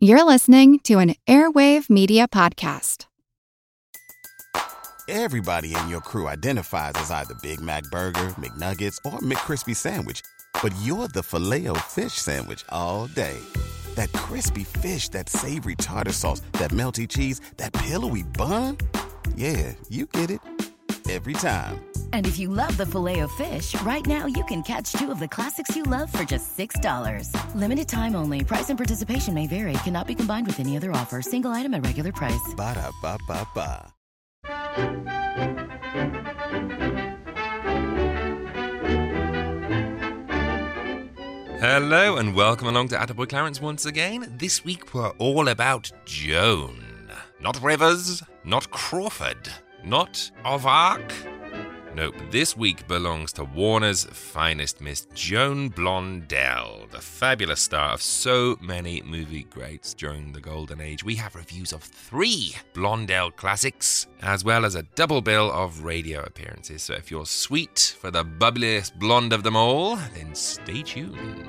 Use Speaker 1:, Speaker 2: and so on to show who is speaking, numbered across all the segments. Speaker 1: You're listening to an Airwave Media Podcast.
Speaker 2: Everybody in your crew identifies as either Big Mac Burger, McNuggets, or McCrispy Sandwich, but you're the filet fish Sandwich all day. That crispy fish, that savory tartar sauce, that melty cheese, that pillowy bun. Yeah, you get it. Every time.
Speaker 3: And if you love the filet of fish, right now you can catch two of the classics you love for just $6. Limited time only. Price and participation may vary. Cannot be combined with any other offer. Single item at regular price.
Speaker 2: Ba-da-ba-ba-ba.
Speaker 4: Hello and welcome along to Attaboy Clarence once again. This week we're all about Joan. Not Rivers, not Crawford, not Ovark. Nope, this week belongs to Warner's finest Miss Joan Blondell, the fabulous star of so many movie greats during the Golden Age. We have reviews of three Blondell classics, as well as a double bill of radio appearances. So if you're sweet for the bubbliest blonde of them all, then stay tuned.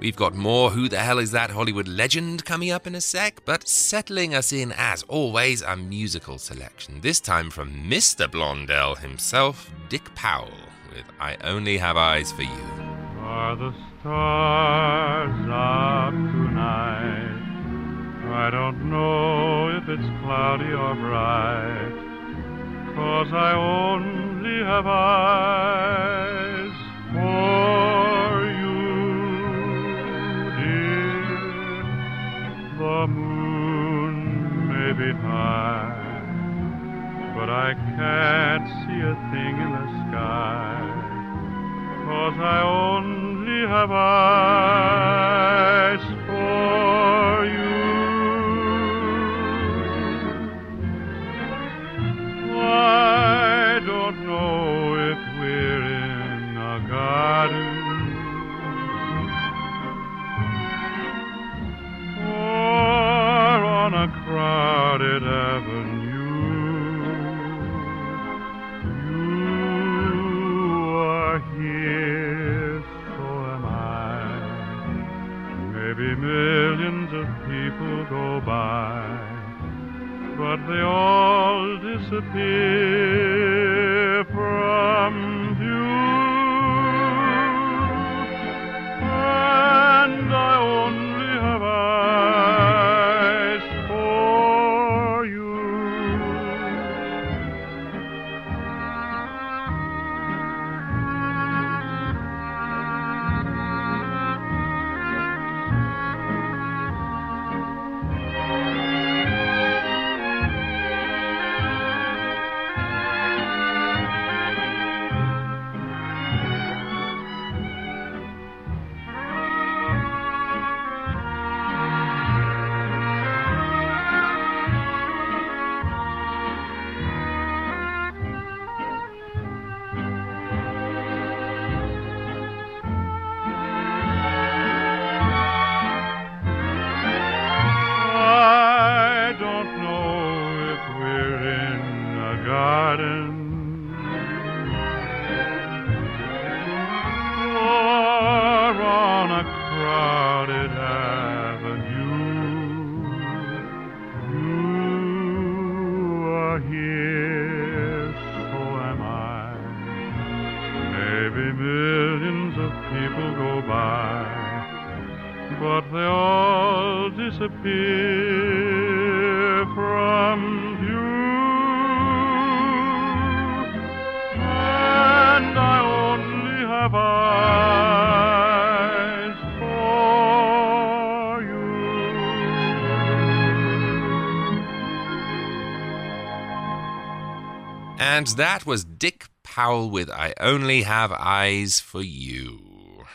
Speaker 4: We've got more Who the Hell Is That Hollywood Legend coming up in a sec, but settling us in, as always, a musical selection, this time from Mr. Blondell himself, Dick Powell, with I Only Have Eyes for You.
Speaker 5: Are the stars up tonight? I don't know if it's cloudy or bright, 'cause I only have eyes for you, dear. The moon may be high, but I can't see a thing in the sky. Cause I only have eyes for you. I don't know if we're in a garden or on a crowded avenue. You are here, so am I. Maybe millions of people go by, but they all disappear from view. And I only have eyes for you. I don't know if we're in a garden or on a crowded avenue. You are here, so am I. Maybe millions of people go by but they all disappear from view. And I only have eyes for you.
Speaker 4: And that was Dick Powell with I Only Have Eyes for You.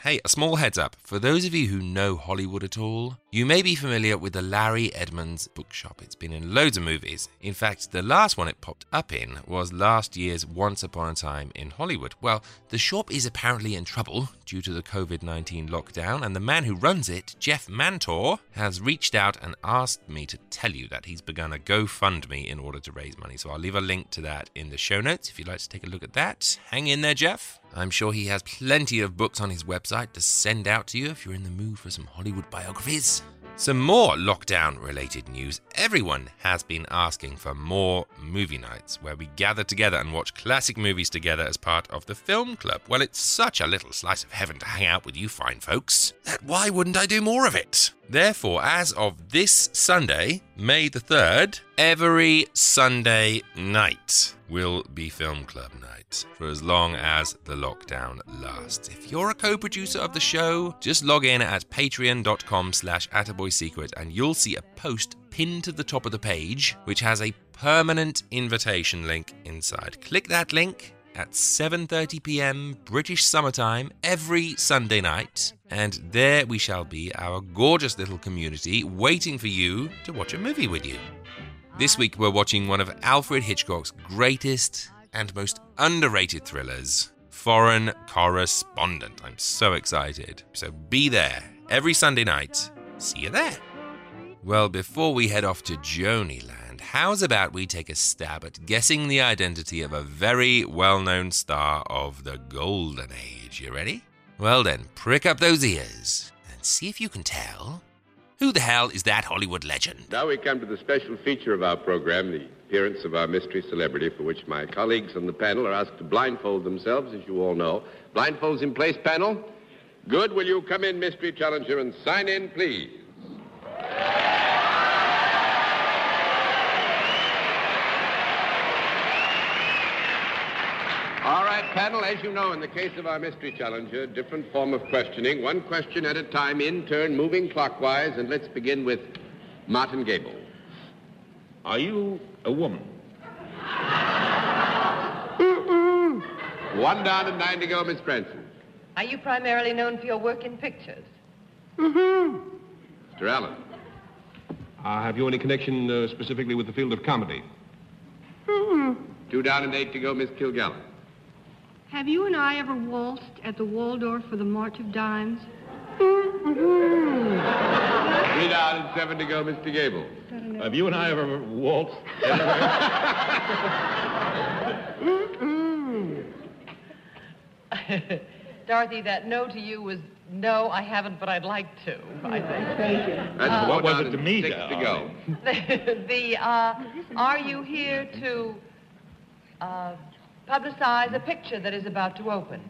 Speaker 4: Hey, a small heads up. For those of you who know Hollywood at all, you may be familiar with the Larry Edmonds bookshop. It's been in loads of movies. In fact, the last one it popped up in was last year's Once Upon a Time in Hollywood. Well, the shop is apparently in trouble due to the COVID 19 lockdown, and the man who runs it, Jeff Mantor, has reached out and asked me to tell you that he's begun a GoFundMe in order to raise money. So I'll leave a link to that in the show notes if you'd like to take a look at that. Hang in there, Jeff. I'm sure he has plenty of books on his website to send out to you if you're in the mood for some Hollywood biographies. Some more lockdown related news. Everyone has been asking for more movie nights where we gather together and watch classic movies together as part of the film club. Well, it's such a little slice of heaven to hang out with you fine folks that why wouldn't I do more of it? Therefore, as of this Sunday, May the 3rd, every Sunday night will be film club night for as long as the lockdown lasts. If you're a co-producer of the show, just log in at patreon.com slash attaboysecret and you'll see a post pinned to the top of the page which has a permanent invitation link inside. Click that link at 7:30 p.m. British summertime every Sunday night, and there we shall be, our gorgeous little community waiting for you to watch a movie with you. This week we're watching one of Alfred Hitchcock's greatest and most underrated thrillers, Foreign Correspondent. I'm so excited. So be there every Sunday night. See you there. Well, before we head off to Joniland, how's about we take a stab at guessing the identity of a very well known star of the Golden Age? You ready? Well, then, prick up those ears and see if you can tell. Who the hell is that Hollywood legend?
Speaker 6: Now we come to the special feature of our program, the appearance of our mystery celebrity, for which my colleagues on the panel are asked to blindfold themselves, as you all know. Blindfolds in place, panel. Good. Will you come in, mystery challenger, and sign in, please? All right, panel. As you know, in the case of our mystery challenger, different form of questioning, one question at a time, in turn, moving clockwise, and let's begin with Martin Gable.
Speaker 7: Are you a woman?
Speaker 6: One down and nine to go, Miss Branson.
Speaker 8: Are you primarily known for your work in pictures?
Speaker 6: Mr. Allen.
Speaker 9: Uh, have you any connection uh, specifically with the field of comedy?
Speaker 6: Two down and eight to go, Miss Kilgallen.
Speaker 10: Have you and I ever waltzed at the Waldorf for the March of Dimes?
Speaker 6: Three down and seven to go, Mr. Gable.
Speaker 7: Have you and I ever waltzed?
Speaker 8: Dorothy, that no to you was no, I haven't, but I'd like to, I
Speaker 9: Uh,
Speaker 6: That's four
Speaker 7: What was
Speaker 6: down
Speaker 7: it to
Speaker 6: and
Speaker 7: me,
Speaker 6: Six to go.
Speaker 7: darling?
Speaker 8: think. the, uh, are you here to uh, publicize a picture that is about to open?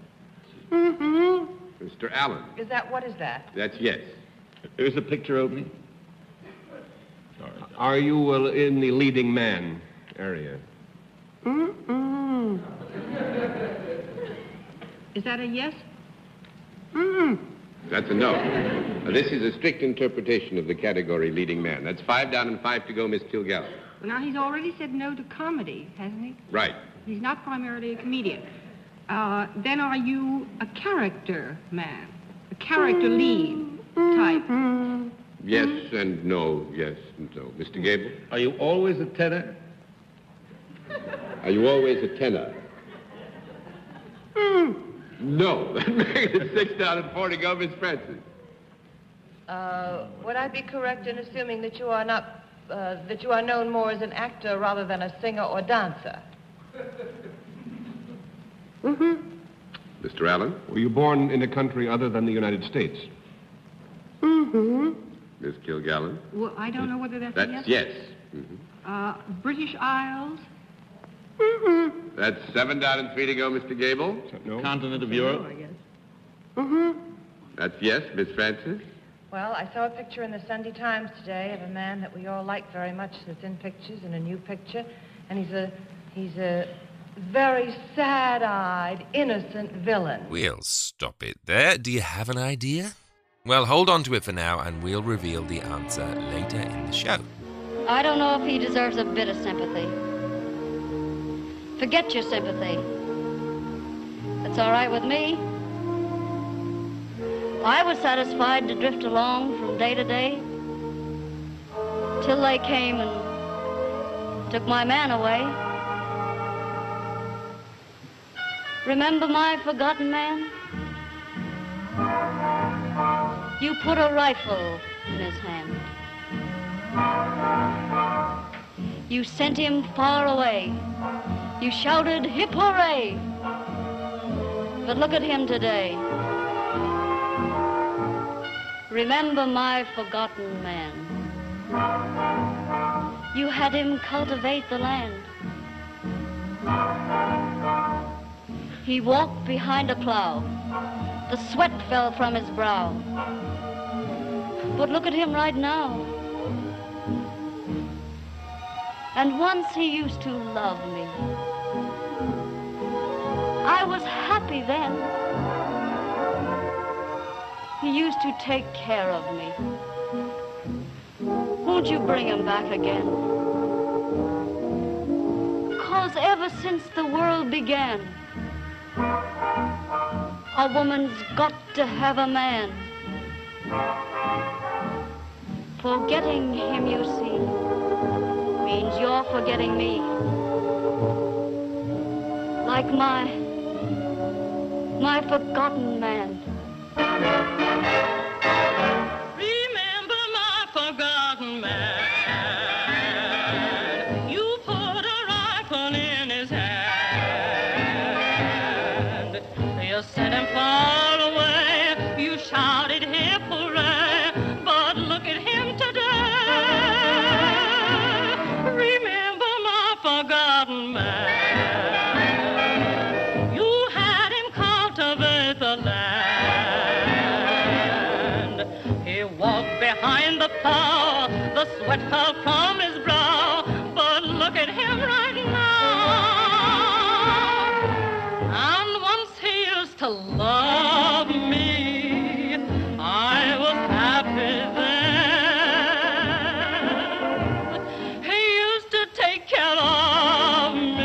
Speaker 6: Mr. Allen.
Speaker 8: Is that, what is that?
Speaker 6: That's yes.
Speaker 7: There's a picture opening.
Speaker 9: Are you uh, in the leading man area?
Speaker 10: Is that a yes?
Speaker 6: That's a no. Now, this is a strict interpretation of the category leading man. That's five down and five to go, Miss Kilgallen.
Speaker 10: Well, now he's already said no to comedy, hasn't he?
Speaker 6: Right.
Speaker 10: He's not primarily a comedian. Uh, then are you a character man? A character
Speaker 8: Hmm.
Speaker 10: lead type?
Speaker 6: Yes and no. Yes and no. Mr. Gable,
Speaker 7: Are you always a tenor?
Speaker 6: are you always a tenor? No. That makes it six down and four to go, Miss Francis.
Speaker 8: Uh, would I be correct in assuming that you are not, uh, that you are known more as an actor rather than a singer or dancer?
Speaker 10: Mm-hmm.
Speaker 6: Mr. Allen,
Speaker 9: Were you born in a country other than the United States?
Speaker 6: Miss Kilgallen.
Speaker 10: Mm-hmm. Well, I don't know whether that's, a yes.
Speaker 6: That's yes.
Speaker 10: Uh, British Isles?
Speaker 6: That's seven down and three to go, Mr. Gable.
Speaker 9: No.
Speaker 7: Continent of Europe?
Speaker 8: Mm-hmm.
Speaker 6: That's yes, Miss Francis.
Speaker 8: Well, I saw a picture in the Sunday Times today of a man that we all like very much that's in pictures, in a new picture, and he's a he's a very sad-eyed, innocent villain.
Speaker 4: We'll stop it there. Do you have an idea? Well, hold on to it for now and we'll reveal the answer later in the show.
Speaker 11: I don't know if he deserves a bit of sympathy. Forget your sympathy. It's all right with me. I was satisfied to drift along from day to day till they came and took my man away. Remember my forgotten man? You put a rifle in his hand. You sent him far away. You shouted, Hip hooray! But look at him today. Remember my forgotten man. You had him cultivate the land. He walked behind a plow. The sweat fell from his brow. But look at him right now. And once he used to love me. I was happy then. He used to take care of me. Won't you bring him back again? Cause ever since the world began, a woman's got to have a man. Forgetting him, you see, means you're forgetting me. Like my, my forgotten man.
Speaker 12: Remember my forgotten man. You put a rifle in his hand. You sent him far away. You shouted hip hooray. But look at him today. Remember my forgotten man. You had him cultivate the land. He walked behind the plow, the sweat fell from his brow. But look at him right now. And once he used to love me, I was happy then. He used to take care of me.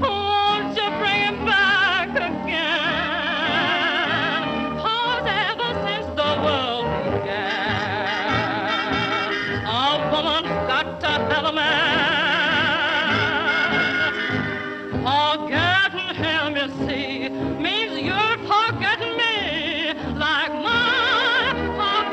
Speaker 12: Won't you bring him back again? 'Cause ever since the world began, a woman's got to have a man. Forgetting him, you see, means you're forgetting me like my forgotten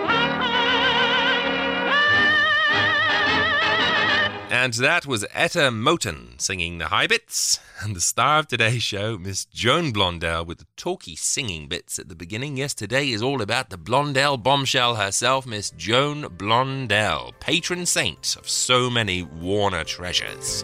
Speaker 4: And that was Etta Moten singing the high bits, and the star of today's show, Miss Joan Blondell, with the talky singing bits at the beginning. Yes, today is all about the Blondell bombshell herself, Miss Joan Blondell, patron saint of so many Warner treasures.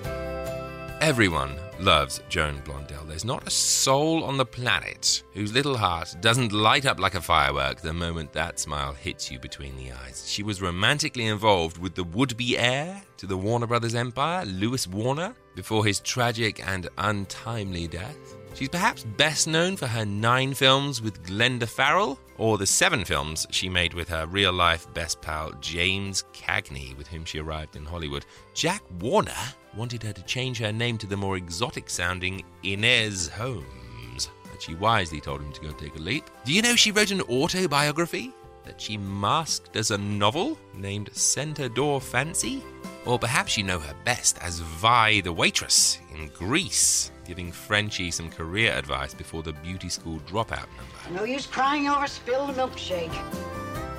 Speaker 4: Everyone loves Joan Blondell. There's not a soul on the planet whose little heart doesn't light up like a firework the moment that smile hits you between the eyes. She was romantically involved with the would be heir to the Warner Brothers empire, Lewis Warner, before his tragic and untimely death. She's perhaps best known for her nine films with Glenda Farrell, or the seven films she made with her real life best pal James Cagney, with whom she arrived in Hollywood. Jack Warner wanted her to change her name to the more exotic sounding Inez Holmes, but she wisely told him to go take a leap. Do you know she wrote an autobiography that she masked as a novel named Center Door Fancy? Or perhaps you know her best as Vi the waitress in Greece, giving Frenchie some career advice before the beauty school dropout number.
Speaker 13: No use crying over spilled milkshake.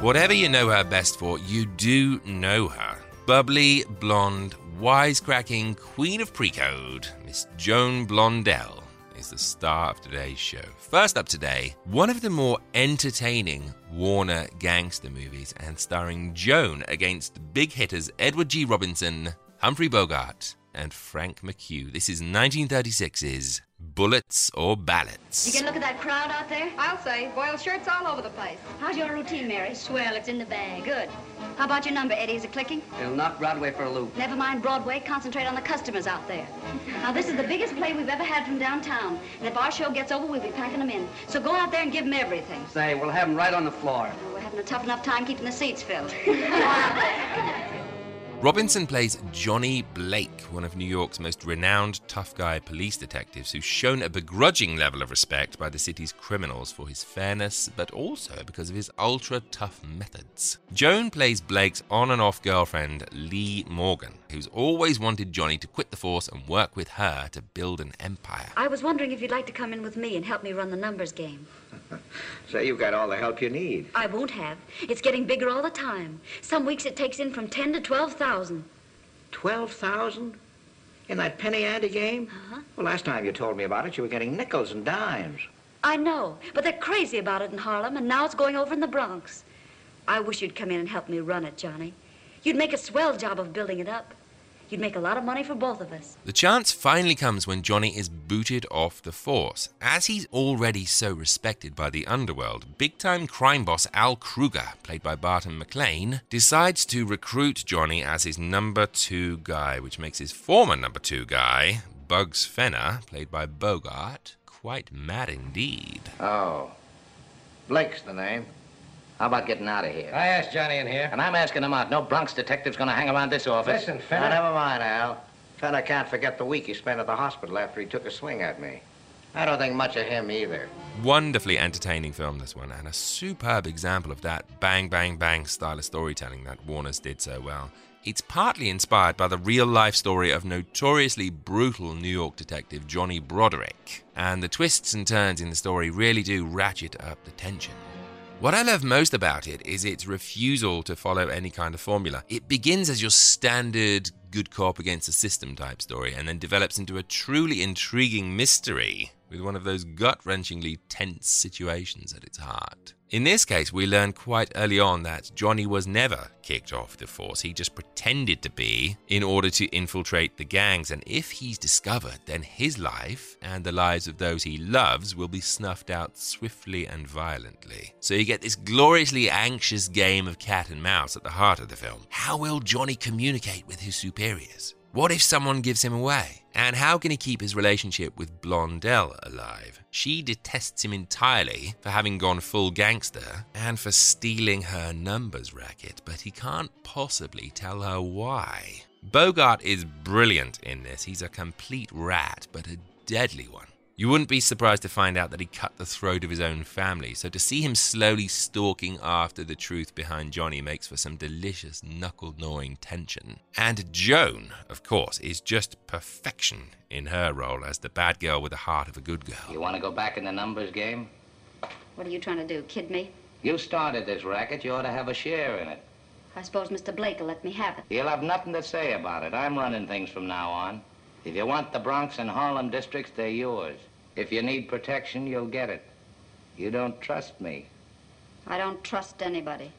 Speaker 4: Whatever you know her best for, you do know her. Bubbly, blonde, wisecracking queen of precode, Miss Joan Blondell is the star of today's show. First up today, one of the more entertaining Warner gangster movies and starring Joan against big hitters Edward G. Robinson, Humphrey Bogart, and Frank McHugh. This is 1936's Bullets or Ballads.
Speaker 14: You can look at that crowd out there? I'll say. Boiled shirts all over the place.
Speaker 11: How's your routine, Mary? Swell, it's in the bag. Good. How about your number, Eddie? Is it clicking?
Speaker 15: It'll knock Broadway for a loop.
Speaker 11: Never mind Broadway. Concentrate on the customers out there. Now, this is the biggest play we've ever had from downtown. And if our show gets over, we'll be packing them in. So go out there and give them everything.
Speaker 15: Say, we'll have 'em right on the floor.
Speaker 11: We're having a tough enough time keeping the seats filled.
Speaker 4: Robinson plays Johnny Blake, one of New York's most renowned tough guy police detectives, who's shown a begrudging level of respect by the city's criminals for his fairness, but also because of his ultra tough methods. Joan plays Blake's on and off girlfriend, Lee Morgan, who's always wanted Johnny to quit the force and work with her to build an empire.
Speaker 11: I was wondering if you'd like to come in with me and help me run the numbers game.
Speaker 15: Say, you've got all the help you need.
Speaker 11: I won't have. It's getting bigger all the time. Some weeks it takes in from 10 to 12,000.
Speaker 15: 12,000? In that penny ante game? Uh-huh. Well, last time you told me about it, you were getting nickels and dimes.
Speaker 11: I know, but they're crazy about it in Harlem, and now it's going over in the Bronx.
Speaker 16: I wish you'd come in and help me run it, Johnny. You'd make a swell job of building it up. You'd make a lot of money for both of us.
Speaker 4: The chance finally comes when Johnny is booted off the force. As he's already so respected by the underworld, big time crime boss Al Kruger, played by Barton McLean, decides to recruit Johnny as his number two guy, which makes his former number two guy, Bugs Fenner, played by Bogart, quite mad indeed.
Speaker 15: Oh. Blake's the name. How about getting out of here?
Speaker 17: I asked Johnny in here.
Speaker 15: And I'm asking him out. No Bronx detective's gonna hang around this office.
Speaker 17: Listen, Fenner-
Speaker 15: Now, never mind, Al. Fenner can't forget the week he spent at the hospital after he took a swing at me. I don't think much of him either.
Speaker 4: Wonderfully entertaining film, this one, and a superb example of that bang, bang, bang style of storytelling that Warner's did so well. It's partly inspired by the real life story of notoriously brutal New York detective Johnny Broderick, and the twists and turns in the story really do ratchet up the tension. What I love most about it is its refusal to follow any kind of formula. It begins as your standard good cop against the system type story and then develops into a truly intriguing mystery with one of those gut wrenchingly tense situations at its heart. In this case, we learn quite early on that Johnny was never kicked off the force. He just pretended to be in order to infiltrate the gangs. And if he's discovered, then his life and the lives of those he loves will be snuffed out swiftly and violently. So you get this gloriously anxious game of cat and mouse at the heart of the film. How will Johnny communicate with his superiors? What if someone gives him away? And how can he keep his relationship with Blondell alive? She detests him entirely for having gone full gangster and for stealing her numbers racket, but he can't possibly tell her why. Bogart is brilliant in this. He's a complete rat, but a deadly one. You wouldn't be surprised to find out that he cut the throat of his own family, so to see him slowly stalking after the truth behind Johnny makes for some delicious knuckle gnawing tension. And Joan, of course, is just perfection in her role as the bad girl with the heart of a good girl.
Speaker 15: You want to go back in the numbers game?
Speaker 16: What are you trying to do, kid me?
Speaker 15: You started this racket. You ought to have a share in it.
Speaker 16: I suppose Mr. Blake will let me have it.
Speaker 15: He'll have nothing to say about it. I'm running things from now on. If you want the Bronx and Harlem districts, they're yours. If you need protection, you'll get it. You don't trust me.
Speaker 16: I don't trust anybody.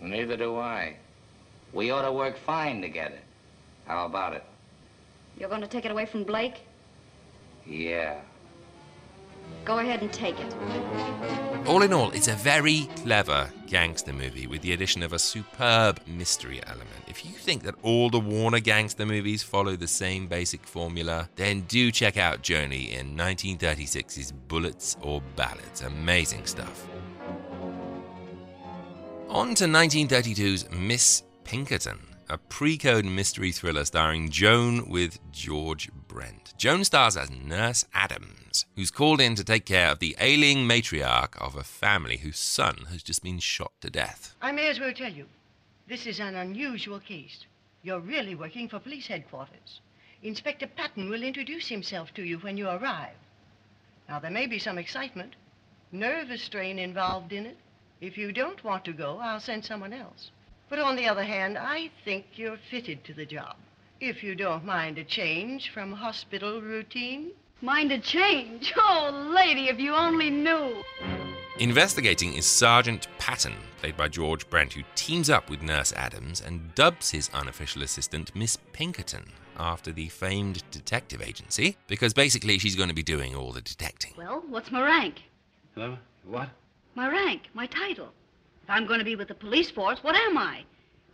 Speaker 15: Neither do I. We ought to work fine together. How about it?
Speaker 16: You're going to take it away from Blake?
Speaker 15: Yeah.
Speaker 16: Go ahead and take it.
Speaker 4: All in all, it's a very clever gangster movie with the addition of a superb mystery element. If you think that all the Warner gangster movies follow the same basic formula, then do check out Journey in 1936's Bullets or Ballads. Amazing stuff. On to 1932's Miss Pinkerton, a pre code mystery thriller starring Joan with George Brent. Joan stars as Nurse Adams, who's called in to take care of the ailing matriarch of a family whose son has just been shot to death.
Speaker 18: I may as well tell you, this is an unusual case. You're really working for police headquarters. Inspector Patton will introduce himself to you when you arrive. Now, there may be some excitement, nervous strain involved in it. If you don't want to go, I'll send someone else. But on the other hand, I think you're fitted to the job. If you don't mind a change from hospital routine.
Speaker 12: Mind a change? Oh, lady, if you only knew.
Speaker 4: Investigating is Sergeant Patton, played by George Brent, who teams up with Nurse Adams and dubs his unofficial assistant Miss Pinkerton after the famed detective agency, because basically she's going to be doing all the detecting.
Speaker 11: Well, what's my rank?
Speaker 19: Hello? What?
Speaker 11: My rank, my title. If I'm going to be with the police force, what am I?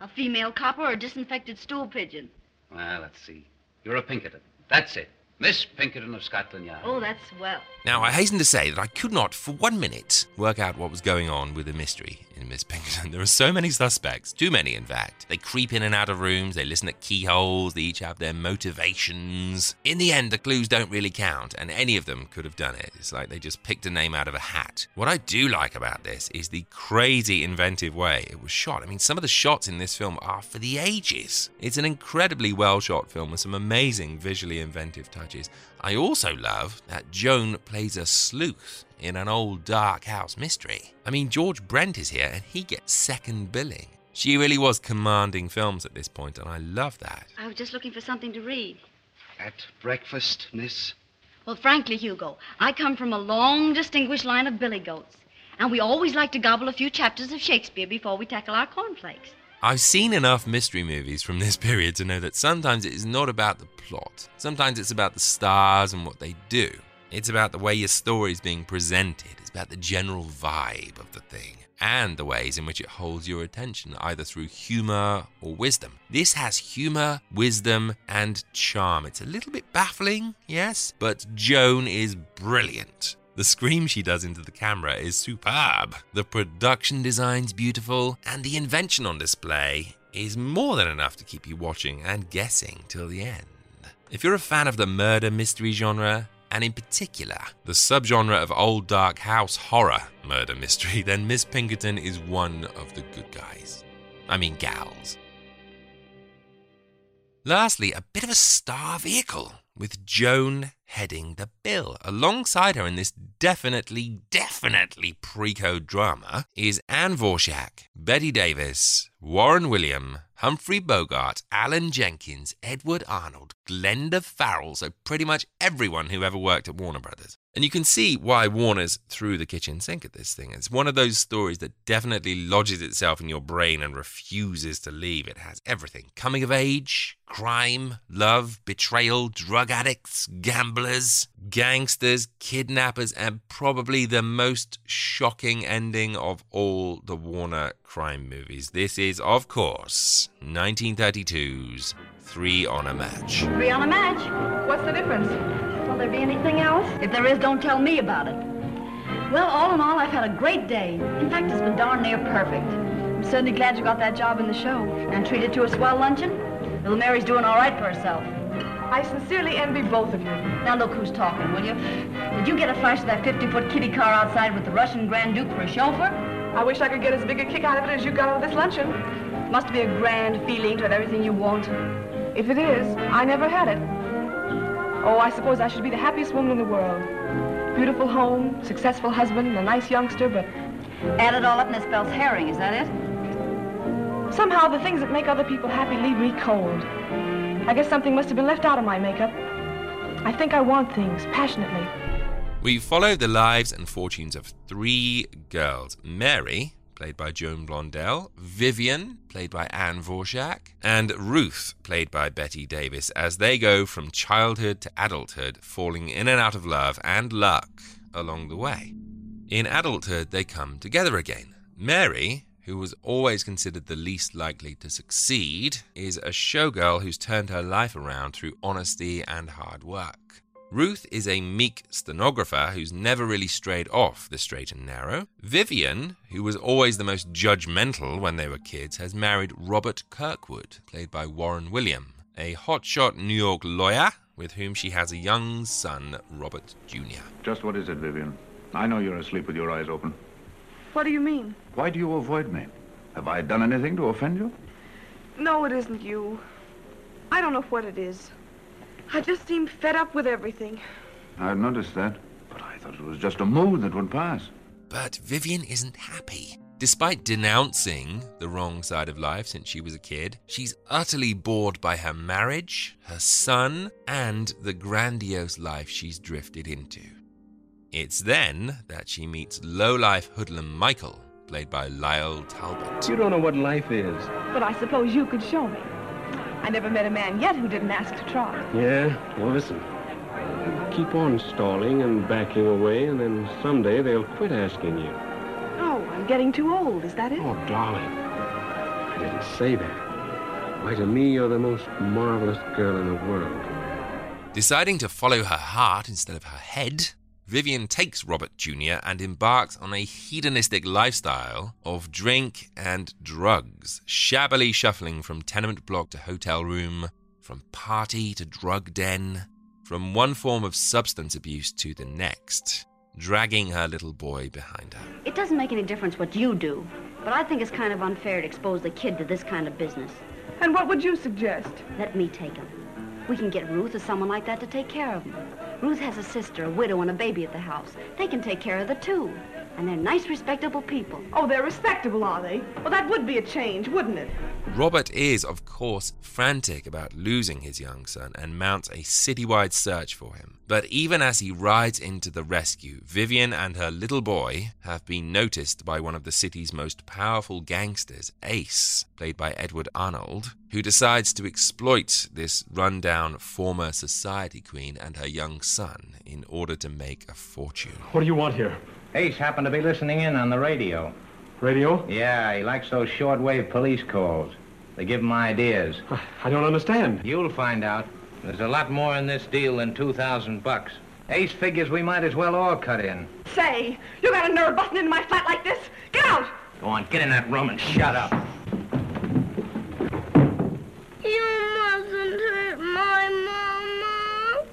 Speaker 11: A female copper or a disinfected stool pigeon?
Speaker 1: Well, let's see. You're a Pinkerton. That's it. Miss Pinkerton of Scotland Yard.
Speaker 11: Oh, that's swell.
Speaker 4: Now, I hasten to say that I could not, for one minute, work out what was going on with the mystery in Miss Pinkerton. There are so many suspects, too many, in fact. They creep in and out of rooms, they listen at keyholes, they each have their motivations. In the end, the clues don't really count, and any of them could have done it. It's like they just picked a name out of a hat. What I do like about this is the crazy inventive way it was shot. I mean, some of the shots in this film are for the ages. It's an incredibly well shot film with some amazing visually inventive touches. I also love that Joan plays a sleuth in an old dark house mystery. I mean, George Brent is here and he gets second billing. She really was commanding films at this point, and I love that.
Speaker 11: I was just looking for something to read.
Speaker 1: At breakfast, miss?
Speaker 11: Well, frankly, Hugo, I come from a long, distinguished line of billy goats.
Speaker 17: And we always like to gobble a few chapters of Shakespeare before we tackle our cornflakes.
Speaker 4: I've seen enough mystery movies from this period to know that sometimes it is not about the plot. Sometimes it's about the stars and what they do. It's about the way your story is being presented. It's about the general vibe of the thing and the ways in which it holds your attention, either through humor or wisdom. This has humor, wisdom, and charm. It's a little bit baffling, yes, but Joan is brilliant. The scream she does into the camera is superb. The production design's beautiful, and the invention on display is more than enough to keep you watching and guessing till the end. If you're a fan of the murder mystery genre, and in particular, the subgenre of old dark house horror murder mystery, then Miss Pinkerton is one of the good guys. I mean, gals. Lastly, a bit of a star vehicle with Joan heading the bill. Alongside her in this definitely, definitely pre code drama is Anne Vorschach, Betty Davis, Warren William, Humphrey Bogart, Alan Jenkins, Edward Arnold, Glenda Farrell, so pretty much everyone who ever worked at Warner Brothers. And you can see why Warner's through the kitchen sink at this thing. It's one of those stories that definitely lodges itself in your brain and refuses to leave. It has everything coming of age, crime, love, betrayal, drug addicts, gamblers, gangsters, kidnappers, and probably the most shocking ending of all the Warner crime movies. This is, of course, 1932's Three on a Match.
Speaker 20: Three on a match. What's the difference? Will there be anything else? If there is, don't tell me about it. Well, all in all, I've had a great day. In fact, it's been darn near perfect. I'm certainly glad you got that job in the show and treated to a swell luncheon. Little Mary's doing all right for herself. I sincerely envy both of you. Now look who's talking, will you? Did you get a flash of that 50-foot kitty car outside with the Russian Grand Duke for a chauffeur? I wish I could get as big a kick out of it as you got out of this luncheon. Must be a grand feeling to have everything you want. If it is, I never had it. Oh, I suppose I should be the happiest woman in the world. Beautiful home, successful husband, a nice youngster, but... Add it all up and it spells herring, is that it? Somehow the things that make other people happy leave me cold. I guess something must have been left out of my makeup. I think I want things passionately.
Speaker 4: We follow the lives and fortunes of three girls Mary, played by Joan Blondell, Vivian, played by Anne Vorschach, and Ruth, played by Betty Davis, as they go from childhood to adulthood, falling in and out of love and luck along the way. In adulthood, they come together again. Mary, who was always considered the least likely to succeed, is a showgirl who's turned her life around through honesty and hard work. Ruth is a meek stenographer who's never really strayed off the straight and narrow. Vivian, who was always the most judgmental when they were kids, has married Robert Kirkwood, played by Warren William, a hotshot New York lawyer with whom she has a young son, Robert Jr.
Speaker 10: Just what is it, Vivian? I know you're asleep with your eyes open.
Speaker 8: What do you mean?
Speaker 10: Why do you avoid me? Have I done anything to offend you?
Speaker 8: No, it isn't you. I don't know what it is. I just seem fed up with everything.
Speaker 10: I've noticed that, but I thought it was just a mood that would pass.
Speaker 4: But Vivian isn't happy. Despite denouncing the wrong side of life since she was a kid, she's utterly bored by her marriage, her son, and the grandiose life she's drifted into. It's then that she meets lowlife hoodlum Michael, played by Lyle Talbot.
Speaker 21: You don't know what life is.
Speaker 8: But I suppose you could show me. I never met a man yet who didn't ask to try.
Speaker 21: Yeah, well, listen. Keep on stalling and backing away, and then someday they'll quit asking you.
Speaker 8: Oh, I'm getting too old. Is that it?
Speaker 21: Oh, darling. I didn't say that. Why, to me, you're the most marvelous girl in the world.
Speaker 4: Deciding to follow her heart instead of her head, Vivian takes Robert Jr. and embarks on a hedonistic lifestyle of drink and drugs, shabbily shuffling from tenement block to hotel room, from party to drug den, from one form of substance abuse to the next, dragging her little boy behind her.
Speaker 16: It doesn't make any difference what you do, but I think it's kind of unfair to expose the kid to this kind of business.
Speaker 8: And what would you suggest?
Speaker 16: Let me take him. We can get Ruth or someone like that to take care of him. Ruth has a sister, a widow, and a baby at the house. They can take care of the two. And they're nice, respectable people.
Speaker 8: Oh, they're respectable, are they? Well, that would be a change, wouldn't it?
Speaker 4: Robert is, of course, frantic about losing his young son and mounts a citywide search for him. But even as he rides into the rescue, Vivian and her little boy have been noticed by one of the city's most powerful gangsters, Ace, played by Edward Arnold, who decides to exploit this rundown former society queen and her young son in order to make a fortune.
Speaker 22: What do you want here?
Speaker 15: Ace happened to be listening in on the radio.
Speaker 22: Radio?
Speaker 15: Yeah, he likes those shortwave police calls. They give him ideas.
Speaker 22: I don't understand.
Speaker 15: You'll find out. There's a lot more in this deal than 2,000 bucks. Ace figures we might as well all cut in.
Speaker 8: Say, you got a nerve busting into my flat like this? Get out!
Speaker 15: Go on, get in that room and shut up.
Speaker 12: You mustn't hurt my mama.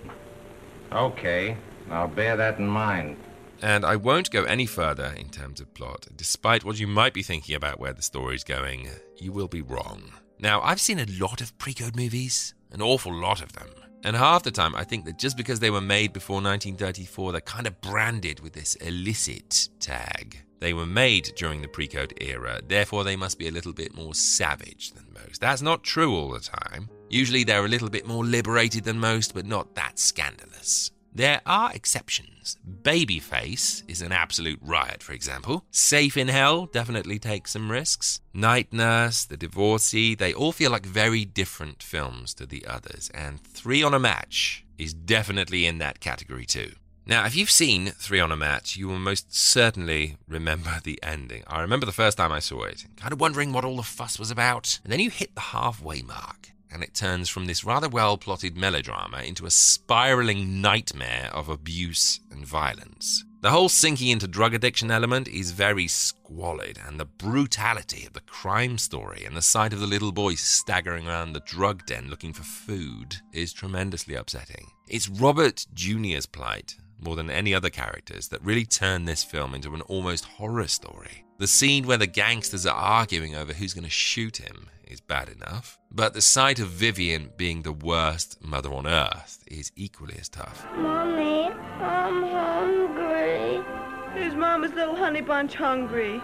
Speaker 15: Okay, I'll bear that in mind.
Speaker 4: And I won't go any further in terms of plot. Despite what you might be thinking about where the story's going, you will be wrong. Now, I've seen a lot of pre code movies, an awful lot of them. And half the time, I think that just because they were made before 1934, they're kind of branded with this illicit tag. They were made during the pre code era, therefore, they must be a little bit more savage than most. That's not true all the time. Usually, they're a little bit more liberated than most, but not that scandalous. There are exceptions. Babyface is an absolute riot, for example. Safe in Hell definitely takes some risks. Night Nurse, The Divorcee, they all feel like very different films to the others, and Three on a Match is definitely in that category too. Now, if you've seen Three on a Match, you will most certainly remember the ending. I remember the first time I saw it, kind of wondering what all the fuss was about, and then you hit the halfway mark and it turns from this rather well plotted melodrama into a spiraling nightmare of abuse and violence. The whole sinking into drug addiction element is very squalid, and the brutality of the crime story and the sight of the little boy staggering around the drug den looking for food is tremendously upsetting. It's Robert Jr.'s plight, more than any other characters, that really turn this film into an almost horror story. The scene where the gangsters are arguing over who's going to shoot him is bad enough, but the sight of Vivian being the worst mother on earth is equally as tough.
Speaker 12: Mommy, I'm hungry.
Speaker 8: Here's Mama's little honey bunch hungry.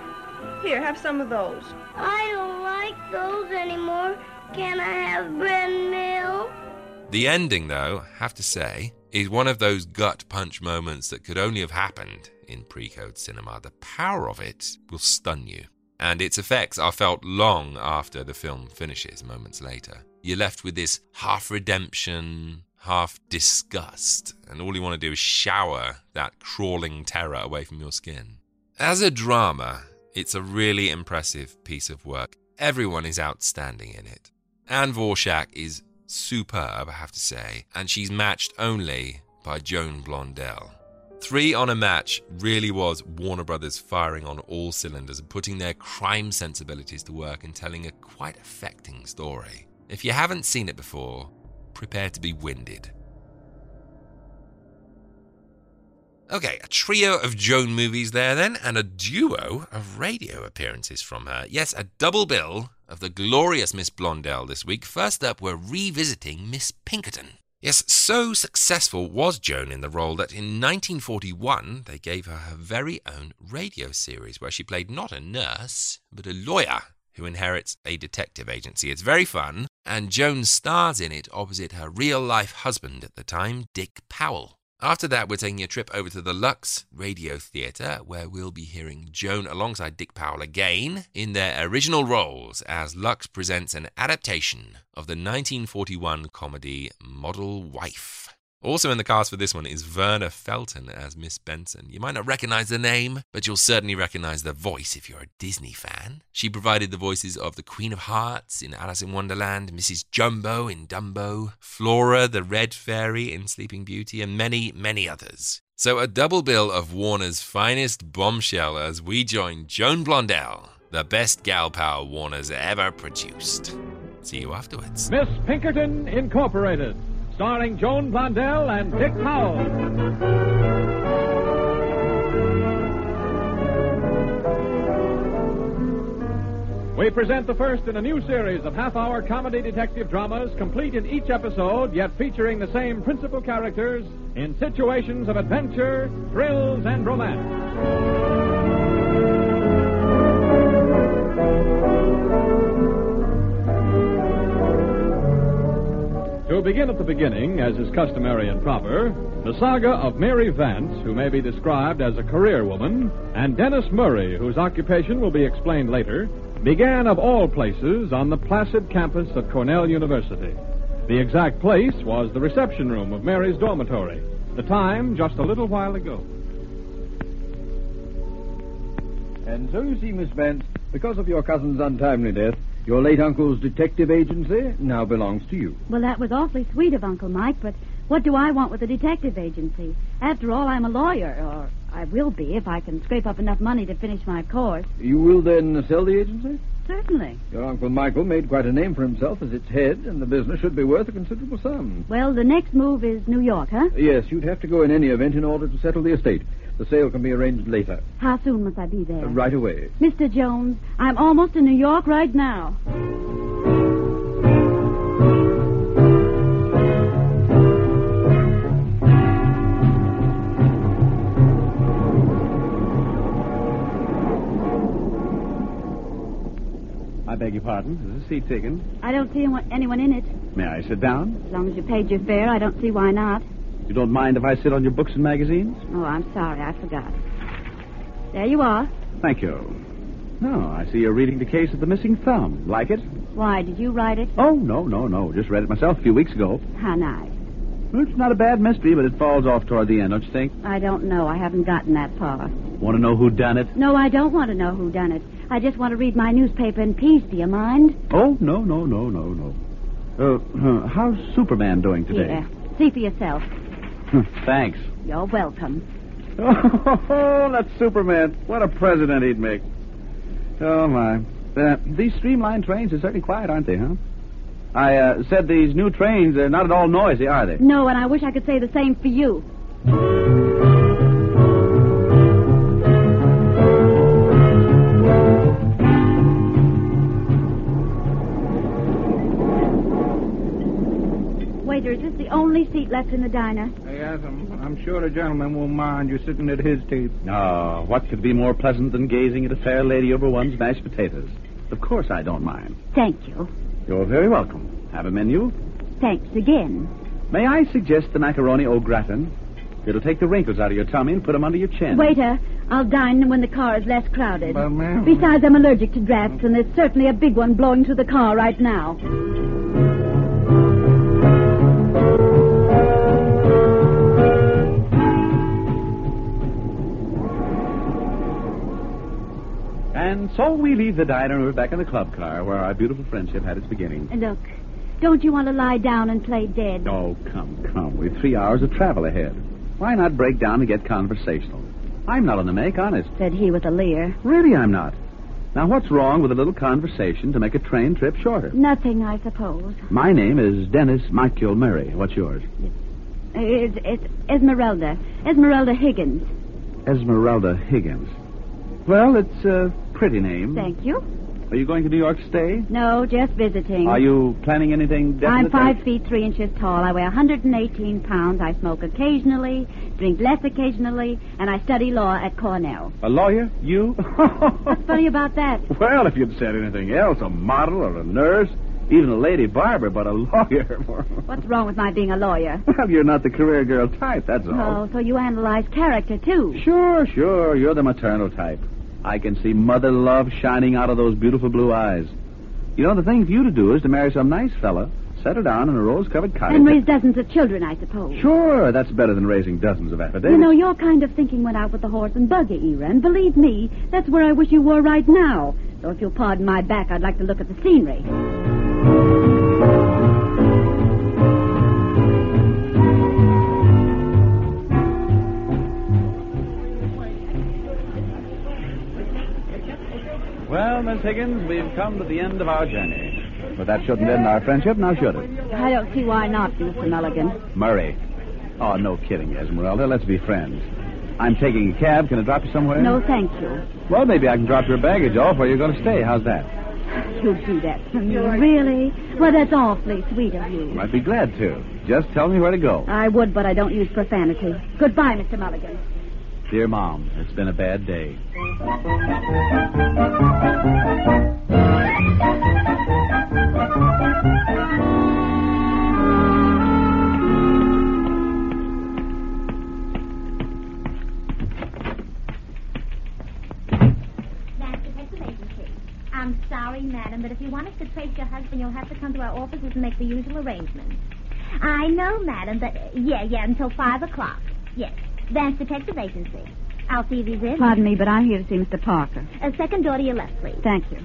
Speaker 8: Here, have some of those.
Speaker 12: I don't like those anymore. Can I have bread and milk?
Speaker 4: The ending, though, I have to say, is one of those gut punch moments that could only have happened in pre code cinema. The power of it will stun you and its effects are felt long after the film finishes, moments later. You're left with this half redemption, half disgust, and all you want to do is shower that crawling terror away from your skin. As a drama, it's a really impressive piece of work. Everyone is outstanding in it. Anne Vorschach is superb, I have to say, and she's matched only by Joan Blondell. Three on a match really was Warner Brothers firing on all cylinders and putting their crime sensibilities to work and telling a quite affecting story. If you haven't seen it before, prepare to be winded. Okay, a trio of Joan movies there then, and a duo of radio appearances from her. Yes, a double bill of the glorious Miss Blondell this week. First up, we're revisiting Miss Pinkerton. Yes, so successful was Joan in the role that in 1941 they gave her her very own radio series where she played not a nurse, but a lawyer who inherits a detective agency. It's very fun, and Joan stars in it opposite her real life husband at the time, Dick Powell. After that, we're taking a trip over to the Lux Radio Theatre, where we'll be hearing Joan alongside Dick Powell again in their original roles as Lux presents an adaptation of the 1941 comedy Model Wife. Also in the cast for this one is Verna Felton as Miss Benson. You might not recognize the name, but you'll certainly recognize the voice if you're a Disney fan. She provided the voices of the Queen of Hearts in Alice in Wonderland, Mrs. Jumbo in Dumbo, Flora the Red Fairy in Sleeping Beauty, and many, many others. So a double bill of Warner's finest bombshell as we join Joan Blondell, the best gal pal Warner's ever produced. See you afterwards.
Speaker 23: Miss Pinkerton Incorporated, starring Joan Blondell and Dick Powell. We present the first in a new series of half hour comedy detective dramas, complete in each episode, yet featuring the same principal characters in situations of adventure, thrills, and romance. We'll begin at the beginning, as is customary and proper, the saga of Mary Vance, who may be described as a career woman, and Dennis Murray, whose occupation will be explained later, began of all places on the placid campus of Cornell University. The exact place was the reception room of Mary's dormitory, the time just a little while ago.
Speaker 24: And so you see, Miss Vance, because of your cousin's untimely death, your late uncle's detective agency now belongs to you.
Speaker 25: Well, that was awfully sweet of Uncle Mike, but what do I want with a detective agency? After all, I'm a lawyer, or I will be if I can scrape up enough money to finish my course.
Speaker 24: You will then sell the agency?
Speaker 25: Certainly.
Speaker 24: Your uncle Michael made quite a name for himself as its head, and the business should be worth a considerable sum.
Speaker 25: Well, the next move is New York, huh?
Speaker 24: Yes, you'd have to go in any event in order to settle the estate. The sale can be arranged later,
Speaker 25: How soon must I be there?
Speaker 24: uh, right away.
Speaker 25: Mr. Jones, I'm almost in New York right now.
Speaker 26: I beg your pardon. Is the seat taken?
Speaker 25: I don't see anyone- anyone in it.
Speaker 26: May I sit down?
Speaker 25: As long as you paid your fare, I don't see why not.
Speaker 26: You don't mind if I sit on your books and magazines?
Speaker 25: Oh, I'm sorry, I forgot. There you are.
Speaker 26: Thank you. No, I see you're reading the case of the missing thumb. Like it?
Speaker 25: Why, did you write it?
Speaker 26: Oh, no, no, no. Just read it myself a few weeks ago.
Speaker 25: How nice.
Speaker 26: Well, it's not a bad mystery, but it falls off toward the end, don't you think?
Speaker 25: I don't know. I haven't gotten that far.
Speaker 26: Want to know who done it?
Speaker 25: No, I don't want to know who done it. I just want to read my newspaper in peace. Do you mind?
Speaker 26: Oh, no, no, no, no, no. Uh, how's Superman doing today?
Speaker 25: Here. See for yourself.
Speaker 26: Thanks.
Speaker 25: You're welcome.
Speaker 26: Oh, that's Superman. What a president he'd make. Oh, my. Uh, these streamlined trains are certainly quiet, aren't they, huh? I uh, said these new trains are not at all noisy, are they?
Speaker 25: No, and I wish I could say the same for you. Waiter, is this the only seat left in the diner?
Speaker 27: Yes, I'm, I'm sure a gentleman won't mind you sitting at his table.
Speaker 26: Oh, what could be more pleasant than gazing at a fair lady over one's mashed potatoes? Of course I don't mind.
Speaker 25: Thank you.
Speaker 26: You're very welcome. Have a menu?
Speaker 25: Thanks again.
Speaker 26: May I suggest the macaroni au gratin? It'll take the wrinkles out of your tummy and put 'em under your chin.
Speaker 25: Waiter, I'll dine when the car is less crowded.
Speaker 26: But, ma'am-
Speaker 25: Besides, I'm allergic to drafts, and there's certainly a big one blowing through the car right now.
Speaker 26: And so we leave the diner and we're back in the club car where our beautiful friendship had its beginning.
Speaker 25: Look, don't you want to lie down and play dead?
Speaker 26: Oh, come, come. We've three hours of travel ahead. Why not break down and get conversational? I'm not on the make, honest.
Speaker 25: Said he with a leer.
Speaker 26: Really, I'm not. Now, what's wrong with a little conversation to make a train trip shorter?
Speaker 25: Nothing, I suppose.
Speaker 26: My name is Dennis Michael Murray. What's yours?
Speaker 25: It's, it's Esmeralda. Esmeralda Higgins.
Speaker 26: Esmeralda Higgins. Well, it's a pretty name.
Speaker 25: Thank you.
Speaker 26: Are you going to New York to stay?
Speaker 25: No, just visiting.
Speaker 26: Are you planning anything definite?
Speaker 25: I'm five feet three inches tall. I weigh 118 pounds. I smoke occasionally, drink less occasionally, and I study law at Cornell.
Speaker 26: A lawyer? You?
Speaker 25: What's funny about that?
Speaker 26: Well, if you'd said anything else, a model or a nurse, even a lady barber, but a lawyer.
Speaker 25: What's wrong with my being a lawyer?
Speaker 26: well, you're not the career girl type, that's
Speaker 25: Oh,
Speaker 26: all.
Speaker 25: so you analyze character, too.
Speaker 26: Sure, sure, you're the maternal type. I can see mother love shining out of those beautiful blue eyes. You know, the thing for you to do is to marry some nice fella, settle down in a rose-covered cottage.
Speaker 25: And raise dozens of children, I suppose.
Speaker 26: Sure, that's better than raising dozens of affidavits.
Speaker 25: You know, your kind of thinking went out with the horse and buggy era, and believe me, that's where I wish you were right now. Though if you'll pardon my back, I'd like to look at the scenery.
Speaker 26: Well, Miss Higgins, we've come to the end of our journey. But that shouldn't end our friendship, now should it?
Speaker 25: I don't see why not, Mr. Mulligan.
Speaker 26: Murray. Oh, no kidding, Esmeralda. Let's be friends. I'm taking a cab. Can I drop you somewhere?
Speaker 25: No, thank you.
Speaker 26: Well, maybe I can drop your baggage off where you're going to stay. How's that?
Speaker 25: You do that for me, really? Well, that's awfully sweet of you.
Speaker 26: I'd be glad to. Just tell me where to go.
Speaker 25: I would, but I don't use profanity. Goodbye, Mr. Mulligan.
Speaker 26: Dear Mom, it's been a bad day.
Speaker 6: office and make the usual arrangements. I know, madam, but uh, yeah, yeah, until five o'clock. Yes, that's detective agency. I'll see these in.
Speaker 25: Pardon me, but I'm here to see Mr. Parker.
Speaker 6: Uh, second door to your left, please.
Speaker 25: Thank you.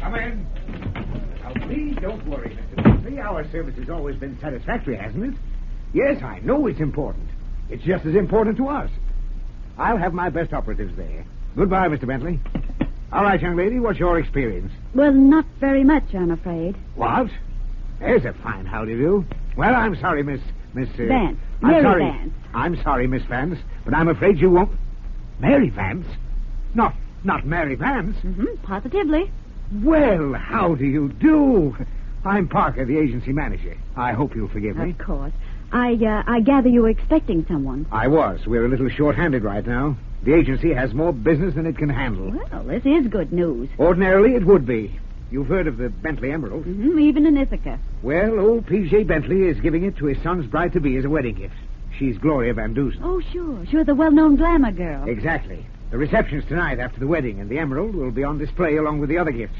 Speaker 28: Come in. Now, please don't worry, Mr. Bentley. Our service has always been satisfactory, hasn't it? Yes, I know it's important. It's just as important to us. I'll have my best operatives there. Goodbye, Mr. Bentley. All right, young lady, what's your experience?
Speaker 25: Well, not very much, I'm afraid.
Speaker 28: What? There's a fine howdy-do. Well, I'm sorry, Miss... Miss... Uh,
Speaker 25: Vance.
Speaker 28: I'm
Speaker 25: Mary
Speaker 28: sorry.
Speaker 25: Vance.
Speaker 28: I'm sorry, Miss Vance, but I'm afraid you won't... Mary Vance? Not... Not Mary Vance?
Speaker 25: Mm-hmm, positively.
Speaker 28: Well, how do you do? I'm Parker, the agency manager. I hope you'll forgive me.
Speaker 25: Of course. I uh, I gather you were expecting someone.
Speaker 28: I was. We're a little short-handed right now. The agency has more business than it can handle.
Speaker 25: Well, this is good news.
Speaker 28: Ordinarily, it would be. You've heard of the Bentley Emerald.
Speaker 25: hmm even in Ithaca.
Speaker 28: Well, old P.J. Bentley is giving it to his son's bride-to-be as a wedding gift. She's Gloria Van Dusen.
Speaker 25: Oh, sure. Sure, the well-known glamour girl.
Speaker 28: Exactly. The reception's tonight after the wedding, and the Emerald will be on display along with the other gifts.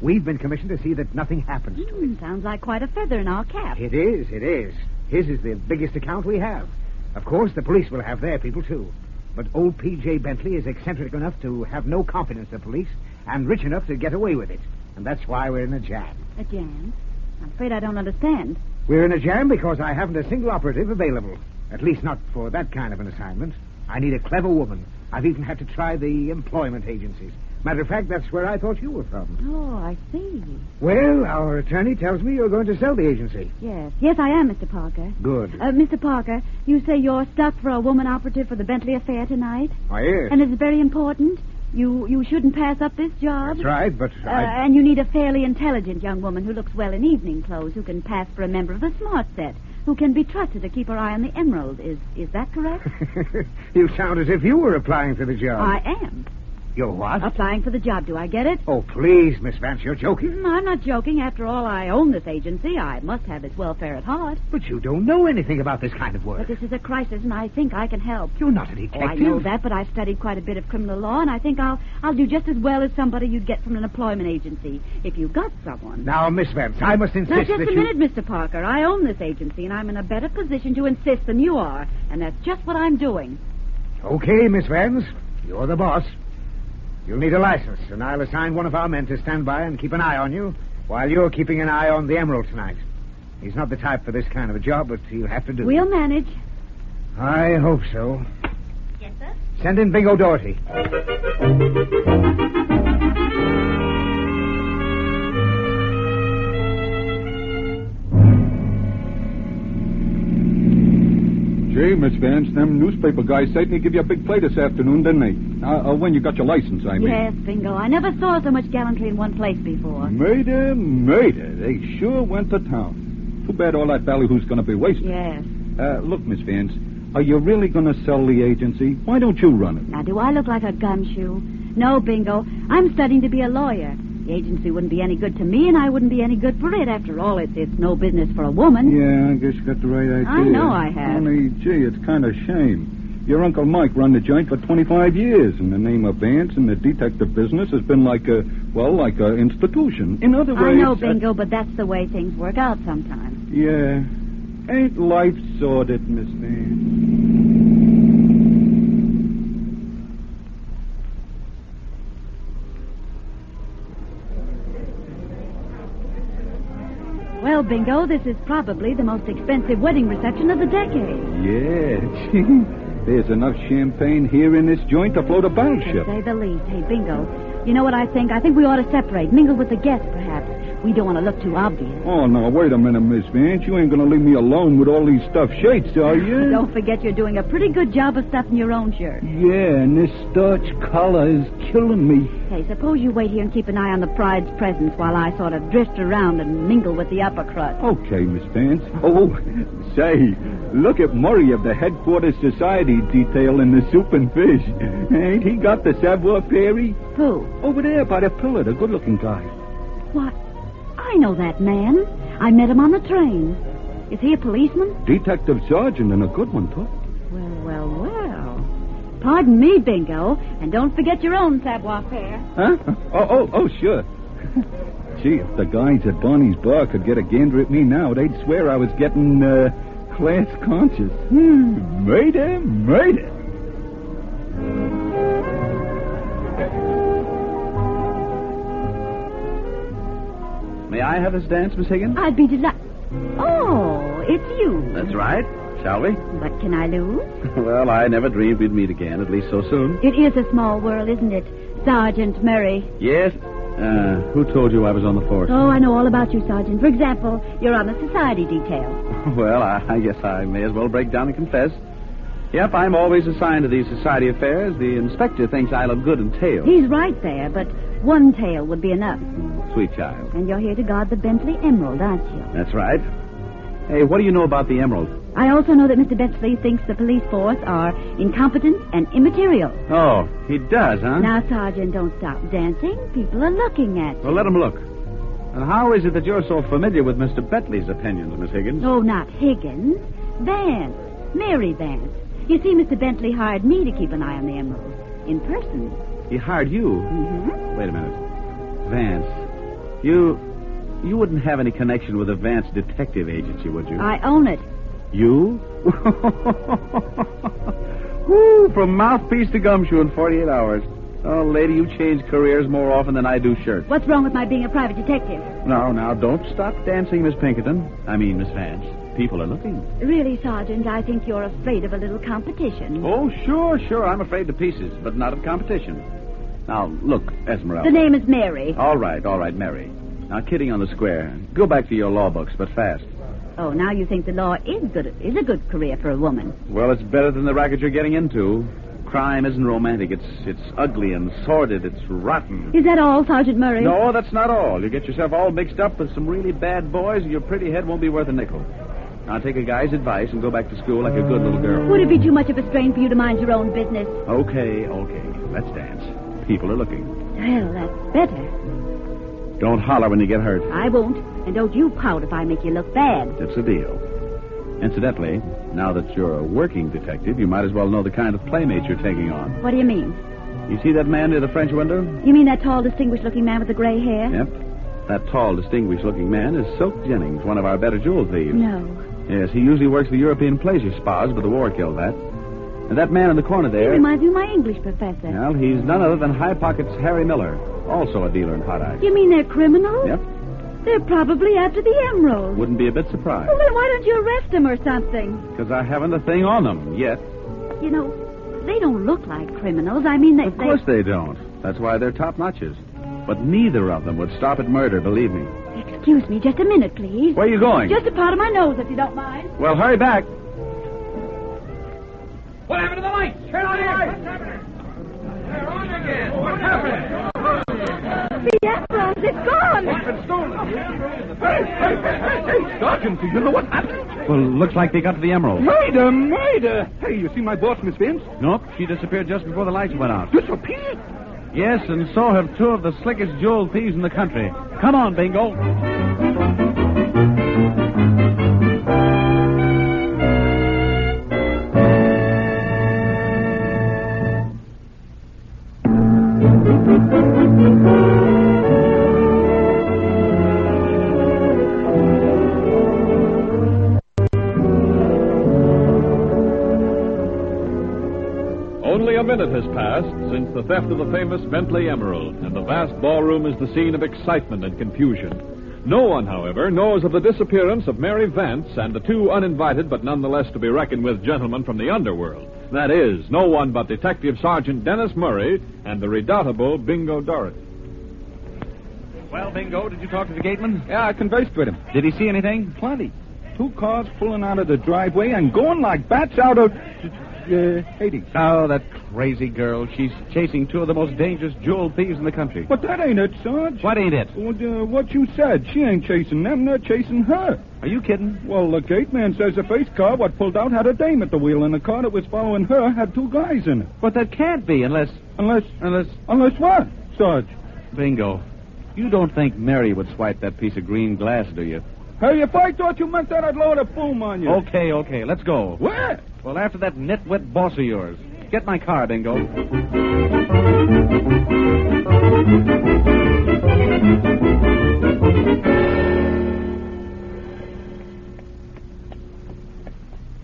Speaker 28: We've been commissioned to see that nothing happens.
Speaker 25: Mm, sounds like quite a feather in our cap.
Speaker 28: It is, it is. His is the biggest account we have. Of course, the police will have their people, too. But old P.J. Bentley is eccentric enough to have no confidence in the police and rich enough to get away with it. And that's why we're in a jam.
Speaker 25: A jam? Uh, I'm afraid I don't understand.
Speaker 28: We're in a jam because I haven't a single operative available. At least not for that kind of an assignment. I need a clever woman. I've even had to try the employment agencies. Matter of fact, that's where I thought you were from.
Speaker 25: Oh, I see.
Speaker 28: Well, our attorney tells me you're going to sell the agency.
Speaker 25: Yes. Yes, I am, Mr. Parker.
Speaker 28: Good.
Speaker 25: Uh, Mr. Parker, you say you're stuck for a woman operative for the Bentley affair tonight?
Speaker 28: I yes.
Speaker 25: And it's very important. You you shouldn't pass up this job.
Speaker 28: That's right, but
Speaker 25: Uh,
Speaker 28: I...
Speaker 25: and you need a fairly intelligent young woman who looks well in evening clothes, who can pass for a member of the smart set, who can be trusted to keep her eye on the emerald. Is is that correct?
Speaker 28: you sound as if you were applying for the job.
Speaker 25: I am
Speaker 28: You're what?
Speaker 25: applying for the job. Do I get it?
Speaker 28: Oh, please, Miss Vance, you're joking.
Speaker 25: Mm, I'm not joking. After all, I own this agency. I must have its welfare at heart.
Speaker 28: But you don't know anything about this kind of work.
Speaker 25: But this is a crisis, and I think I can help.
Speaker 28: You're not a
Speaker 25: Oh,
Speaker 28: detective.
Speaker 25: I know that, but I've studied quite a bit of criminal law, and I think I'll I'll do just as well as somebody you'd get from an employment agency if you got someone.
Speaker 28: Now, Miss Vance, I must insist
Speaker 25: Now, just
Speaker 28: that
Speaker 25: a
Speaker 28: you...
Speaker 25: minute, Mr. Parker. I own this agency, and I'm in a better position to insist than you are, and that's just what I'm doing.
Speaker 28: Okay, Miss Vance. You're the boss. You'll need a license, and I'll assign one of our men to stand by and keep an eye on you while you're keeping an eye on the Emerald tonight. He's not the type for this kind of a job, but he'll have to do.
Speaker 25: We'll manage.
Speaker 28: I hope so.
Speaker 6: Yes, sir.
Speaker 28: Send in Bingo Doherty.
Speaker 27: Gee, Miss Vance, them newspaper guys said they give you a big play this afternoon, didn't they? Uh, uh, when you got your license, I mean.
Speaker 25: Yes, Bingo. I never saw so much gallantry in one place before.
Speaker 27: Murder, murder. They sure went to town. Too bad all that ballyhoo's going to be wasted.
Speaker 25: Yes.
Speaker 27: Uh, look, Miss Vance, are you really going to sell the agency? Why don't you run it?
Speaker 25: Now, do I look like a gumshoe? No, Bingo. I'm studying to be a lawyer. The agency wouldn't be any good to me, and I wouldn't be any good for it. After all, it's, it's no business for a woman.
Speaker 27: Yeah, I guess you got the right idea.
Speaker 25: I know I have.
Speaker 27: Only, gee, it's kind of shame. Your Uncle Mike run the joint for 25 years, and the name of Vance in the detective business has been like a, well, like a institution. In other
Speaker 25: I
Speaker 27: words...
Speaker 25: know,
Speaker 27: uh,
Speaker 25: Bingo, but that's the way things work out sometimes.
Speaker 27: Yeah. Ain't life sordid, Miss Vance?
Speaker 25: Well, Bingo, this is probably the most expensive wedding reception of the decade.
Speaker 27: Yeah, gee. There's enough champagne here in this joint to float a
Speaker 25: To
Speaker 27: battleship.
Speaker 25: say the least. Hey, Bingo, you know what I think? I think we ought to separate, mingle with the guests, perhaps. We don't want to look too obvious.
Speaker 27: Oh, no, wait a minute, Miss Vance. You ain't gonna leave me alone with all these stuffed shirts, are you?
Speaker 25: Don't forget you're doing a pretty good job of stuffing your own shirt.
Speaker 27: Yeah, and this starch collar is killing me.
Speaker 25: Hey, suppose you wait here and keep an eye on the bride's presence while I sort of drift around and mingle with the upper crust.
Speaker 27: Okay, Miss Vance. Oh, say, look at Murray of the Headquarters Society detail in the soup and fish. Ain't he got the savoir faire?
Speaker 25: Who?
Speaker 27: Over there by the pillar, the good-looking guy.
Speaker 25: What? I know that man. I met him on the train. Is he a policeman?
Speaker 27: Detective sergeant and a good one, too.
Speaker 25: Well, well, well. Pardon me, Bingo, and don't forget your own savoir faire.
Speaker 27: Huh? Oh, oh, oh, sure. Gee, if the guys at Barney's Bar could get a gander at me now, they'd swear I was getting uh, class conscious. Hmm, murder, murder.
Speaker 26: May I have this dance, Miss Higgins?
Speaker 25: I'd be delighted. Oh, it's you.
Speaker 26: That's right. Shall we?
Speaker 25: But can I lose?
Speaker 26: well, I never dreamed we'd meet again, at least so soon.
Speaker 25: It is a small world, isn't it, Sergeant Murray?
Speaker 26: Yes. Uh, who told you I was on the force?
Speaker 25: Oh, I know all about you, Sergeant. For example, you're on the society detail.
Speaker 26: Well, I, I guess I may as well break down and confess. Yep, I'm always assigned to these society affairs. The inspector thinks I look good in tail.
Speaker 25: He's right there, but one tail would be enough.
Speaker 26: Sweet child.
Speaker 25: And you're here to guard the Bentley Emerald, aren't you?
Speaker 26: That's right. Hey, what do you know about the emerald?
Speaker 25: I also know that Mr. Bentley thinks the police force are incompetent and immaterial.
Speaker 26: Oh, he does, huh?
Speaker 25: Now, Sergeant, don't stop dancing. People are looking at
Speaker 26: Well, let him look. And how is it that you're so familiar with Mr. Bentley's opinions, Miss Higgins?
Speaker 25: Oh, not Higgins. Vance. Mary Vance. You see, Mr. Bentley hired me to keep an eye on the emerald. In person.
Speaker 26: He hired you.
Speaker 25: Mm-hmm.
Speaker 26: Wait a minute. Vance. You. You wouldn't have any connection with a Vance detective agency, would you?
Speaker 25: I own it.
Speaker 26: You? Woo, from mouthpiece to gumshoe in 48 hours. Oh, lady, you change careers more often than I do shirts.
Speaker 25: What's wrong with my being a private detective?
Speaker 26: Now, now, don't stop dancing, Miss Pinkerton. I mean, Miss Vance. People are looking.
Speaker 25: Really, Sergeant, I think you're afraid of a little competition.
Speaker 26: Oh, sure, sure. I'm afraid to pieces, but not of competition. Now, look, Esmeralda.
Speaker 25: The name is Mary.
Speaker 26: All right, all right, Mary. Now, kidding on the square. Go back to your law books, but fast.
Speaker 25: Oh, now you think the law is good is a good career for a woman.
Speaker 26: Well, it's better than the racket you're getting into. Crime isn't romantic. It's it's ugly and sordid. It's rotten.
Speaker 25: Is that all, Sergeant Murray?
Speaker 26: No, that's not all. You get yourself all mixed up with some really bad boys, and your pretty head won't be worth a nickel. Now take a guy's advice and go back to school like a good little girl.
Speaker 25: Would it be too much of a strain for you to mind your own business?
Speaker 26: Okay, okay. Let's dance. People are looking.
Speaker 25: Well, that's better.
Speaker 26: Don't holler when you get hurt.
Speaker 25: I won't. And don't you pout if I make you look bad.
Speaker 26: It's a deal. Incidentally, now that you're a working detective, you might as well know the kind of playmate you're taking on.
Speaker 25: What do you mean?
Speaker 26: You see that man near the French window?
Speaker 25: You mean that tall, distinguished looking man with the gray hair?
Speaker 26: Yep. That tall, distinguished looking man is Silk Jennings, one of our better jewel thieves.
Speaker 25: No.
Speaker 26: Yes, he usually works the European pleasure spas, but the war killed that. And that man in the corner
Speaker 25: He
Speaker 26: there.
Speaker 25: reminds me of my English professor.
Speaker 26: Well, he's none other than High Pockets Harry Miller, also a dealer in hot ice.
Speaker 25: You mean they're criminals?
Speaker 26: Yep.
Speaker 25: They're probably after the emerald.
Speaker 26: Wouldn't be a bit surprised,
Speaker 25: Well, then why don't you arrest them or something?
Speaker 26: because I haven't a thing on them yet.
Speaker 25: You know, they don't look like criminals. I mean, they.
Speaker 26: Of course they don't. That's why they're top notches. But neither of them would stop at murder, believe me.
Speaker 25: Excuse me, just a minute, please.
Speaker 26: Where are you going?
Speaker 25: Just a part of my nose, if you don't mind.
Speaker 26: Well, hurry back.
Speaker 12: What happened to the lights? Turn on the lights. What's happening? They're on again. What's happening?
Speaker 25: The emerald, it's gone.
Speaker 29: Sergeant, do you know what happened?
Speaker 26: Well, looks like they got to the Emerald.
Speaker 29: Murder, murder! Hey, you see my boss, Miss Vince?
Speaker 26: Nope, she disappeared just before the lights went out.
Speaker 29: Disappeared?
Speaker 26: Yes, and so have two of the slickest jewel thieves in the country. Come on, Bingo.
Speaker 23: Only a minute has passed since the theft of the famous Bentley Emerald, and the vast ballroom is the scene of excitement and confusion. No one, however, knows of the disappearance of Mary Vance and the two uninvited but nonetheless to be reckoned with gentlemen from the underworld. That is, no one but Detective Sergeant Dennis Murray and the redoubtable Bingo Dorothy.
Speaker 26: Well, Bingo, did you talk to the gateman?
Speaker 27: Yeah, I conversed with him.
Speaker 26: Did he see anything?
Speaker 27: Plenty. Two cars pulling out of the driveway and going like bats out of uh, Hades.
Speaker 26: Oh, that crazy girl. She's chasing two of the most dangerous jewel thieves in the country.
Speaker 27: But that ain't it, Sarge.
Speaker 26: What ain't it?
Speaker 27: Well, uh, what you said, she ain't chasing them, they're chasing her.
Speaker 26: Are you kidding?
Speaker 27: Well, the gate man says the first car what pulled out had a dame at the wheel, and the car that was following her had two guys in it.
Speaker 26: But that can't be unless.
Speaker 27: Unless,
Speaker 26: Unless.
Speaker 27: unless what, Sarge?
Speaker 26: Bingo. You don't think Mary would swipe that piece of green glass, do you?
Speaker 27: Hey, if I thought you meant
Speaker 26: Oh.
Speaker 27: that, I'd load a boom on you.
Speaker 26: Okay, okay, let's go.
Speaker 27: Where?
Speaker 26: Well, after that nitwit boss of yours. Get my car, Bingo.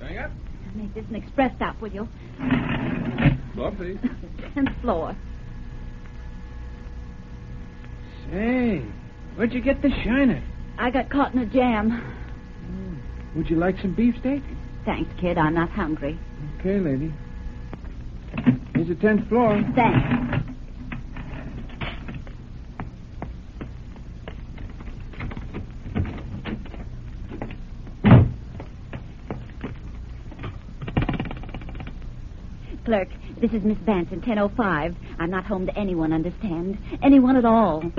Speaker 25: Going up? Make this an express stop, will you?
Speaker 29: Floor, please.
Speaker 25: Tenth floor.
Speaker 19: Hey, where'd you get this shiner?
Speaker 25: I got caught in a jam.
Speaker 19: Would you like some beefsteak?
Speaker 25: Thanks, kid. I'm not hungry.
Speaker 19: Okay, lady. Here's the tenth floor.
Speaker 25: Thanks. Clerk, this is Miss Vance in 1005. I'm not home to anyone, understand? Anyone at all.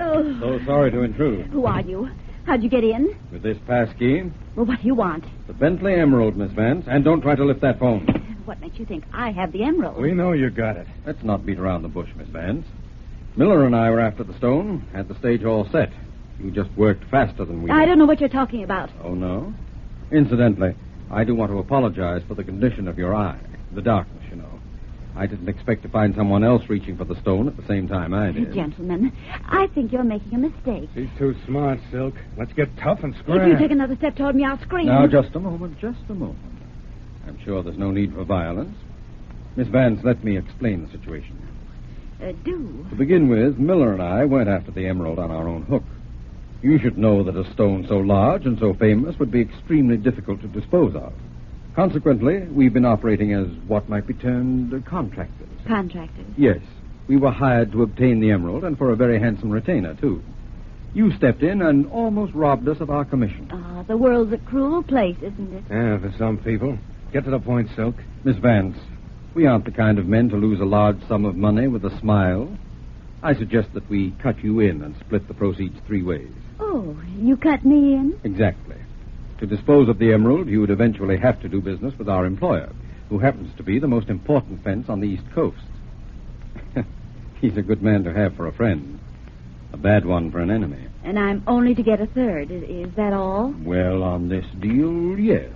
Speaker 25: Oh,
Speaker 24: So sorry to intrude.
Speaker 25: who are you? How'd you get in?
Speaker 24: With this pass key,
Speaker 25: Well, what do you want?
Speaker 24: the Bentley Emerald, Miss Vance, and don't try to lift that phone.
Speaker 25: What makes you think I have the emerald?
Speaker 24: know you got it. Let's not beat around the bush, Miss Vance. Miller and I were after the stone, had the stage all set. You just worked faster than we
Speaker 25: I
Speaker 24: did.
Speaker 25: don't know what you're talking about.
Speaker 24: Oh, no? Incidentally, I do want to apologize for the condition of your eye. The darkness, you know. I didn't expect to find someone else reaching for the stone at the same time I did.
Speaker 25: Gentlemen, I think you're making a mistake.
Speaker 19: She's too smart, Silk. Let's get tough and
Speaker 25: If you take another step toward me, I'll scream.
Speaker 24: Now, just a moment, just a moment. I'm sure there's no need for violence. Miss Vance, let me explain the situation.
Speaker 25: Uh, do.
Speaker 24: To begin with, Miller and I went after the emerald on our own hook. You should know that a stone so large and so famous would be extremely difficult to dispose of. Consequently, we've been operating as what might be termed uh, contractors.
Speaker 25: Contractors.
Speaker 24: Yes. We were hired to obtain the emerald, and for a very handsome retainer, too. You stepped in and almost robbed us of our commission.
Speaker 25: Ah, the world's a cruel place, isn't it?
Speaker 19: Yeah, for some people. Get to the point, Silk.
Speaker 24: Miss Vance, we aren't the kind of men to lose a large sum of money with a smile. I suggest that we cut you in and split the proceeds three ways.
Speaker 25: Oh, you cut me in?
Speaker 24: Exactly. To dispose of the emerald, you would eventually have to do business with our employer, who happens to be the most important fence on the East Coast. He's a good man to have for a friend, a bad one for an enemy.
Speaker 25: And I'm only to get a third. Is, is that all?
Speaker 24: Well, on this deal, yes.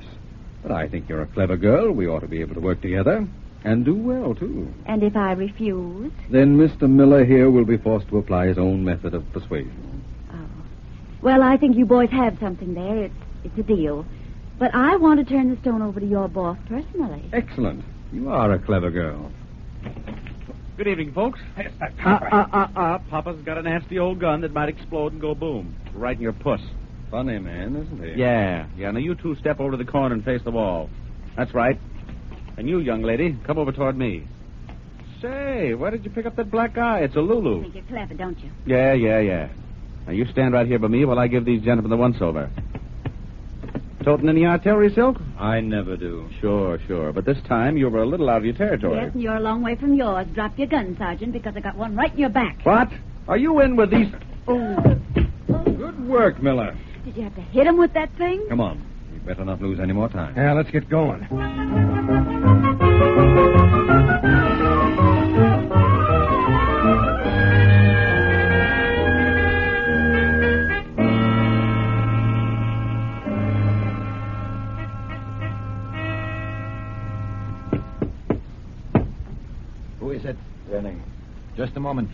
Speaker 24: But I think you're a clever girl. We ought to be able to work together and do well, too.
Speaker 25: And if I refuse?
Speaker 24: Then Mr. Miller here will be forced to apply his own method of persuasion.
Speaker 25: Well, I think you boys have something there. It's, it's a deal. But I want to turn the stone over to your boss personally.
Speaker 24: Excellent. You are a clever girl.
Speaker 23: Good evening, folks.
Speaker 24: uh,
Speaker 23: Ah, ah, ah, ah. Papa's got a nasty old gun that might explode and go boom. Right in your puss.
Speaker 24: Funny man, isn't he?
Speaker 29: Yeah, yeah. Now you two step over to the corner and face the wall. That's right. And you, young lady, come over toward me. Say, where did you pick up that black eye? It's a
Speaker 25: You
Speaker 29: Lulu.
Speaker 25: think you're clever, don't you?
Speaker 29: Yeah, yeah, yeah. Now you stand right here by me while I give these gentlemen the once over. Toting any artillery, Silk?
Speaker 24: I never do.
Speaker 29: Sure, sure. But this time you were a little out of your territory.
Speaker 25: Yes, and you're a long way from yours. Drop your gun, Sergeant, because I got one right in your back.
Speaker 29: What? Are you in with these?
Speaker 24: Good work, Miller.
Speaker 25: Did you have to hit him with that thing?
Speaker 24: Come on. You better not lose any more time.
Speaker 19: Yeah, let's get going.
Speaker 13: Who is it? Denning. Just a moment.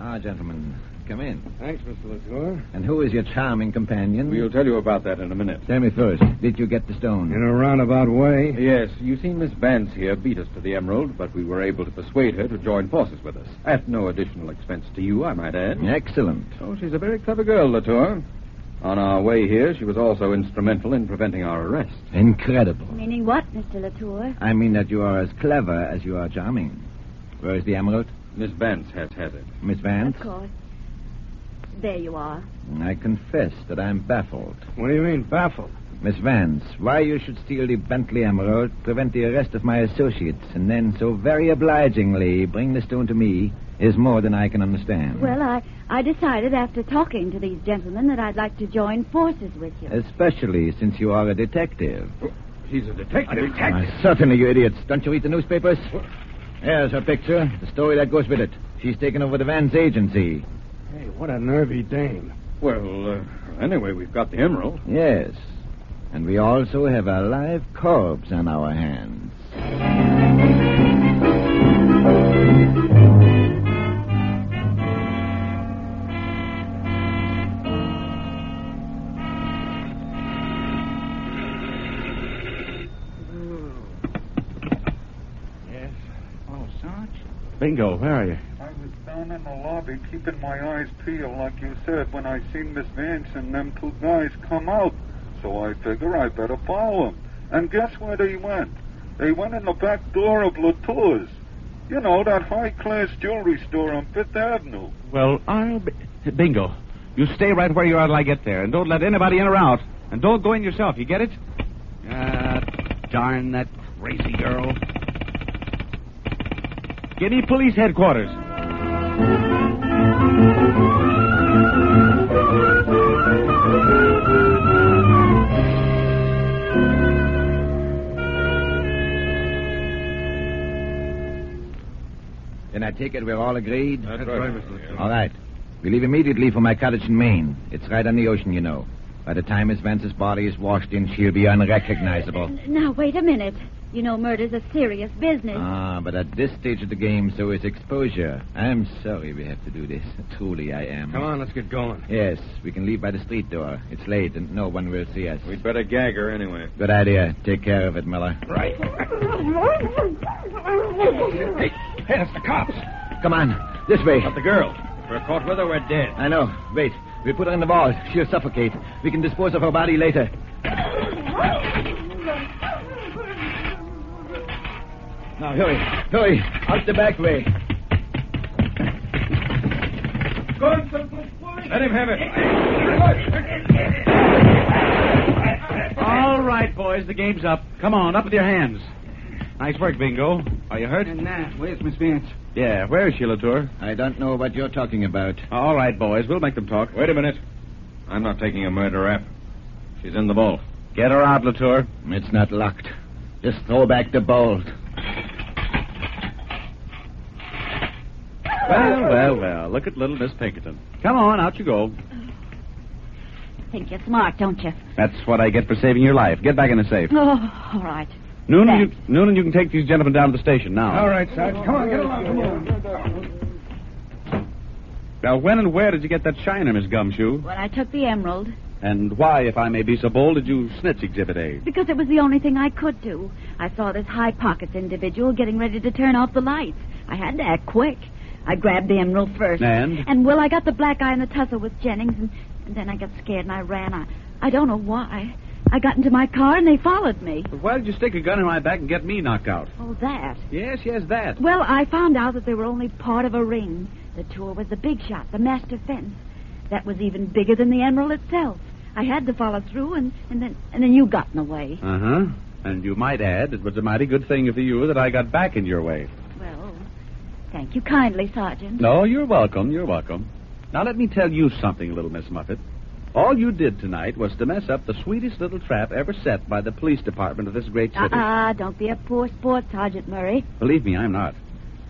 Speaker 13: Ah, gentlemen, come in.
Speaker 19: Thanks, Mr. Latour.
Speaker 13: And who is your charming companion?
Speaker 19: We'll
Speaker 24: tell you about that in a minute.
Speaker 13: Tell me first, did you get the stone?
Speaker 19: In a roundabout way.
Speaker 24: Yes, you see, Miss Vance here beat us to the emerald, but we were able to persuade her to join forces with us. At no additional expense to you, I might add.
Speaker 13: Excellent.
Speaker 24: Oh, she's a very clever girl, Latour. On our way here, she was also instrumental in preventing our arrest.
Speaker 13: Incredible.
Speaker 25: Meaning what, Mr. Latour?
Speaker 13: I mean that you are as clever as you are charming. Where is the emerald?
Speaker 24: Miss Vance has had it.
Speaker 13: Miss Vance?
Speaker 25: Of course. There you are.
Speaker 13: I confess that I'm baffled.
Speaker 19: What do you mean, baffled?
Speaker 13: Miss Vance, why you should steal the Bentley emerald, prevent the arrest of my associates, and then so very obligingly bring the stone to me is more than I can understand.
Speaker 25: Well, I, I decided after talking to these gentlemen that I'd like to join forces with you.
Speaker 13: Especially since you are a detective.
Speaker 24: She's a detective.
Speaker 13: Why, certainly, you idiots. Don't you read the newspapers? There's her picture, the story that goes with it. She's taken over the Vance agency.
Speaker 19: Hey, what a nervy dame.
Speaker 24: Well, uh, anyway, we've got the emerald.
Speaker 13: Yes. And we also have a live corpse on our hands.
Speaker 27: Yes. Oh, Sarge?
Speaker 26: Bingo, where are you?
Speaker 27: I was down in the lobby keeping my eyes peeled, like you said, when I seen Miss Vance and them two guys come out. So I figure I better follow 'em. And guess where they went? They went in the back door of Latour's. You know, that high-class jewelry store on Fifth Avenue.
Speaker 26: Well, I'll be... Bingo. You stay right where you are till I get there, and don't let anybody in or out. And don't go in yourself, you get it? Ah, darn that crazy girl. Guinea Police Headquarters.
Speaker 13: Then I take it we're all agreed?
Speaker 28: That's That's right. right, Mr.
Speaker 13: All right. We leave immediately for my cottage in Maine. It's right on the ocean, you know. By the time Miss Vance's body is washed in, she'll be unrecognizable.
Speaker 25: Now, wait a minute. You know, murder's a serious business.
Speaker 13: Ah, but at this stage of the game, so is exposure. I'm sorry we have to do this. Truly, I am.
Speaker 24: Come on, let's get going.
Speaker 13: Yes, we can leave by the street door. It's late and no one will see us.
Speaker 24: We'd better gag her anyway.
Speaker 13: Good idea. Take care of it, Miller. Right.
Speaker 27: Hey,
Speaker 13: hey, that's the cops. Come on. This way. Not the girl.
Speaker 24: We're caught with her, we're dead.
Speaker 13: I know. Wait. We put her in the vault. She'll suffocate. We can dispose of her body later. Now, hurry. Hurry. Out the back way.
Speaker 26: Let him have it. All right, boys, the game's up. Come on, up with your hands. Nice work, Bingo. Are you hurt?
Speaker 27: Nah, where's Miss Vance?
Speaker 26: Yeah, where is she, Latour?
Speaker 13: I don't know what you're talking about.
Speaker 26: All right, boys, we'll make them talk.
Speaker 28: Wait a minute. I'm not taking a murder rap. She's in the vault.
Speaker 26: Get her out, Latour.
Speaker 13: It's not locked. Just throw back the bolt.
Speaker 26: Well, well, well. Look at little Miss Pinkerton. Come on, out you go.
Speaker 25: Think you're smart, don't you?
Speaker 26: That's what I get for saving your life. Get back in the safe.
Speaker 25: Oh, all right.
Speaker 26: Noonan, you, Noonan, you can take these gentlemen down to the station now.
Speaker 27: All right, Sarge. Come on, get along. Come on.
Speaker 26: Now, when and where did you get that shiner, Miss Gumshoe?
Speaker 25: Well, I took the emerald
Speaker 26: And why, if I may be so bold, did you snitch Exhibit A?
Speaker 25: because it was the only thing I could do. I saw this high pockets individual getting ready to turn off the lights. I had to act quick. I grabbed the emerald first.
Speaker 26: And?
Speaker 25: And, well, I got the black eye in the tussle with Jennings, and, and then I got scared and I ran. I, I don't know why. I got into my car and they followed me.
Speaker 26: Why did you stick a gun in my back and get me knocked out?
Speaker 25: Oh, that.
Speaker 26: Yes, yes, that.
Speaker 25: Well, I found out that they were only part of a ring. The tour was the big shot, the master fence. That was even bigger than the emerald itself. I had to follow through, and, and then and then you got in the way.
Speaker 26: Uh huh. And you might add, it was a mighty good thing for you that I got back in your way.
Speaker 25: Well, thank you kindly, Sergeant.
Speaker 26: No, you're welcome. You're welcome. Now let me tell you something, little Miss Muffet. All you did tonight was to mess up the sweetest little trap ever set by the police department of this great city.
Speaker 25: Ah, uh don't be a poor sport, Sergeant Murray.
Speaker 26: Believe me, I'm not.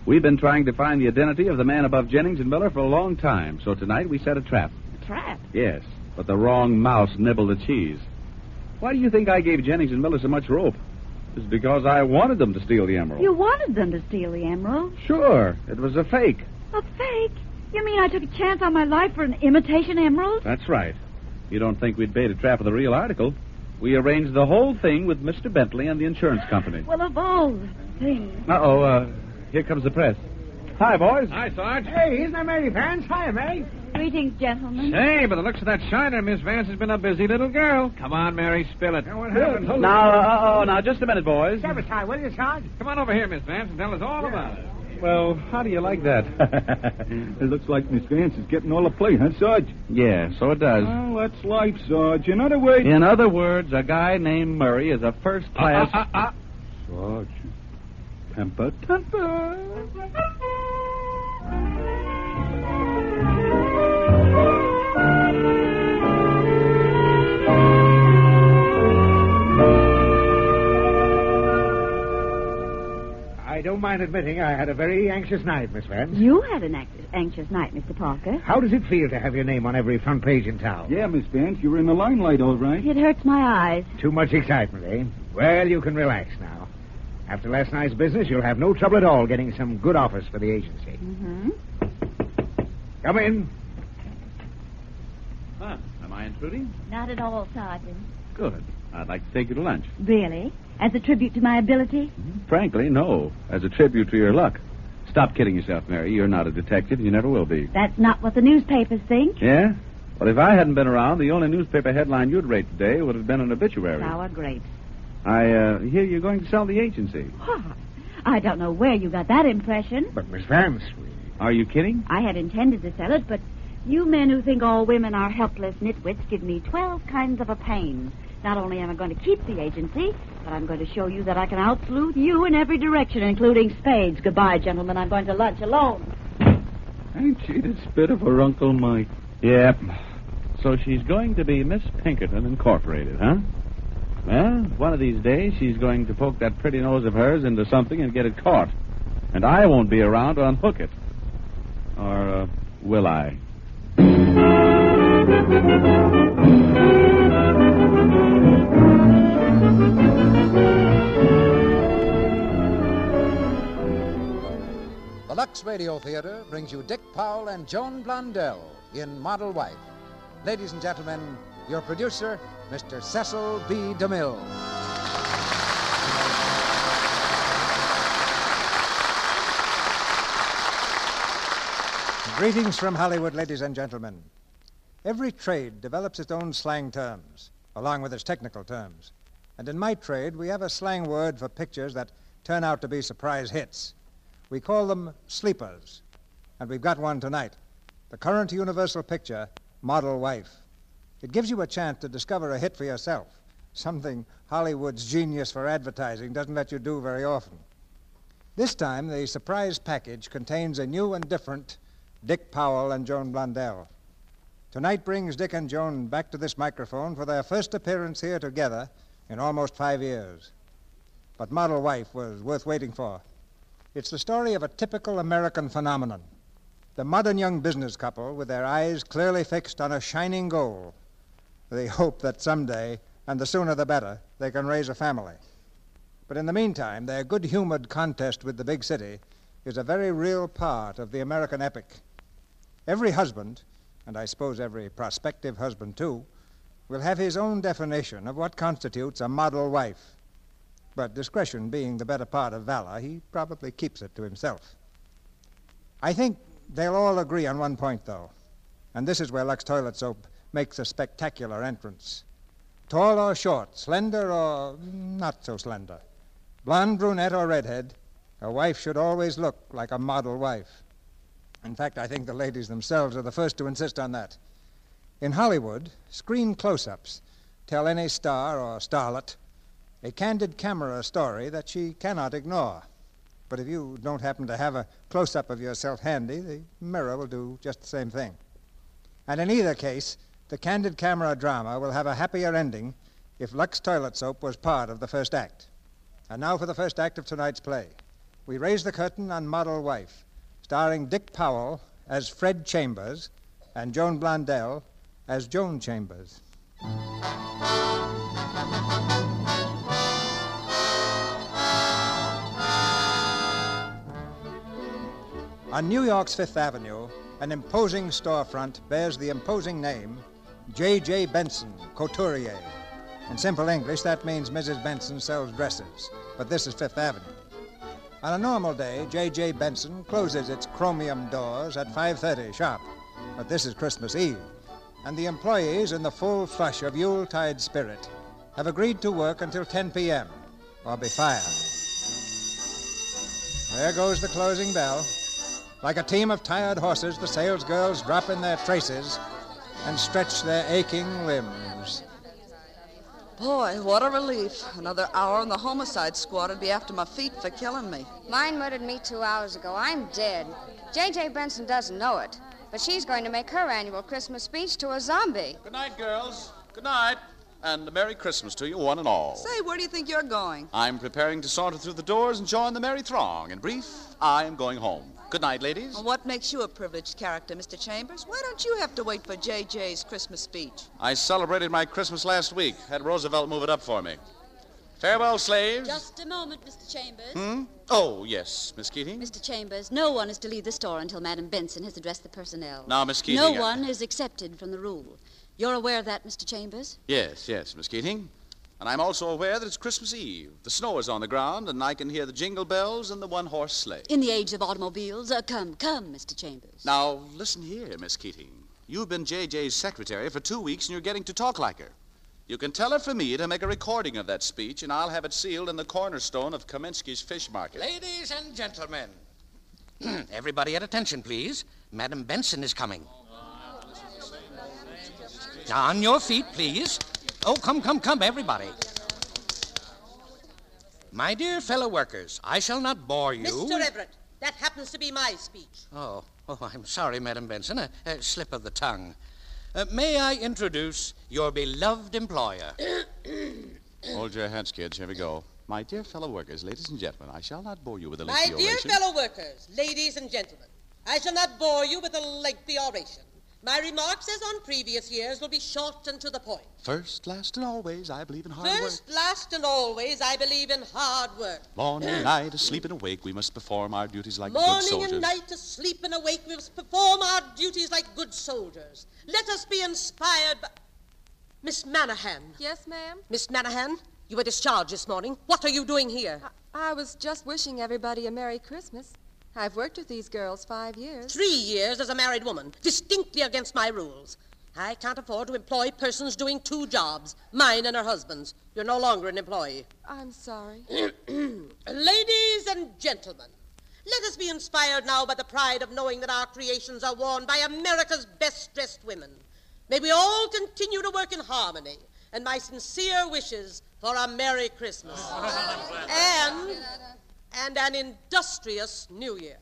Speaker 26: We've been trying to find the identity of the man above Jennings and Miller for a long time, so tonight we set a trap.
Speaker 25: Trap.
Speaker 26: Yes, but the wrong mouse nibbled the cheese. Why do you think I gave Jennings and Miller so much rope? It's because I wanted them to steal the emerald.
Speaker 25: You wanted them to steal the emerald.
Speaker 26: Sure, it was a fake.
Speaker 25: A fake? You mean I took a chance on my life for an imitation emerald?
Speaker 26: That's right. You don't think we'd bait a trap with a real article? We arranged the whole thing with Mr. Bentley and the insurance company.
Speaker 25: Well, of all the things.
Speaker 26: Uh-oh, uh, here comes the press. Hi, boys.
Speaker 30: Hi, Sarge.
Speaker 31: Hey, isn't that Mary Vance? Hi, Mary.
Speaker 25: Greetings, gentlemen.
Speaker 30: Hey, by the looks of that shiner, Miss Vance has been a busy little girl. Come on, Mary, spill it.
Speaker 31: What happened? Hold
Speaker 26: Now, uh, oh, now, just a minute, boys.
Speaker 31: Sabotage, will you, Sarge?
Speaker 30: Come on over here, Miss Vance, and tell us all about it.
Speaker 26: Well, how do you like that?
Speaker 32: It looks like Miss Vance is getting all the play, huh, Sarge?
Speaker 26: yeah, so it does.
Speaker 32: Well, that's life, Sarge. In other words...
Speaker 26: In other words, a guy named Murray is a first class.
Speaker 30: Ah,
Speaker 12: Uh,
Speaker 30: ah, ah,
Speaker 32: Sarge. Temper, temper.
Speaker 12: uh.
Speaker 31: I
Speaker 28: I don't mind admitting I had a very anxious night, Miss Vance.
Speaker 25: You had an anxious, anxious night, Mr. Parker.
Speaker 28: How does it feel to have your name on every front page in town?
Speaker 27: Yeah, Miss Vance, you were in the limelight, all right.
Speaker 25: It hurts my eyes.
Speaker 28: Too much excitement, eh? Well, you can relax now. After last night's business, you'll have no trouble at all getting some good offers for the agency.
Speaker 25: Mm-hmm.
Speaker 28: Come in.
Speaker 26: Ah, am I intruding?
Speaker 25: Not at all, Sergeant.
Speaker 26: Good. I'd like to take you to lunch.
Speaker 25: Really? As a tribute to my ability?
Speaker 26: Frankly, no. As a tribute to your luck. Stop kidding yourself, Mary. You're not a detective. You never will be.
Speaker 25: That's not what the newspapers think.
Speaker 26: Yeah? Well, if I hadn't been around, the only newspaper headline you'd rate today would have been an obituary.
Speaker 25: Sour grapes.
Speaker 26: I uh, hear you're going to sell the agency.
Speaker 25: What? I don't know where you got that impression.
Speaker 28: But, Miss Vance,
Speaker 26: Are you kidding?
Speaker 25: I had intended to sell it, but you men who think all women are helpless nitwits give me 12 kinds of a pain. Not only am I going to keep the agency, but I'm going to show you that I can outsalute you in every direction, including spades. Goodbye, gentlemen. I'm going to lunch alone.
Speaker 26: Ain't she the spit of her Uncle Mike? Yep. So she's going to be Miss Pinkerton Incorporated, huh? Well, one of these days she's going to poke that pretty nose of hers into something and get it caught. And I won't be around to unhook it. Or uh, will I?
Speaker 17: The Lux Radio Theater brings you Dick Powell and Joan Blondell in Model Wife. Ladies and gentlemen, your producer, Mr. Cecil B. DeMille. Greetings from Hollywood, ladies and gentlemen. Every trade develops its own slang terms, along with its technical terms. And in my trade, we have a slang word for pictures that turn out to be surprise hits. We call them sleepers. And we've got one tonight the current Universal picture, Model Wife. It gives you a chance to discover a hit for yourself, something Hollywood's genius for advertising doesn't let you do very often. This time, the surprise package contains a new and different Dick Powell and Joan Blondell. Tonight brings Dick and Joan back to this microphone for their first appearance here together in almost five years. But Model Wife was worth waiting for. It's the story of a typical American phenomenon the modern young business couple with their eyes clearly fixed on a shining goal. They hope that someday, and the sooner the better, they can raise a family. But in the meantime, their good humored contest with the big city is a very real part of the American epic. Every husband, and I suppose every prospective husband too, will have his own definition of what constitutes a model wife. But discretion being the better part of valor, he probably keeps it to himself. I think they'll all agree on one point, though, and this is where Lux Toilet Soap makes a spectacular entrance. Tall or short, slender or not so slender, blonde, brunette, or redhead, a wife should always look like a model wife. In fact, I think the ladies themselves are the first to insist on that. In Hollywood, screen close ups tell any star or starlet a candid camera story that she cannot ignore. But if you don't happen to have a close up of yourself handy, the mirror will do just the same thing. And in either case, the candid camera drama will have a happier ending if Lux Toilet Soap was part of the first act. And now for the first act of tonight's play. We raise the curtain on Model Wife, starring Dick Powell as Fred Chambers and Joan Blondell as Joan Chambers. On New York's Fifth Avenue, an imposing storefront bears the imposing name J.J. Benson, Couturier. In simple English, that means Mrs. Benson sells dresses, but this is Fifth Avenue. On a normal day, J.J. Benson closes its chromium doors at 5.30 sharp, but this is Christmas Eve, and the employees, in the full flush of Yuletide spirit, have agreed to work until 10 p.m., or be fired. There goes the closing bell. Like a team of tired horses, the salesgirls drop in their traces and stretch their aching limbs.
Speaker 18: Boy, what a relief. Another hour and the homicide squad would be after my feet for killing me.
Speaker 1: Mine murdered me two hours ago. I'm dead. J.J. Benson doesn't know it, but she's going to make her annual Christmas speech to a zombie.
Speaker 20: Good night, girls. Good night.
Speaker 22: And a Merry Christmas to you, one and all.
Speaker 18: Say, where do you think you're going?
Speaker 22: I'm preparing to saunter through the doors and join the merry throng. In brief, I am going home. Good night, ladies.
Speaker 18: Well, What makes you a privileged character, Mr. Chambers? Why don't you have to wait for J.J.'s Christmas speech?
Speaker 22: I celebrated my Christmas last week. Had Roosevelt move it up for me. Farewell, slaves.
Speaker 16: Just a moment, Mr. Chambers.
Speaker 22: Hmm? Oh, yes, Miss Keating.
Speaker 16: Mr. Chambers, no one is to leave the store until Madam Benson has addressed the personnel.
Speaker 22: Now, Miss Keating, uh,
Speaker 16: No
Speaker 22: I-
Speaker 16: one is accepted from the rule. You're aware of that, Mr. Chambers?
Speaker 22: Yes, yes, Miss Keating. And I'm also aware that it's Christmas Eve. The snow is on the ground, and I can hear the jingle bells and the one horse sleigh.
Speaker 16: In the age of automobiles. Uh, come, come, Mr. Chambers.
Speaker 22: Now, listen here, Miss Keating. You've been J.J.'s secretary for two weeks, and you're getting to talk like her. You can tell her for me to make a recording of that speech, and I'll have it sealed in the cornerstone of Kaminsky's fish market.
Speaker 20: Ladies and gentlemen, everybody at attention, please. Madam Benson is coming. Now, on your feet, please. Oh, come, come, come, everybody. My dear fellow workers, I shall not bore you.
Speaker 21: Mr. Everett, that happens to be my speech.
Speaker 20: Oh, oh, I'm sorry, Madam Benson. A, a slip of the tongue. Uh, may I introduce your beloved employer?
Speaker 22: Hold your hats, kids. Here we go. My dear fellow workers, ladies and gentlemen, I shall not bore you with a
Speaker 21: My
Speaker 22: lengthy
Speaker 21: dear
Speaker 22: oration.
Speaker 21: fellow workers, ladies and gentlemen, I shall not bore you with a lengthy oration. My remarks, as on previous years, will be short and to the point.
Speaker 22: First, last, and always, I believe in hard
Speaker 21: First, last, and always, I believe in hard work.
Speaker 22: work. Morning, and night, asleep and awake, we must perform our duties like good
Speaker 21: Morning
Speaker 22: soldiers.
Speaker 21: and night, asleep and awake, we must perform our duties like good soldiers. Let us be inspired by. Miss Manahan.
Speaker 33: Yes, ma'am?
Speaker 21: Miss Manahan, you were discharged this morning. What are you doing here?
Speaker 33: I was just wishing everybody a Merry Christmas. I've worked with these girls five years.
Speaker 21: Three years as a married woman, distinctly against my rules. I can't afford to employ persons doing two jobs, mine and her husband's. You're no longer an employee.
Speaker 33: I'm sorry.
Speaker 21: Ladies and gentlemen, let us be inspired now by the pride of knowing that our creations are worn by America's best dressed women. May we all continue to work in harmony, and my sincere wishes for a Merry Christmas. and, and an industrious New Year.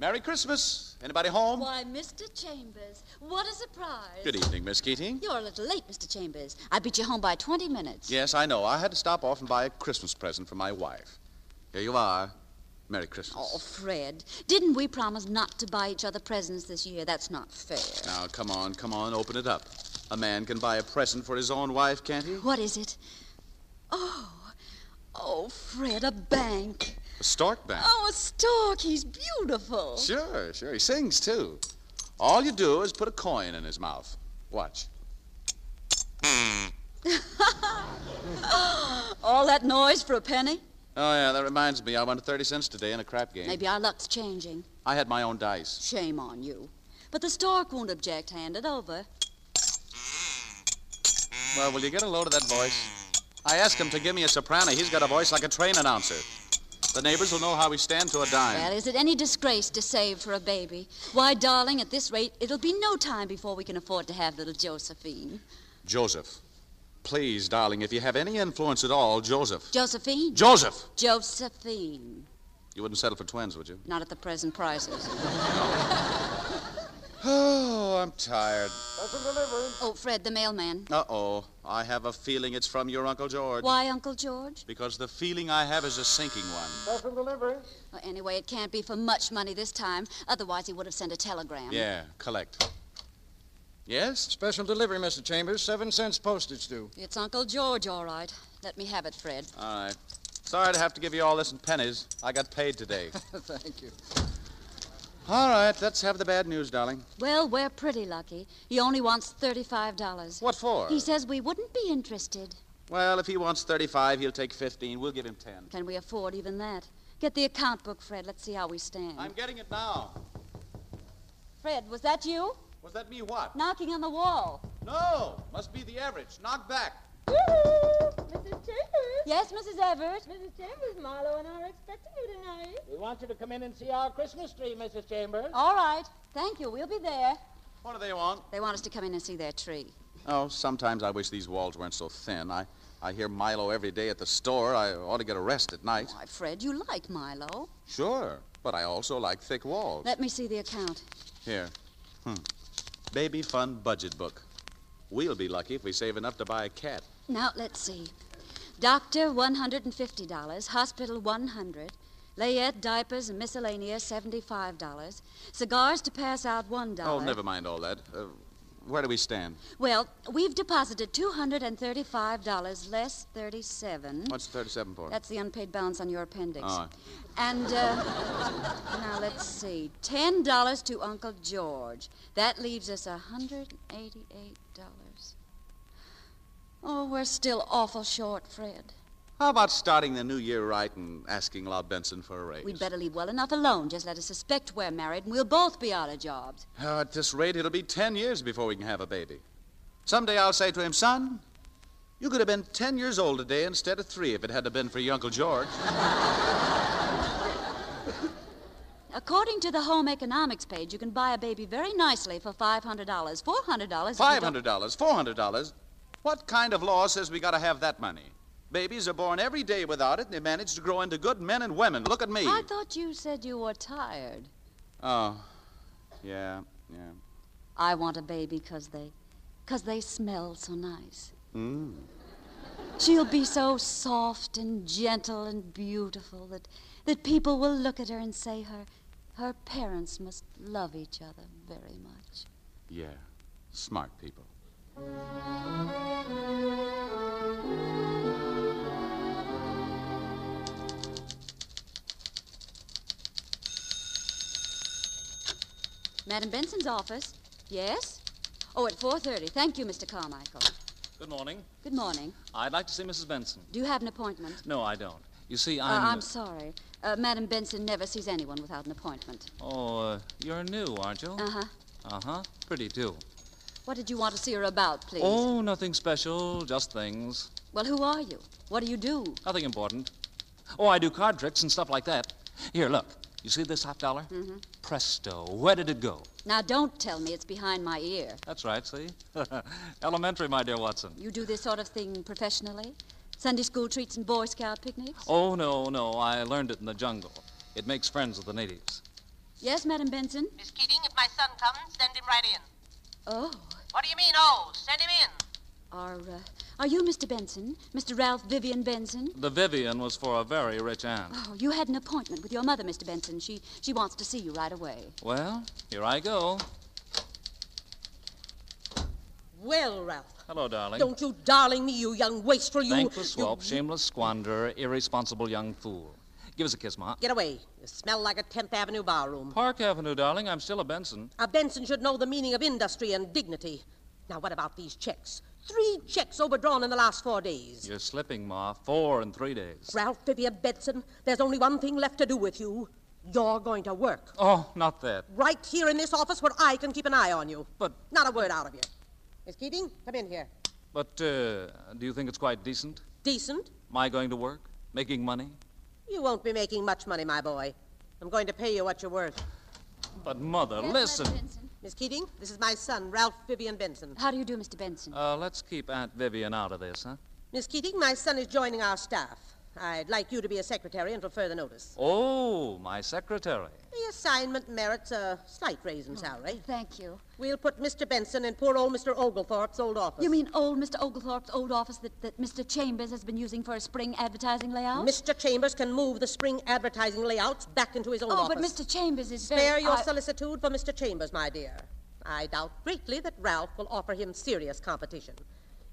Speaker 22: Merry Christmas. Anybody home?
Speaker 16: Why, Mr. Chambers, what a surprise.
Speaker 22: Good evening, Miss Keating.
Speaker 16: You're a little late, Mr. Chambers. I beat you home by 20 minutes.
Speaker 22: Yes, I know. I had to stop off and buy a Christmas present for my wife. Here you are. Merry Christmas.
Speaker 16: Oh, Fred, didn't we promise not to buy each other presents this year? That's not fair.
Speaker 22: Now, come on, come on, open it up. A man can buy a present for his own wife, can't he?
Speaker 16: What is it? Oh, oh, Fred, a bank.
Speaker 22: A stork bank.
Speaker 16: Oh, a stork. He's beautiful.
Speaker 22: Sure, sure. He sings, too. All you do is put a coin in his mouth. Watch.
Speaker 16: Hmm. All that noise for a penny?
Speaker 22: Oh, yeah, that reminds me. I won 30 cents today in a crap game.
Speaker 16: Maybe our luck's changing.
Speaker 22: I had my own dice.
Speaker 16: Shame on you. But the stork won't object. Hand it over.
Speaker 22: Well, will you get a load of that voice? I asked him to give me a soprano. He's got a voice like a train announcer. The neighbors will know how we stand to a
Speaker 16: Well,
Speaker 22: dime.
Speaker 16: is it any disgrace to save for a baby? Why, darling, at this rate, it'll be no time before we can afford to have little Josephine.
Speaker 22: Joseph. Please, darling, if you have any influence at all, Joseph.
Speaker 16: Josephine?
Speaker 22: Joseph!
Speaker 16: Josephine.
Speaker 22: You wouldn't settle for twins, would you?
Speaker 16: Not at the present prices.
Speaker 22: Oh, I'm tired.
Speaker 16: Oh, Fred, the mailman.
Speaker 22: Uh oh. I have a feeling it's from your Uncle George.
Speaker 16: Why, Uncle George?
Speaker 22: Because the feeling I have is a sinking one.
Speaker 16: Doesn't deliver. Well, anyway, it can't be for much money this time. Otherwise, he would have sent a telegram.
Speaker 22: Yeah, collect. Yes?
Speaker 34: Special delivery, Mr. Chambers. Seven cents postage due.
Speaker 16: It's Uncle George, all right. Let me have it, Fred.
Speaker 22: All right. Sorry to have to give you all this in pennies. I got paid today.
Speaker 16: Thank you.
Speaker 22: all right, let's have the bad news, darling.
Speaker 16: Well, we're pretty lucky. He only wants $35.
Speaker 22: What for?
Speaker 16: He says we wouldn't be interested.
Speaker 22: Well, if he wants 35, he'll take 15. We'll give him 10.
Speaker 16: Can we afford even that? Get the account book, Fred. Let's see how we stand.
Speaker 22: I'm getting it now.
Speaker 16: Fred, was that you?
Speaker 22: Was that me what?
Speaker 16: Knocking on the wall.
Speaker 22: No, must be the average. Knock back.
Speaker 35: Mrs. Chambers.
Speaker 16: Yes, Mrs. Everett.
Speaker 35: Mrs. Chambers, Marlowe and I are expecting you tonight.
Speaker 21: We want you to come in and see our Christmas tree, Mrs. Chambers.
Speaker 16: All right. Thank you. We'll be there.
Speaker 22: What do they want?
Speaker 16: They want us to come in and see their tree.
Speaker 22: Oh, sometimes I wish these walls weren't so thin. I, I hear Milo every day at the store. I ought to get a rest at night.
Speaker 16: Why, Fred, you like Milo.
Speaker 22: Sure, but I also like thick walls.
Speaker 16: Let me see the account.
Speaker 22: Here. Hmm. Baby fun budget book. We'll be lucky if we save enough to buy a cat.
Speaker 16: Now, let's see. Doctor, $150. Hospital, 100 Layette, diapers, and miscellaneous, $75. Cigars to pass out, $1.
Speaker 22: Oh, never mind all that. Uh, where do we stand?
Speaker 16: Well, we've deposited $235 less 37
Speaker 22: What's 37 for?
Speaker 16: That's the unpaid balance on your appendix.
Speaker 22: Oh.
Speaker 16: And uh, now let's see. Ten dollars to Uncle George. That leaves us hundred and eighty-eight dollars. Oh, we're still awful short, Fred.
Speaker 22: How about starting the new year right and asking La Benson for a raise?
Speaker 16: We'd better leave well enough alone. Just let us suspect we're married, and we'll both be out of jobs.
Speaker 22: Oh, at this rate, it'll be ten years before we can have a baby. Someday I'll say to him, son, you could have been ten years old today instead of three if it hadn't been for your Uncle George.
Speaker 16: According to the home economics page, you can buy a baby very nicely for five hundred dollars, four hundred dollars.
Speaker 22: Five hundred dollars, four hundred dollars. What kind of law says we gotta have that money? Babies are born every day without it, and they manage to grow into good men and women. Look at me.
Speaker 16: I thought you said you were tired.
Speaker 22: Oh. Yeah, yeah.
Speaker 16: I want a baby 'cause they, 'cause they smell so nice.
Speaker 22: Mm.
Speaker 16: She'll be so soft and gentle and beautiful that, that people will look at her and say her, her parents must love each other very much.
Speaker 22: Yeah. Smart people.
Speaker 16: Madam Benson's office. Yes? Oh, at 4.30. Thank you, Mr. Carmichael.
Speaker 23: Good morning.
Speaker 16: Good morning.
Speaker 23: I'd like to see Mrs. Benson.
Speaker 16: Do you have an appointment?
Speaker 23: No, I don't. You see,
Speaker 16: Uh,
Speaker 23: I'm.
Speaker 16: I'm sorry. Uh, Madam Benson never sees anyone without an appointment.
Speaker 23: Oh, uh, you're new, aren't you?
Speaker 16: Uh-huh.
Speaker 23: Uh huh. Pretty too.
Speaker 16: What did you want to see her about, please?
Speaker 23: Oh, nothing special. Just things.
Speaker 16: Well, who are you? What do you do?
Speaker 23: Nothing important. Oh, I do card tricks and stuff like that. Here, look. You see this half dollar?
Speaker 16: hmm
Speaker 23: Presto. Where did it go?
Speaker 16: Now, don't tell me it's behind my ear.
Speaker 23: That's right. See. Elementary, my dear Watson.
Speaker 16: You do this sort of thing professionally? Sunday school treats and Boy Scout picnics?
Speaker 23: Oh no, no. I learned it in the jungle. It makes friends with the natives.
Speaker 16: Yes, Madam Benson?
Speaker 24: Miss Keating, if my son comes, send him right in.
Speaker 16: Oh,
Speaker 24: What do you mean, oh? Send him in.
Speaker 16: are, uh, are you Mr. Benson? Mr. Ralph Vivian Benson?
Speaker 23: The Vivian was for a very rich aunt.
Speaker 16: Oh, you had an appointment with your mother, Mr. Benson. She, she wants to see you right away.
Speaker 23: Well, here I go.
Speaker 21: Well, Ralph,
Speaker 23: Hello, darling.
Speaker 21: don't you darling me, you young wastrel, you.
Speaker 23: Thankless
Speaker 21: you-
Speaker 23: swab, shameless squanderer, irresponsible young fool. Give us a kiss, Ma.
Speaker 21: Get away. You smell like a 10th Avenue barroom.
Speaker 23: Park Avenue, darling. I'm still a Benson.
Speaker 21: A Benson should know the meaning of industry and dignity. Now, what about these checks? Three checks overdrawn in the last four days.
Speaker 23: You're slipping, Ma. Four in three days.
Speaker 21: Ralph Vivian Benson, there's only one thing left to do with you. You're going to work.
Speaker 23: Oh, not that.
Speaker 21: Right here in this office where I can keep an eye on you.
Speaker 23: But.
Speaker 21: Not a word out of you. Miss Keating, come in here.
Speaker 23: But uh, do you think it's quite decent?
Speaker 21: Decent?
Speaker 23: My going to work? Making money?
Speaker 21: You won't be making much money, my boy. I'm going to pay you what you're worth.
Speaker 23: But, Mother, listen.
Speaker 21: Miss Keating, this is my son, Ralph Vivian Benson.
Speaker 16: How do you do, Mr. Benson?
Speaker 23: Uh, let's keep Aunt Vivian out of this, huh?
Speaker 21: Miss Keating, my son is joining our staff. I'd like you to be a secretary until further notice.
Speaker 23: Oh, my secretary.
Speaker 21: The assignment merits a slight raise in salary.
Speaker 16: Oh, Thank you.
Speaker 21: We'll put Mr. Benson in poor old Mr. Oglethorpe's old office.
Speaker 16: You mean old Mr. Oglethorpe's old office that, that Mr. Chambers has been using for a spring advertising layout?
Speaker 21: Mr. Chambers can move the spring advertising layouts back into his own
Speaker 16: Oh,
Speaker 21: office.
Speaker 16: but Mr. Chambers is very.
Speaker 21: Spare your
Speaker 16: I-
Speaker 21: solicitude for Mr. Chambers, my dear. I doubt greatly that Ralph will offer him serious competition.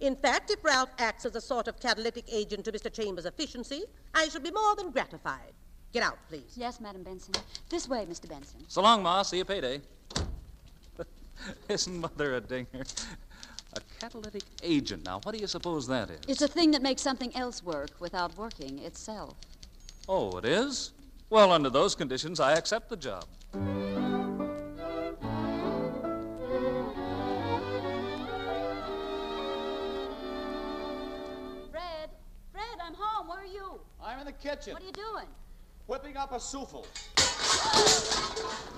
Speaker 21: In fact, if Ralph acts as a sort of catalytic agent to Mr. Chambers' efficiency, I shall be more than gratified. Get out, please.
Speaker 16: Yes, Madam Benson. This way, Mr. Benson.
Speaker 23: So long, Ma. See you payday. Isn't Mother a dinger? A catalytic agent. Now, what do you suppose that is?
Speaker 16: It's a thing that makes something else work without working itself.
Speaker 23: Oh, it is? Well, under those conditions, I accept the job.
Speaker 16: Fred, Fred, I'm home. Where are you?
Speaker 22: I'm in the kitchen.
Speaker 16: What are you doing?
Speaker 22: Whipping up a souffle.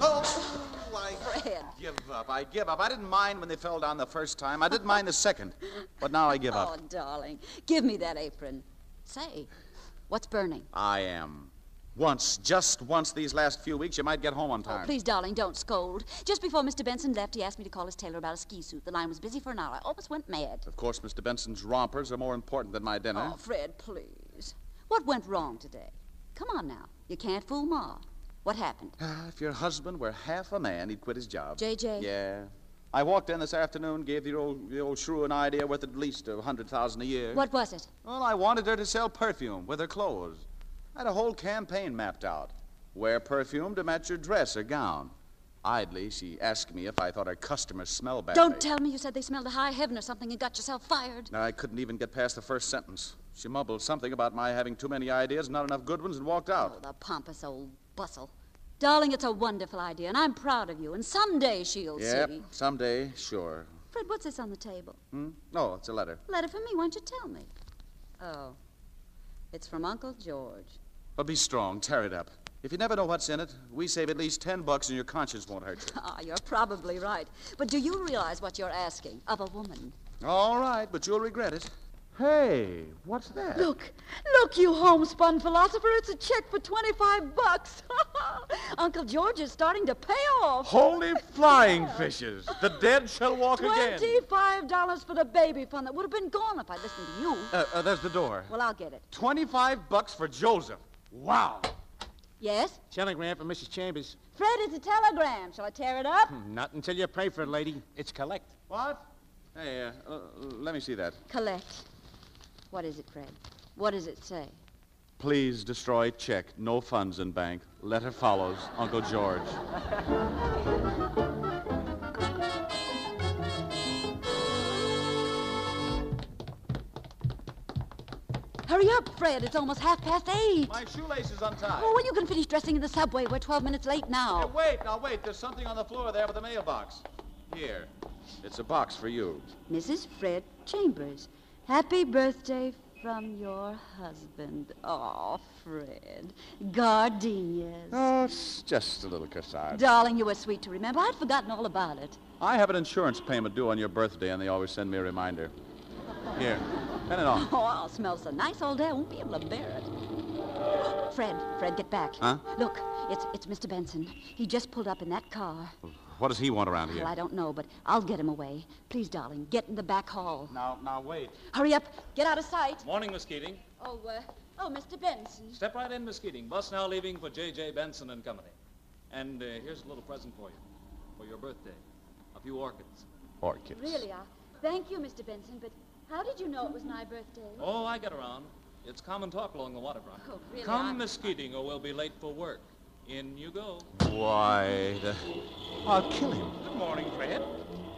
Speaker 22: Oh, I
Speaker 16: ahead.
Speaker 22: Give up. I give up. I didn't mind when they fell down the first time. I didn't mind the second. But now I give up.
Speaker 16: Oh, darling, give me that apron. Say, what's burning?
Speaker 22: I am. Once, just once these last few weeks, you might get home on time.
Speaker 16: Oh, Please, darling, don't scold. Just before Mr. Benson left, he asked me to call his tailor about a ski suit. The line was busy for an hour. I almost went mad.
Speaker 22: Of course, Mr. Benson's rompers are more important than my dinner.
Speaker 16: Oh, Fred, please. What went wrong today? Come on now. You can't fool Ma. What happened?
Speaker 22: Ah, if your husband were half a man, he'd quit his job.
Speaker 16: JJ?
Speaker 22: Yeah. I walked in this afternoon, gave the old, the old shrew an idea worth at least a hundred thousand a year.
Speaker 16: What was it?
Speaker 22: Well, I wanted her to sell perfume with her clothes. I had a whole campaign mapped out. Wear perfume to match your dress or gown. Idly, she asked me if I thought her customers smell badly.
Speaker 16: Don't tell me you said they smelled of high heaven or something and got yourself fired.
Speaker 22: I couldn't even get past the first sentence. She mumbled something about my having too many ideas, not enough good ones, and walked out.
Speaker 16: Oh, The pompous old bustle. Darling, it's a wonderful idea, and I'm proud of you, and someday she'll
Speaker 22: yep,
Speaker 16: see.
Speaker 22: someday, sure.
Speaker 16: Fred, what's this on the table?
Speaker 22: Hmm? No, it's a letter.
Speaker 16: Letter for me, why don't you tell me? Oh. It's from Uncle George.
Speaker 22: But be strong, tear it up. If you never know what's in it, we save at least ten bucks and your conscience won't hurt you.
Speaker 16: Ah, you're probably right. But do you realize what you're asking of a woman?
Speaker 22: All right, but you'll regret it. Hey, what's that?
Speaker 4: Look, look, you homespun philosopher. It's a check for 25 bucks. Uncle George is starting to pay off.
Speaker 6: Holy flying fishes! The dead shall walk again.
Speaker 4: $25 for the baby fund that would have been gone if I listened to you.
Speaker 6: Uh, uh, there's the door.
Speaker 4: Well, I'll get it.
Speaker 6: 25 bucks for Joseph. Wow.
Speaker 4: Yes?
Speaker 12: Telegram for Mrs. Chambers.
Speaker 4: Fred, it's a telegram. Shall I tear it up?
Speaker 36: Hmm,
Speaker 12: Not until you pay for it, lady. It's collect.
Speaker 22: What? Hey, uh, l- let me see that.
Speaker 16: Collect. What is it, Fred? What does it say?
Speaker 22: Please destroy check. No funds in bank. Letter follows. Uncle George.
Speaker 16: Hurry up, Fred. It's almost half past eight.
Speaker 22: My shoelace is untied.
Speaker 16: Oh, well, you can finish dressing in the subway. We're 12 minutes late now.
Speaker 22: Hey, wait, now wait. There's something on the floor there with the mailbox. Here. It's a box for you.
Speaker 16: Mrs. Fred Chambers. Happy birthday from your husband. Oh, Fred. Gardenias.
Speaker 22: Oh, it's just a little cassard.
Speaker 16: Darling, you were sweet to remember. I'd forgotten all about it.
Speaker 22: I have an insurance payment due on your birthday, and they always send me a reminder. Here, pen it on.
Speaker 16: Oh, I'll smell so nice all day. I won't be able to bear it. Fred, Fred, get back.
Speaker 22: Huh?
Speaker 16: Look, it's it's Mr. Benson. He just pulled up in that car.
Speaker 22: What does he want around
Speaker 16: Well, I
Speaker 22: here?
Speaker 16: don't know, but I'll get him away. Please, darling, get in the back hall.
Speaker 22: Now, now wait.
Speaker 16: Hurry up. Get out of sight.
Speaker 23: Morning, Miss Keating.
Speaker 16: Oh, uh, oh, Mr. Benson.
Speaker 23: Step right in, Miss Keating. Bus now leaving for J.J. Benson and Company. And uh, here's a little present for you, for your birthday. A few orchids.
Speaker 22: Orchid.
Speaker 4: Really, I
Speaker 16: thank you, Mr. Benson, but how did you know it was my birthday?
Speaker 23: Oh, I get around. It's common talk along the waterfront.
Speaker 16: Oh, really?
Speaker 23: Come,
Speaker 16: I'm-
Speaker 23: Miss Keating, or we'll be late for work. In you go.
Speaker 34: Why, the... I'll kill him.
Speaker 23: Good morning, Fred.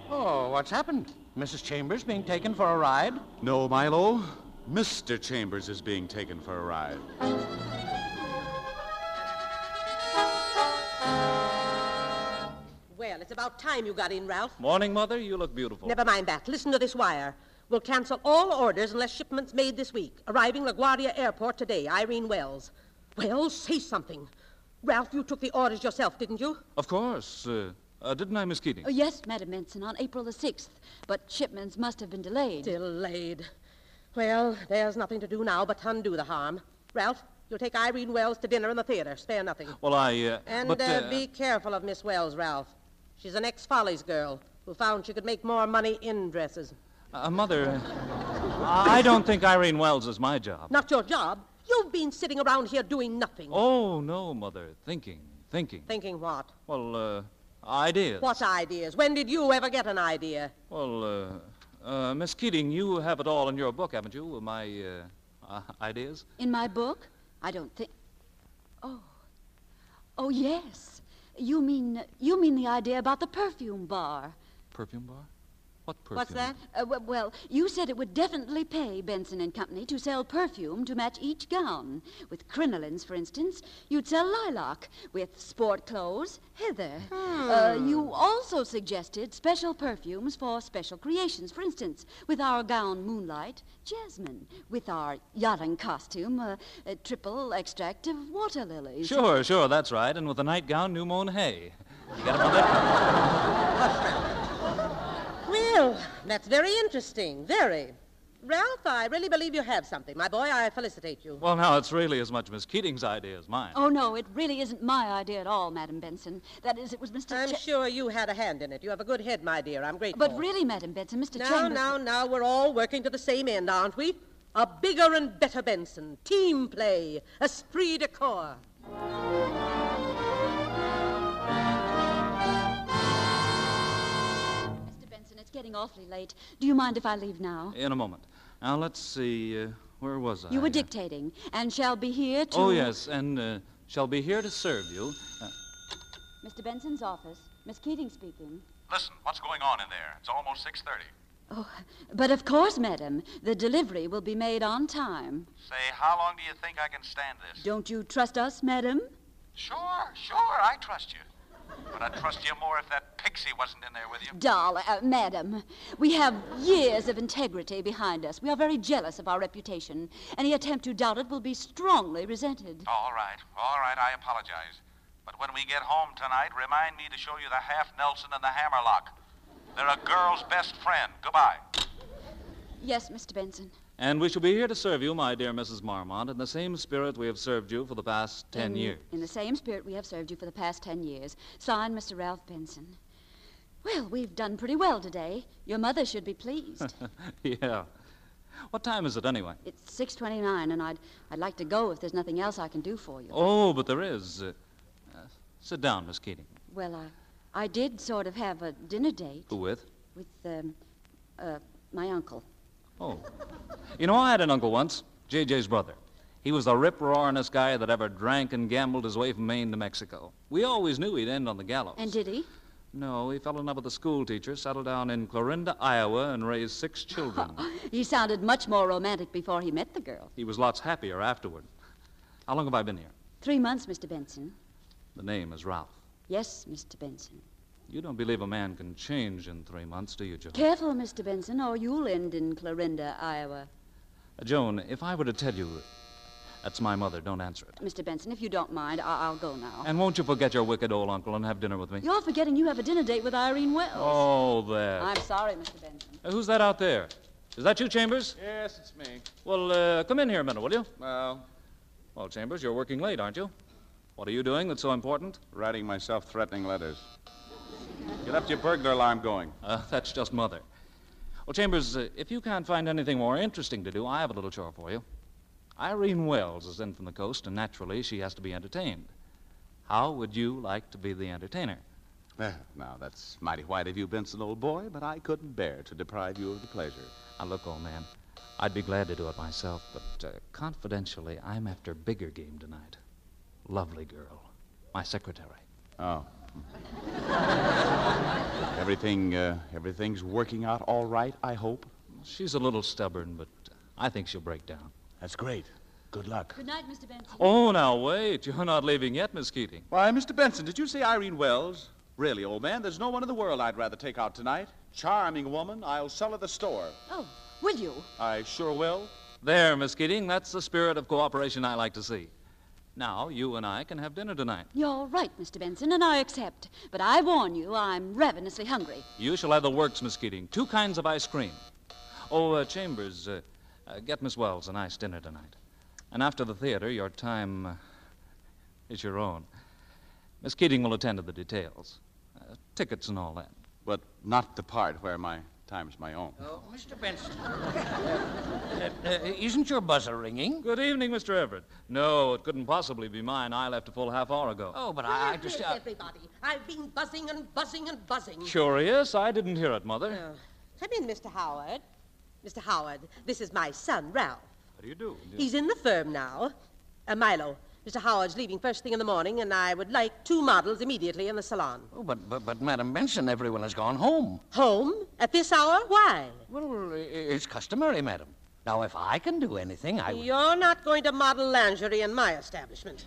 Speaker 34: Oh, what's happened? Mrs. Chambers being taken for a ride?
Speaker 22: No, Milo. Mr. Chambers is being taken for a ride.
Speaker 21: Well, it's about time you got in, Ralph.
Speaker 23: Morning, Mother. You look beautiful.
Speaker 21: Oh. Never mind that. Listen to this wire. We'll cancel all orders unless shipments made this week. Arriving LaGuardia Airport today, Irene Wells. Well, say something. Ralph, you took the orders yourself, didn't you?
Speaker 23: Of course. Uh, uh, didn't I, Miss Keating?
Speaker 16: Oh, yes, Madam Benson, on April the 6th. But shipments must have been delayed.
Speaker 21: Delayed. Well, there's nothing to do now but undo the harm. Ralph, you'll take Irene Wells to dinner in the theater. Spare nothing.
Speaker 23: Well, I. Uh,
Speaker 21: And
Speaker 23: but,
Speaker 21: uh, be careful of Miss Wells, Ralph. She's an ex Follies girl who found she could make more money in dresses.
Speaker 23: uh, Mother, I don't think Irene Wells is my job.
Speaker 21: Not your job. You've been sitting around here doing nothing.
Speaker 23: Oh, no, Mother. Thinking, thinking.
Speaker 21: Thinking what?
Speaker 23: Well, uh, ideas.
Speaker 21: What ideas? When did you ever get an idea?
Speaker 23: Well, uh, uh, Miss Keating, you have it all in your book, haven't you? My uh, uh, ideas?
Speaker 16: In my book? I don't think. Oh. Oh, yes. You mean you mean the idea about the perfume bar?
Speaker 23: Perfume bar? What perfume?
Speaker 16: Uh, w- well, you said it would definitely pay Benson and Company to sell perfume to match each gown. With crinolines, for instance, you'd sell lilac. With sport clothes, heather. Uh,
Speaker 21: Hmm.
Speaker 16: you also suggested special perfumes for special creations. For instance, with our gown moonlight, jasmine. With our yachting costume, uh, a triple extract of water lilies.
Speaker 23: Sure, sure, that's right. And with a nightgown, new mown hay. You got it, Mother?
Speaker 21: That's very interesting. Very. Ralph, I really believe you have something. My boy, I felicitate you.
Speaker 23: Well, now, it's really as much Miss Keating's idea as mine.
Speaker 16: Oh, no, it really isn't my idea at all, Madam Benson. That is, it was Mr.
Speaker 21: I'm
Speaker 16: Cha-
Speaker 21: sure you had a hand in it. You have a good head, my dear. I'm grateful.
Speaker 16: But really, Madam Benson, Mr.
Speaker 21: Now,
Speaker 16: Chambers...
Speaker 21: now, now, we're all working to the same end, aren't we? A bigger and better Benson. Team play. Esprit de corps.
Speaker 16: Mr. Benson, it's getting awfully late. Do you mind if I leave now?
Speaker 23: In a moment. Now, let's see. Uh, where was I?
Speaker 16: You were dictating, and shall be here to...
Speaker 23: Oh, yes, and uh, shall be here to serve you. Uh,
Speaker 16: Mr. Benson's office. Miss Keating speaking.
Speaker 37: Listen, what's going on in there? It's almost 6.30.
Speaker 16: Oh, but of course, madam, the delivery will be made on time.
Speaker 37: Say, how long do you think I can stand this?
Speaker 16: Don't you trust us, madam?
Speaker 37: Sure, sure, I trust you. But I'd trust you more if that pixie wasn't in there with you.
Speaker 16: Darling, uh, madam, we have years of integrity behind us. We are very jealous of our reputation. Any attempt to doubt it will be strongly resented.
Speaker 37: All right, all right, I apologize. But when we get home tonight, remind me to show you the half Nelson and the hammerlock. They're a girl's best friend. Goodbye.
Speaker 16: Yes, Mr. Benson.
Speaker 23: and we shall be here to serve you, my dear Mrs. Marmont, in the same spirit we have served you for the past ten
Speaker 16: in,
Speaker 23: years.
Speaker 16: In the same spirit we have served you for the past ten years. Signed, Mr. Ralph Benson. Well, we've done pretty well today. Your mother should be pleased.
Speaker 23: yeah. What time is it, anyway?
Speaker 16: it's 6.29, and I'd, I'd like to go if there's nothing else I can do for you.
Speaker 23: Oh, but there is. Uh, uh, sit down, Miss Keating.
Speaker 16: Well, uh, I, I did sort of have a dinner date
Speaker 23: Who with?
Speaker 16: with um, uh, my uncle.
Speaker 23: Oh. You know, I had an uncle once, J.J.'s brother. He was the rip-roaringest guy that ever drank and gambled his way from Maine to Mexico. We always knew he'd end on the gallows.
Speaker 16: And did he?
Speaker 23: No, he fell in love with a schoolteacher, settled down in Clarinda, Iowa, and raised six children.
Speaker 16: He sounded much more romantic before he met the girl.
Speaker 23: he was lots happier afterward. How long have I been here?
Speaker 16: Three months, Mr. Benson.
Speaker 23: The name is Ralph.
Speaker 16: Yes, Mr. Benson.
Speaker 23: You don't believe a man can change in three months, do you, Joan?
Speaker 16: Careful, Mr. Benson, or you'll end in Clarinda, Iowa.
Speaker 23: Uh, Joan, if I were to tell you... That's my mother. Don't answer it.
Speaker 16: Mr. Benson, if you don't mind, I- I'll go now.
Speaker 23: And won't you forget your wicked old uncle and have dinner with me?
Speaker 16: You're forgetting you have a dinner date with Irene Wells.
Speaker 23: Oh, there.
Speaker 16: I'm sorry, Mr. Benson.
Speaker 23: Uh, Who's that out there? Is that you, Chambers?
Speaker 38: Yes, it's me.
Speaker 23: Well, uh, come in here a minute, will you?
Speaker 38: Well,
Speaker 23: Well, Chambers, you're working late, aren't you? What are you doing that's so important?
Speaker 22: Writing myself threatening letters. You left your burglar alarm going.
Speaker 23: Uh, that's just Mother. Well, Chambers, uh, if you can't find anything more interesting to do, I have a little chore for you. Irene Wells is in from the coast, and naturally she has to be entertained. How would you like to be the entertainer?
Speaker 22: Well, now, that's mighty white of you, Benson, old boy, but I couldn't bear to deprive you of the pleasure.
Speaker 23: Now, look, old man, I'd be glad to do it myself, but uh, confidentially, I'm after bigger game tonight. Lovely girl. My secretary.
Speaker 22: Oh. Everything, uh, everything's working out all right, I hope.
Speaker 23: She's a little stubborn, but I think she'll break down.
Speaker 22: That's great. Good luck.
Speaker 16: Good night, Mr. Benson.
Speaker 23: Oh, now wait. You're not leaving yet, Miss Keating.
Speaker 22: Why, Mr. Benson, did you see Irene Wells? Really, old man, there's no one in the world I'd rather take out tonight. Charming woman. I'll sell her the store.
Speaker 16: Oh, will you?
Speaker 22: I sure will.
Speaker 23: There, Miss Keating, that's the spirit of cooperation I like to see. Now, you and I can have dinner tonight.
Speaker 16: You're right, Mr. Benson, and I accept. But I warn you, I'm ravenously hungry.
Speaker 23: You shall have the works, Miss Keating. Two kinds of ice cream. Oh, uh, Chambers, uh, uh, get Miss Wells a nice dinner tonight. And after the theater, your time uh, is your own. Miss Keating will attend to the details uh, tickets and all that.
Speaker 22: But not the part where my time's my own.
Speaker 34: Oh, Mr. Benson. Uh, uh, isn't your buzzer ringing?
Speaker 23: Good evening, Mr. Everett. No, it couldn't possibly be mine. I left a full half hour ago.
Speaker 34: Oh, but
Speaker 21: Where
Speaker 34: I, I
Speaker 21: is
Speaker 34: just. Uh,
Speaker 21: everybody? I've been buzzing and buzzing and buzzing.
Speaker 23: Curious? I didn't hear it, Mother.
Speaker 21: Come in, Mr. Howard. Mr. Howard, this is my son, Ralph.
Speaker 23: How do you do?
Speaker 21: He's in the firm now. Uh, Milo, Mr. Howard's leaving first thing in the morning, and I would like two models immediately in the salon.
Speaker 34: oh, but, but, but, Madam Benson, everyone has gone home.
Speaker 21: Home? At this hour? Why?
Speaker 34: Well, i- it's customary, Madam. Now, if I can do anything, I will.
Speaker 21: You're not going to model lingerie in my establishment.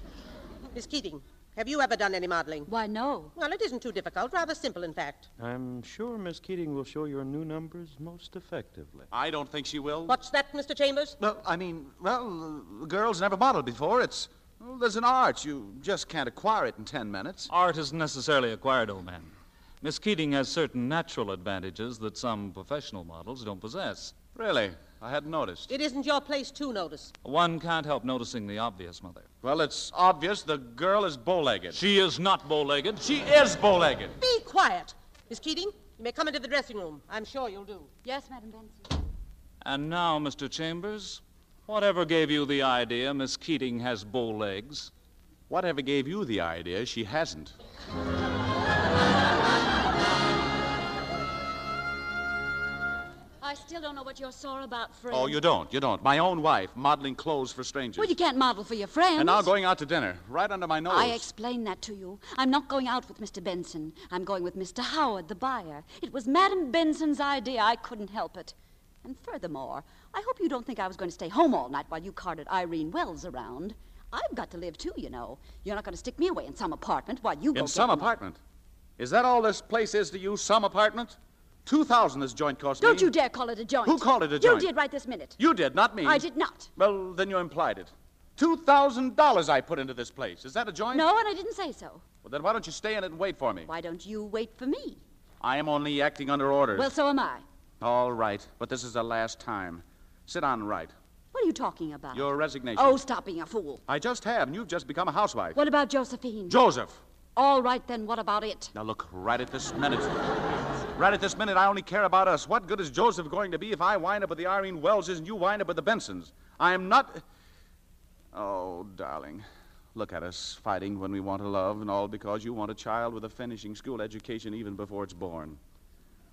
Speaker 21: Miss Keating, have you ever done any modeling?
Speaker 16: Why, no.
Speaker 21: Well, it isn't too difficult. Rather simple, in fact.
Speaker 39: I'm sure Miss Keating will show your new numbers most effectively.
Speaker 22: I don't think she will.
Speaker 21: What's that, Mr. Chambers?
Speaker 22: Well, I mean, well, uh, girls never modeled before. It's well, there's an art. You just can't acquire it in ten minutes.
Speaker 23: Art isn't necessarily acquired, old man. Miss Keating has certain natural advantages that some professional models don't possess.
Speaker 22: Really? I hadn't noticed.
Speaker 21: It isn't your place to notice.
Speaker 23: One can't help noticing the obvious, Mother.
Speaker 22: Well, it's obvious the girl is bow legged.
Speaker 23: She is not bow legged.
Speaker 22: She is bow legged.
Speaker 21: Be quiet. Miss Keating, you may come into the dressing room. I'm sure you'll do.
Speaker 16: Yes, Madam Benson.
Speaker 23: And now, Mr. Chambers, whatever gave you the idea Miss Keating has bow legs?
Speaker 22: Whatever gave you the idea, she hasn't.
Speaker 16: I still don't know what you're sore about, Fred.
Speaker 22: Oh, you don't. You don't. My own wife modeling clothes for strangers.
Speaker 16: Well, you can't model for your friends.
Speaker 22: and now going out to dinner, right under my nose.
Speaker 16: I explained that to you. I'm not going out with Mr. Benson. I'm going with Mr. Howard, the buyer. It was Madam Benson's idea. I couldn't help it. And furthermore, I hope you don't think I was going to stay home all night while you carted Irene Wells around. I've got to live too, you know. You're not going to stick me away in some apartment while you go
Speaker 22: In
Speaker 16: get
Speaker 22: some
Speaker 16: my-
Speaker 22: apartment. Is that all this place is to you, some apartment? 2000 this joint cost
Speaker 16: Don't
Speaker 22: me.
Speaker 16: you dare call it a joint.
Speaker 22: Who called it a joint?
Speaker 16: You did right this minute.
Speaker 22: You did, not me.
Speaker 16: I did not.
Speaker 22: Well, then you implied it. $2,000 I put into this place. Is that a joint?
Speaker 16: No, and I didn't say so.
Speaker 22: Well, then why don't you stay in it and wait for me?
Speaker 16: Why don't you wait for me?
Speaker 22: I am only acting under orders.
Speaker 16: Well, so am I.
Speaker 22: All right, but this is the last time. Sit down and write.
Speaker 16: What are you talking about?
Speaker 22: Your resignation.
Speaker 16: Oh, stop being a fool.
Speaker 22: I just have, and you've just become a housewife.
Speaker 16: What about Josephine?
Speaker 22: Joseph!
Speaker 16: All right, then, what about it?
Speaker 22: Now look, right at this minute. Right at this minute, I only care about us. What good is Joseph going to be if I wind up with the Irene Wellses and you wind up with the Bensons? I am not. Oh, darling. Look at us fighting when we want to love, and all because you want a child with a finishing school education even before it's born.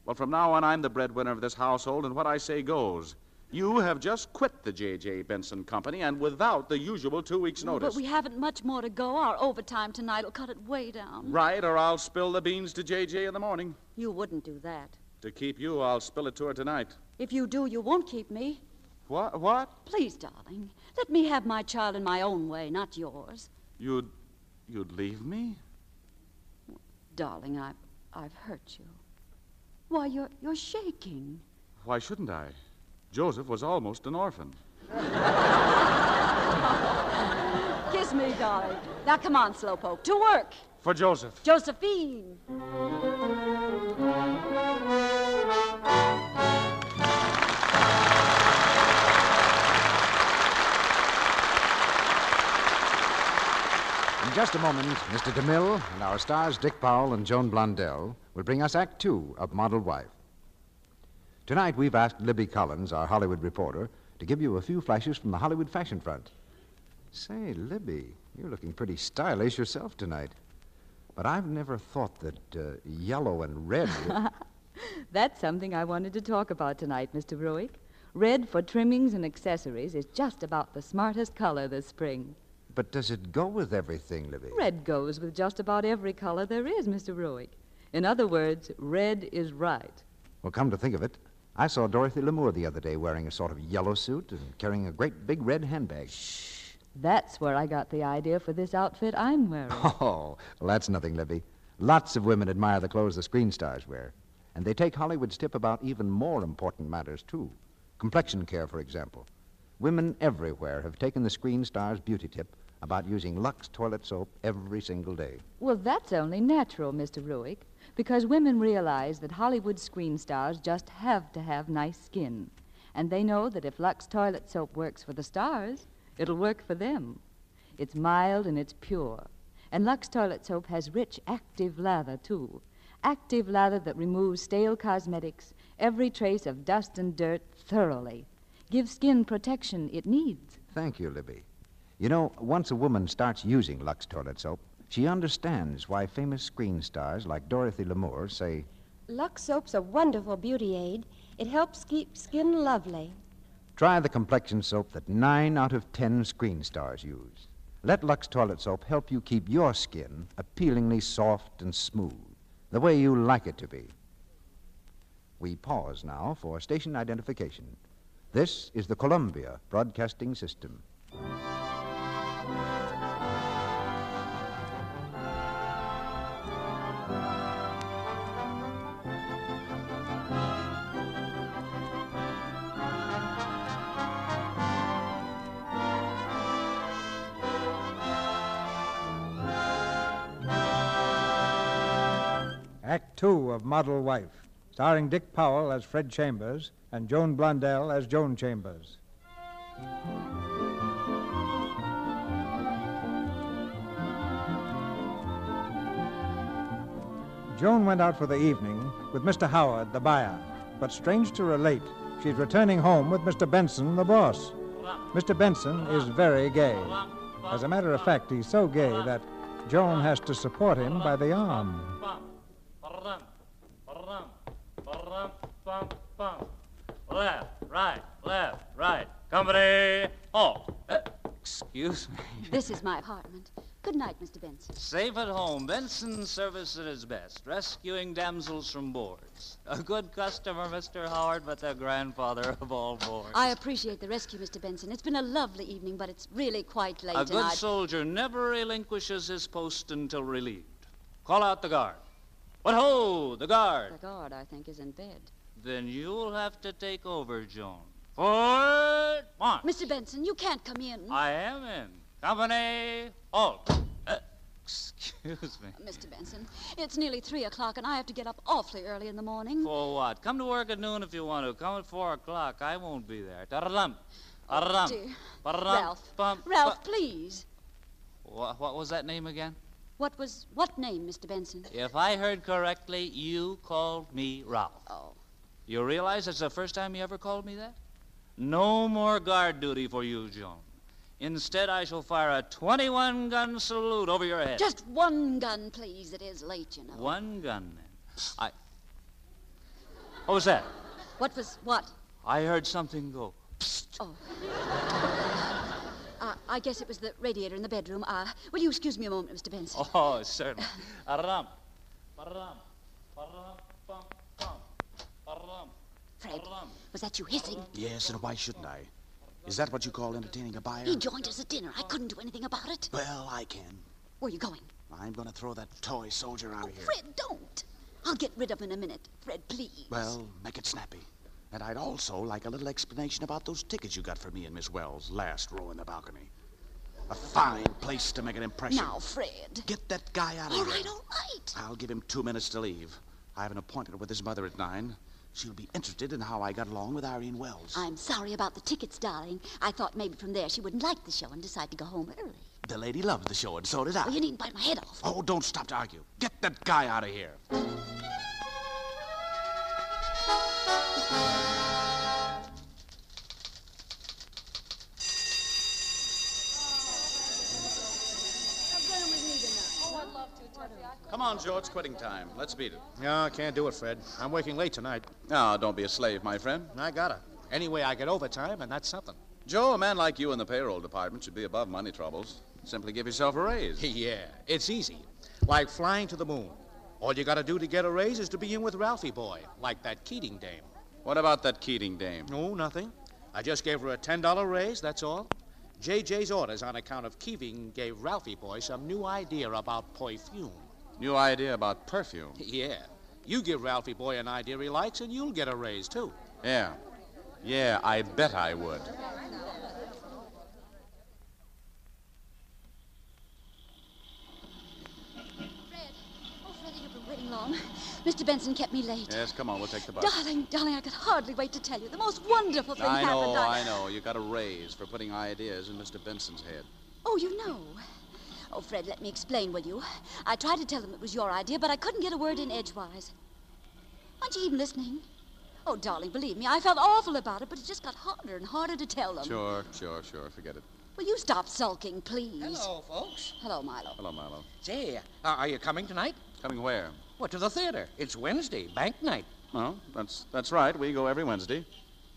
Speaker 22: Well, from now on, I'm the breadwinner of this household, and what I say goes. You have just quit the J.J. Benson Company, and without the usual two weeks' notice.
Speaker 16: But we haven't much more to go. Our overtime tonight will cut it way down.
Speaker 22: Right, or I'll spill the beans to J.J. in the morning.
Speaker 16: You wouldn't do that.
Speaker 22: To keep you, I'll spill it to her tonight.
Speaker 16: If you do, you won't keep me.
Speaker 22: What? What?
Speaker 16: Please, darling, let me have my child in my own way, not yours.
Speaker 22: You'd, you'd leave me?
Speaker 16: Darling, I, I've hurt you. Why, you're, you're shaking.
Speaker 22: Why shouldn't I? Joseph was almost an orphan.
Speaker 16: Kiss me, darling. Now, come on, Slowpoke, to work.
Speaker 22: For Joseph.
Speaker 16: Josephine.
Speaker 19: In just a moment, Mr. DeMille and our stars Dick Powell and Joan Blondell will bring us Act Two of Model Wife. Tonight, we've asked Libby Collins, our Hollywood reporter, to give you a few flashes from the Hollywood fashion front. Say, Libby, you're looking pretty stylish yourself tonight. But I've never thought that uh, yellow and red. were-
Speaker 40: That's something I wanted to talk about tonight, Mr. Bruick. Red for trimmings and accessories is just about the smartest color this spring.
Speaker 19: but does it go with everything, Libby?
Speaker 40: Red goes with just about every color there is, Mr. Bruick. In other words, red is right.
Speaker 19: Well, come to think of it, I saw Dorothy Lamour the other day wearing a sort of yellow suit and carrying a great big red handbag.
Speaker 40: That's where I got the idea for this outfit I'm wearing.
Speaker 19: Oh, well, that's nothing, Libby. Lots of women admire the clothes the screen stars wear. And they take Hollywood's tip about even more important matters, too. Complexion care, for example. Women everywhere have taken the screen star's beauty tip about using Lux toilet soap every single day.
Speaker 40: Well, that's only natural, Mr. Ruick, because women realize that Hollywood screen stars just have to have nice skin. And they know that if Lux toilet soap works for the stars, it'll work for them. It's mild and it's pure. And Lux toilet soap has rich, active lather, too. Active lather that removes stale cosmetics, every trace of dust and dirt thoroughly. Gives skin protection it needs.
Speaker 19: Thank you, Libby. You know, once a woman starts using Lux toilet soap, she understands why famous screen stars like Dorothy Lamour say,
Speaker 8: Lux soap's a wonderful beauty aid. It helps keep skin lovely.
Speaker 19: Try the complexion soap that nine out of ten screen stars use. Let Lux Toilet Soap help you keep your skin appealingly soft and smooth, the way you like it to be. We pause now for station identification. This is the Columbia Broadcasting System.
Speaker 17: Act Two of Model Wife, starring Dick Powell as Fred Chambers and Joan Blondell as Joan Chambers. Joan went out for the evening with Mr. Howard, the buyer, but strange to relate, she's returning home with Mr. Benson, the boss. Mr. Benson is very gay. As a matter of fact, he's so gay that Joan has to support him by the arm.
Speaker 34: Left, right, left, right. Company. Oh,
Speaker 23: Eh, Excuse me.
Speaker 16: This is my apartment. Good night, Mr. Benson.
Speaker 23: Safe at home. Benson service at his best, rescuing damsels from boards. A good customer, Mr. Howard, but the grandfather of all boards.
Speaker 16: I appreciate the rescue, Mr. Benson. It's been a lovely evening, but it's really quite late.
Speaker 23: A
Speaker 16: and
Speaker 23: good
Speaker 16: I'd-
Speaker 23: soldier never relinquishes his post until relieved. Call out the guard. What ho, the guard.
Speaker 16: The guard, I think, is in bed.
Speaker 23: Then you'll have to take over, Joan. Forward, march.
Speaker 16: Mr. Benson, you can't come in.
Speaker 23: I am in. Company, halt. Uh, excuse me.
Speaker 16: Mr. Benson, it's nearly three o'clock, and I have to get up awfully early in the morning.
Speaker 23: For what? Come to work at noon if you want to. Come at four o'clock. I won't be there. Taralum.
Speaker 16: Oh,
Speaker 23: Taralum.
Speaker 16: dear.
Speaker 23: Taralum.
Speaker 16: Ralph.
Speaker 23: Bum.
Speaker 16: Ralph, please.
Speaker 23: Wha- What was that name again?
Speaker 16: What was what name, Mr. Benson?
Speaker 23: If I heard correctly, you called me Ralph.
Speaker 16: Oh.
Speaker 23: You realize it's the first time you ever called me that? No more guard duty for you, Joan. Instead, I shall fire a 21 gun salute over your head.
Speaker 16: Just one gun, please. It is late, you know.
Speaker 23: One gun, then. I. What was that?
Speaker 16: What was what?
Speaker 23: I heard something go.
Speaker 16: Oh. Uh, I guess it was the radiator in the bedroom. Uh, will you excuse me a moment, Mr. Benson?
Speaker 23: Oh, certainly. Aram. Aram.
Speaker 16: Fred, was that you hissing?
Speaker 22: Yes, and why shouldn't I? Is that what you call entertaining a buyer?
Speaker 16: He joined us at dinner. I couldn't do anything about it.
Speaker 22: Well, I can.
Speaker 16: Where are you going?
Speaker 22: I'm going to throw that toy soldier out of here.
Speaker 16: Fred, don't. I'll get rid of him in a minute. Fred, please.
Speaker 22: Well, make it snappy. And I'd also like a little explanation about those tickets you got for me and Miss Wells last row in the balcony. A fine place to make an impression.
Speaker 16: Now, Fred.
Speaker 22: Get that guy out of
Speaker 16: All
Speaker 22: here.
Speaker 16: right, all right.
Speaker 22: I'll give him two minutes to leave. I have an appointment with his mother at nine. She'll be interested in how I got along with Irene Wells.
Speaker 16: I'm sorry about the tickets, darling. I thought maybe from there she wouldn't like the show and decide to go home early.
Speaker 22: The lady loved the show, and so did I.
Speaker 16: Well, you needn't bite my head off.
Speaker 22: Oh, don't stop to argue. Get that guy out of here.
Speaker 12: Oh, I'd love to, Tuffy.
Speaker 22: Come on, Joe. It's quitting time. Let's beat it.
Speaker 36: No, I can't do it, Fred. I'm working late tonight.
Speaker 22: Now, don't be a slave, my friend.
Speaker 36: I gotta. Anyway, I get overtime, and that's something.
Speaker 22: Joe, a man like you in the payroll department should be above money troubles. Simply give yourself a raise.
Speaker 36: Yeah, it's easy. Like flying to the moon. All you gotta do to get a raise is to be in with Ralphie boy, like that Keating dame.
Speaker 22: What about that Keating dame?
Speaker 36: Oh, nothing. I just gave her a $10 raise, that's all. JJ's orders on account of Keating gave Ralphie boy some new idea about perfume.
Speaker 22: New idea about perfume.
Speaker 36: Yeah. You give Ralphie boy an idea he likes, and you'll get a raise, too.
Speaker 22: Yeah. Yeah, I bet I would.
Speaker 16: Oh, Fred, I haven't been waiting long. Mr. Benson kept me late.
Speaker 22: Yes, come on, we'll take the bus.
Speaker 16: Darling, darling, I could hardly wait to tell you. The most wonderful thing
Speaker 22: I
Speaker 16: happened.
Speaker 22: know, I know. You got a raise for putting ideas in Mr. Benson's head.
Speaker 16: Oh, you know. Oh, Fred, let me explain, will you? I tried to tell him it was your idea, but I couldn't get a word in edgewise. Aren't you even listening? Oh, darling, believe me, I felt awful about it, but it just got harder and harder to tell them.
Speaker 22: Sure, sure, sure. Forget it.
Speaker 16: Will you stop sulking, please?
Speaker 34: Hello, folks.
Speaker 16: Hello, Milo.
Speaker 22: Hello, Milo.
Speaker 34: Say, uh, are you coming tonight?
Speaker 22: Coming where?
Speaker 34: What, to the theater? It's Wednesday, bank night.
Speaker 22: Well, that's that's right. We go every Wednesday.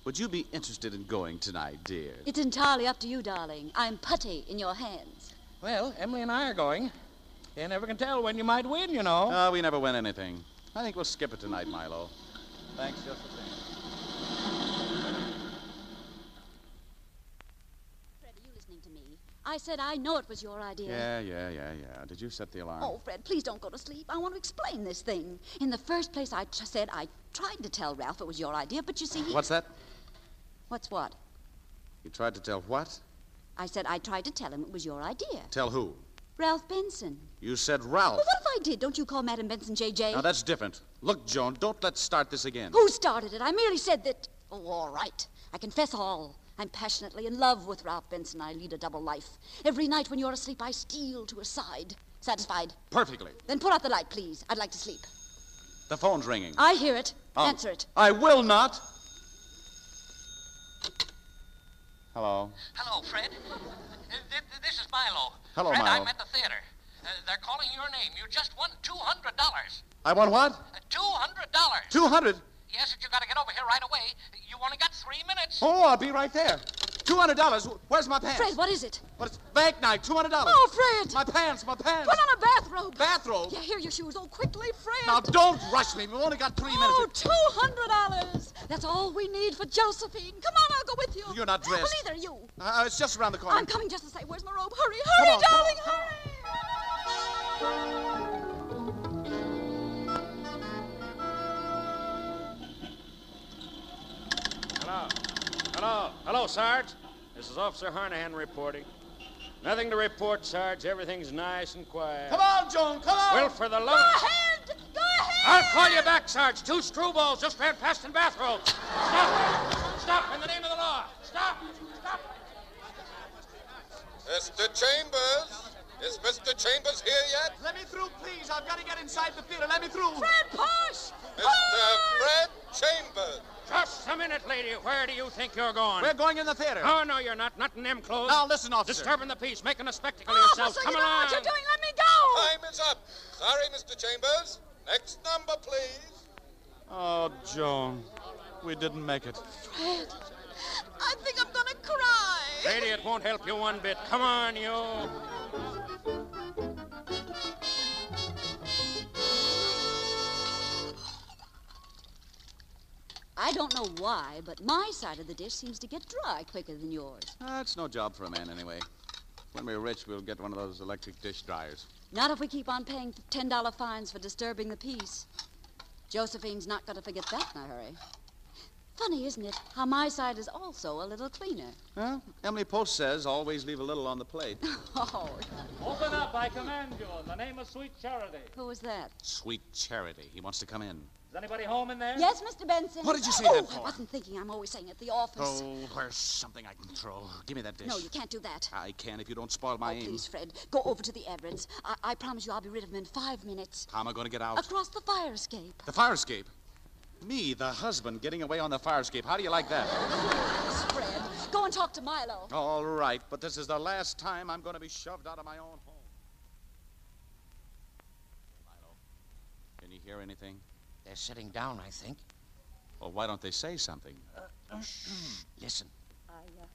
Speaker 22: Would you be interested in going tonight, dear?
Speaker 16: It's entirely up to you, darling. I'm putty in your hands.
Speaker 34: Well, Emily and I are going. You never can tell when you might win, you know.
Speaker 22: Uh, we never win anything. I think we'll skip it tonight, Milo. Thanks just the same.
Speaker 16: Fred, are you listening to me? I said I know it was your idea.
Speaker 22: Yeah, yeah, yeah, yeah. Did you set the alarm?
Speaker 16: Oh, Fred, please don't go to sleep. I want to explain this thing. In the first place, I t- said I tried to tell Ralph it was your idea, but you see, he...
Speaker 22: What's that?
Speaker 16: What's what?
Speaker 22: You tried to tell what?
Speaker 16: I said I tried to tell him it was your idea.
Speaker 22: Tell who?
Speaker 16: Ralph Benson.
Speaker 22: You said Ralph.
Speaker 16: Well, what if I did? Don't you call Madam Benson J.J.?
Speaker 22: Oh. Now, that's different. Look, Joan, don't let's start this again.
Speaker 16: Who started it? I merely said that. Oh, all right. I confess all. I'm passionately in love with Ralph Benson. I lead a double life. Every night when you're asleep, I steal to his side. Satisfied?
Speaker 22: Perfectly.
Speaker 16: Then put out the light, please. I'd like to sleep.
Speaker 22: The phone's ringing.
Speaker 16: I hear it.
Speaker 22: Oh.
Speaker 16: Answer it.
Speaker 22: I will not. Hello.
Speaker 36: Hello, Fred. Uh, th- th- This is Milo.
Speaker 22: Hello,
Speaker 36: Fred,
Speaker 22: Milo.
Speaker 36: I'm at the theater. Uh, they're calling your name. You just won two hundred dollars. Uh,
Speaker 22: I want what?
Speaker 36: Two hundred dollars.
Speaker 22: Two hundred.
Speaker 36: Yes, but you got to get over here right away. You only got three minutes.
Speaker 22: Oh, I'll be right there. Two hundred dollars. Where's my pants?
Speaker 16: Fred, what is it?
Speaker 22: But it's bank night. Two hundred dollars.
Speaker 16: Oh, Fred!
Speaker 22: My pants. My pants.
Speaker 16: Put on a bathrobe.
Speaker 22: Bathrobe.
Speaker 16: Yeah, here are your shoes. Oh, quickly, Fred.
Speaker 22: Now don't rush me. We've only got three
Speaker 16: Oh,
Speaker 22: minutes.
Speaker 16: two hundred dollars. That's all we need for Josephine. Come on, I'll go with you.
Speaker 22: You're not dressed.
Speaker 16: Well, neither are you.
Speaker 22: Uh, it's just around the corner.
Speaker 16: I'm coming just to say, where's my robe? Hurry, hurry,
Speaker 22: on, come
Speaker 16: darling, hurry.
Speaker 34: Hello.
Speaker 22: Oh.
Speaker 34: Hello. Hello, Sarge. This is Officer Harnahan reporting. Nothing to report, Sarge. Everything's nice and quiet.
Speaker 22: Come on, Joan. Come on.
Speaker 34: Well, for the love of- Go ahead. Go ahead. I'll call you back, Sarge. Two screwballs just ran past in bathrobes. Stop. Stop in the name of the law. Stop. Stop.
Speaker 6: Mr. Chambers? Is Mr. Chambers here yet?
Speaker 22: Let me through, please. I've got to get inside the theater. Let me through.
Speaker 6: Fred,
Speaker 16: push.
Speaker 6: Mr. Fred Chambers.
Speaker 34: Just a minute, lady. Where do you think you're going?
Speaker 22: We're going in the theater.
Speaker 34: Oh, no, you're not. Not in them clothes.
Speaker 22: Now, listen, officer.
Speaker 34: Disturbing the peace, making a spectacle of
Speaker 6: Officer,
Speaker 34: yourself. Come
Speaker 6: Oh, you know
Speaker 34: along.
Speaker 6: what you're
Speaker 16: doing. Let me go.
Speaker 6: Time is up. Sorry, Mr. Chambers. Next number, please.
Speaker 41: Oh, Joan, we didn't make it.
Speaker 16: Fred, I think I'm gonna cry.
Speaker 34: Lady, it won't help you one bit. Come on, you.
Speaker 16: I don't know why, but my side of the dish seems to get dry quicker than yours.
Speaker 22: That's no job for a man, anyway. When we're rich, we'll get one of those electric dish dryers.
Speaker 16: Not if we keep on paying $10 fines for disturbing the peace. Josephine's not going to forget that in a hurry. Funny, isn't it, how my side is also a little cleaner?
Speaker 22: Well, Emily Post says always leave a little on the plate.
Speaker 16: Oh,
Speaker 23: Open up, I command you, in the name of sweet charity.
Speaker 16: who was that?
Speaker 22: Sweet charity. He wants to come in.
Speaker 23: Is anybody home in there?
Speaker 16: Yes, Mr. Benson.
Speaker 22: What did you say
Speaker 16: oh,
Speaker 22: that for?
Speaker 16: I wasn't thinking. I'm always saying at the office.
Speaker 22: Oh, where's something I can throw? Give me that dish.
Speaker 16: no, you can't do that.
Speaker 22: I can if you don't spoil my aim.
Speaker 16: Please, Fred, go over to the Everetts. I, I promise you I'll be rid of him in five minutes.
Speaker 22: How am I going to get out?
Speaker 16: Across the fire escape.
Speaker 22: The fire escape. Me, the husband, getting away on the fire escape. How do you like that?
Speaker 16: Please, Fred, go and talk to Milo.
Speaker 22: All right, but this is the last time I'm going to be shoved out of my own home. Milo, can you hear anything?
Speaker 42: They're sitting down, I think. Uh,
Speaker 22: Well, why don't they say something?
Speaker 42: Listen.
Speaker 43: I, uh,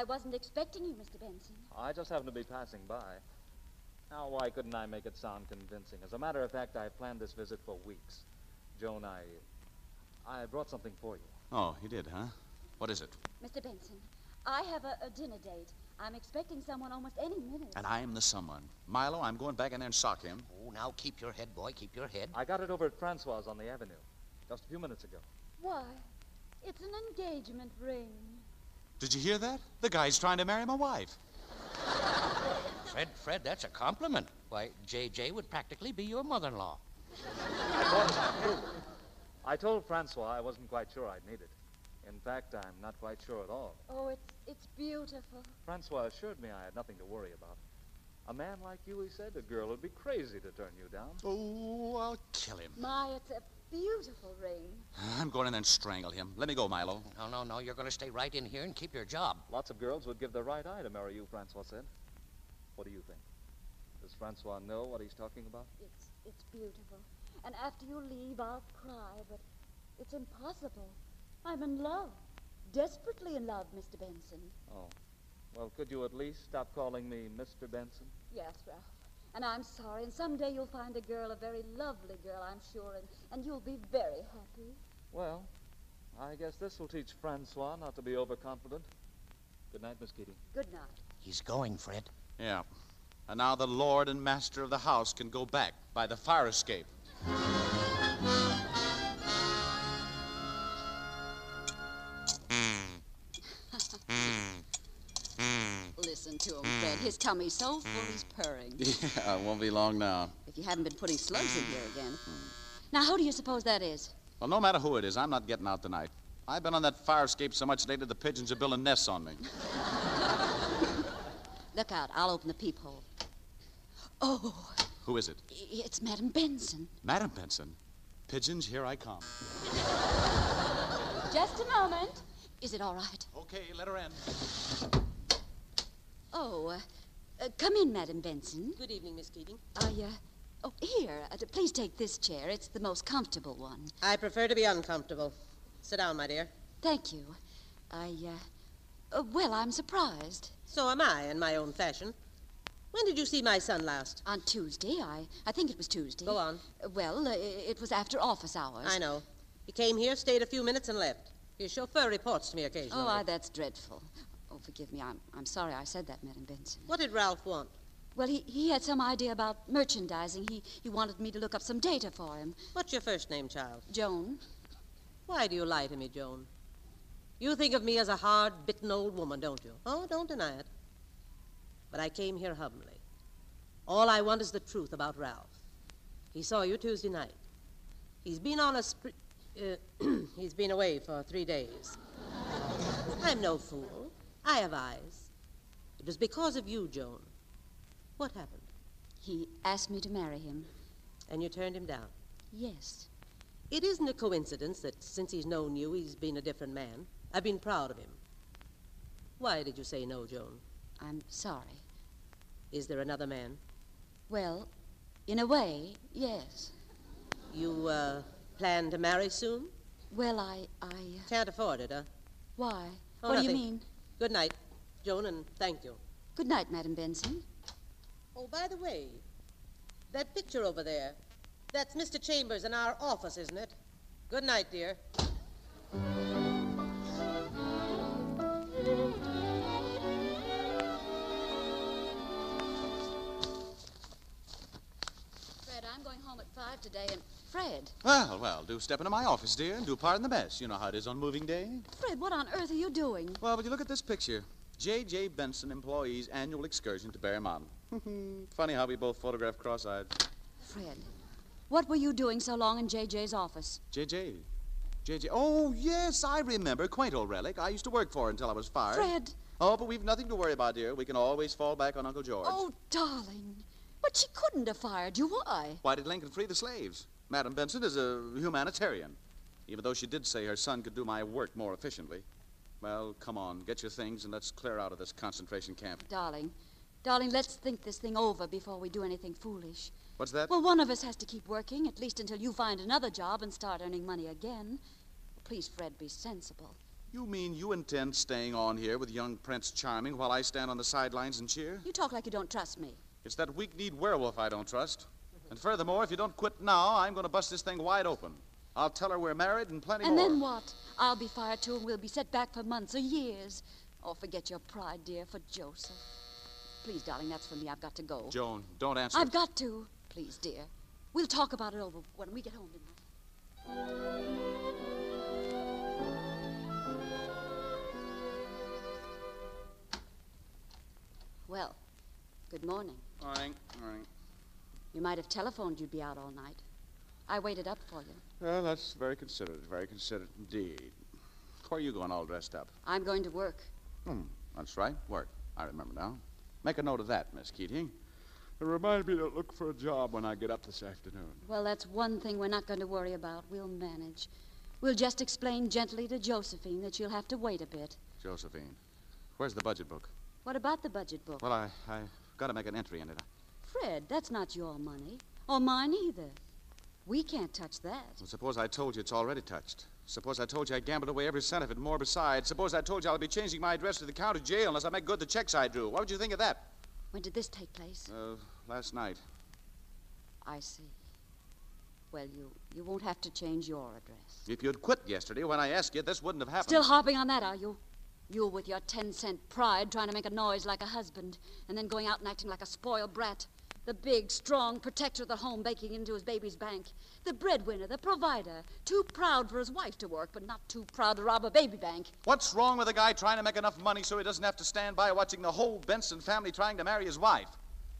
Speaker 43: I wasn't expecting you, Mr. Benson.
Speaker 23: Oh, I just happened to be passing by. Now, why couldn't I make it sound convincing? As a matter of fact, I planned this visit for weeks. Joan, I. I brought something for you.
Speaker 22: Oh, you did, huh? What is it?
Speaker 43: Mr. Benson, I have a, a dinner date. I'm expecting someone almost any minute.
Speaker 22: And I am the someone. Milo, I'm going back in there and sock him.
Speaker 42: Oh, now keep your head, boy. Keep your head.
Speaker 23: I got it over at Francois on the avenue just a few minutes ago.
Speaker 43: Why? It's an engagement ring.
Speaker 22: Did you hear that? The guy's trying to marry my wife.
Speaker 42: Fred, Fred, that's a compliment. Why, J.J. would practically be your mother-in-law.
Speaker 23: I told Francois I wasn't quite sure I'd need it. In fact, I'm not quite sure at all.
Speaker 43: Oh, it's it's beautiful.
Speaker 23: Francois assured me I had nothing to worry about. A man like you, he said, a girl would be crazy to turn you down.
Speaker 22: Oh, I'll kill him.
Speaker 43: My, it's a beautiful ring.
Speaker 22: I'm going in there and strangle him. Let me go, Milo.
Speaker 42: No, no, no. You're going to stay right in here and keep your job.
Speaker 23: Lots of girls would give their right eye to marry you, Francois said. What do you think? Does Francois know what he's talking about?
Speaker 43: It's it's beautiful. And after you leave, I'll cry, but it's impossible. I'm in love. Desperately in love, Mr. Benson.
Speaker 23: Oh. Well, could you at least stop calling me Mr. Benson?
Speaker 43: Yes, Ralph. And I'm sorry, and someday you'll find a girl, a very lovely girl, I'm sure, and, and you'll be very happy.
Speaker 23: Well, I guess this will teach Francois not to be overconfident. Good night, Miss Keating.
Speaker 43: Good night.
Speaker 42: He's going, Fred.
Speaker 22: Yeah. And now the lord and master of the house can go back by the fire escape.
Speaker 16: Listen to him, Fred. His tummy's so full he's purring.
Speaker 22: Yeah, it won't be long now.
Speaker 16: If you haven't been putting slugs in here again. Now, who do you suppose that is?
Speaker 22: Well, no matter who it is, I'm not getting out tonight. I've been on that fire escape so much lately the pigeons are building nests on me.
Speaker 16: Look out. I'll open the peephole. Oh,
Speaker 22: Who is it?
Speaker 16: i- it's Madam Benson.
Speaker 22: Madam Benson. Pigeons, here I come.
Speaker 16: Just a moment. Is it all right?
Speaker 22: Okay, let her in.
Speaker 16: Oh, uh, uh, come in, Madam Benson.
Speaker 21: Good evening, Miss Keating.
Speaker 16: I, uh, oh, here. Uh, please take this chair. It's the most comfortable one.
Speaker 21: I prefer to be uncomfortable. Sit down, my dear.
Speaker 16: Thank you. I, uh, uh, well, I'm surprised.
Speaker 21: So am I, in my own fashion. When did you see my son last?
Speaker 16: On Tuesday. I, I think it was Tuesday.
Speaker 21: Go on.
Speaker 16: Uh, Well, uh, it was after office hours.
Speaker 21: I know. He came here, stayed a few minutes, and left. His chauffeur reports to me occasionally.
Speaker 16: Oh, I, that's dreadful. Oh, forgive me. I'm, I'm sorry I said that, Madam Benson.
Speaker 21: What did Ralph want?
Speaker 16: Well, he, he had some idea about merchandising. He, he wanted me to look up some data for him.
Speaker 21: What's your first name, child?
Speaker 16: Joan.
Speaker 21: Why do you lie to me, Joan? You think of me as a hard bitten old woman, don't you? Oh, don't deny it. But I came here humbly. All I want is the truth about Ralph. He saw you Tuesday night. He's been on a spree. Uh, he's been away for three days. I'm no fool. I have eyes. It was because of you, Joan. What happened?
Speaker 16: He asked me to marry him.
Speaker 21: And you turned him down.
Speaker 16: Yes.
Speaker 21: It isn't a coincidence that since he's known you, he's been a different man. I've been proud of him. Why did you say no, Joan?
Speaker 16: I'm sorry.
Speaker 21: Is there another man?
Speaker 16: Well, in a way, yes.
Speaker 21: You, uh, plan to marry soon?
Speaker 16: Well, I. I. uh,
Speaker 21: Can't afford it, huh?
Speaker 16: Why?
Speaker 21: Oh,
Speaker 16: what do you
Speaker 21: nothing.
Speaker 16: mean?
Speaker 21: Good night, Joan, and thank you.
Speaker 16: Good night, Madam Benson.
Speaker 21: Oh, by the way, that picture over there, that's Mr. Chambers in our office, isn't it? Good night, dear.
Speaker 16: Fred, I'm going home at five today, and Fred,
Speaker 22: Well, well, do step into my office, dear, and do pardon the mess. You know how it is on moving day.
Speaker 16: Fred, what on earth are you doing?
Speaker 22: Well, but you look at this picture. J.J. Benson employees' annual excursion to Bear Mountain. Funny how we both photograph cross-eyed.
Speaker 16: Fred, what were you doing so long in J.J.'s office?
Speaker 22: J.J. J.J. Oh, yes, I remember. Quaint old relic. I used to work for until I was fired.
Speaker 16: Fred.
Speaker 22: Oh, but we've nothing to worry about, dear. We can always fall back on Uncle George.
Speaker 16: Oh, darling. But she couldn't have fired you. Why?
Speaker 22: Why did Lincoln free the slaves? Madam Benson is a humanitarian, even though she did say her son could do my work more efficiently. Well, come on, get your things and let's clear out of this concentration camp.
Speaker 16: Darling, darling, let's think this thing over before we do anything foolish.
Speaker 22: What's that?
Speaker 16: Well, one of us has to keep working, at least until you find another job and start earning money again. Please, Fred, be sensible.
Speaker 22: you mean you intend staying on here with young Prince Charming while I stand on the sidelines and cheer?
Speaker 16: You talk like you don't trust me.
Speaker 22: It's that weak-kneed werewolf I don't trust. And furthermore, if you don't quit now, I'm going to bust this thing wide open. I'll tell her we're married and plenty
Speaker 16: and
Speaker 22: more.
Speaker 16: then what? I'll be fired too, and we'll be set back for months or years. Oh, forget your pride, dear, for Joseph. Please, darling, that's for me. I've got to go.
Speaker 22: Joan, don't answer.
Speaker 16: I've got to. Please, dear. We'll talk about it over when we get home tonight. Well, good morning.
Speaker 22: Morning, morning.
Speaker 16: You might have telephoned you'd be out all night. I waited up for you.
Speaker 22: Well, that's very considerate, very considerate indeed. Where are you going all dressed up?
Speaker 16: I'm going to work.
Speaker 22: Hmm, that's right. Work. I remember now. Make a note of that, Miss Keating. And remind me to look for a job when I get up this afternoon.
Speaker 16: Well, that's one thing we're not going to worry about. We'll manage. We'll just explain gently to Josephine that you'll have to wait a bit.
Speaker 22: Josephine, where's the budget book?
Speaker 16: What about the budget book?
Speaker 22: Well, I, I got to make an entry in it.
Speaker 16: Fred, that's not your money. Or mine either. We can't touch that.
Speaker 22: Well, suppose I told you it's already touched. Suppose I told you I gambled away every cent of it, and more besides. Suppose I told you I'll be changing my address to the county jail unless I make good the checks I drew. What would you think of that?
Speaker 16: When did this take place?
Speaker 22: Uh, last night.
Speaker 16: I see. Well, you, you won't have to change your address.
Speaker 22: If you'd quit yesterday when I asked you, this wouldn't have happened.
Speaker 16: Still harping on that, are you? You with your ten cent pride trying to make a noise like a husband, and then going out and acting like a spoiled brat. The big, strong protector of the home baking into his baby's bank. The breadwinner, the provider. Too proud for his wife to work, but not too proud to rob a baby bank.
Speaker 44: What's wrong with a guy trying to make enough money so he doesn't have to stand by watching the whole Benson family trying to marry his wife?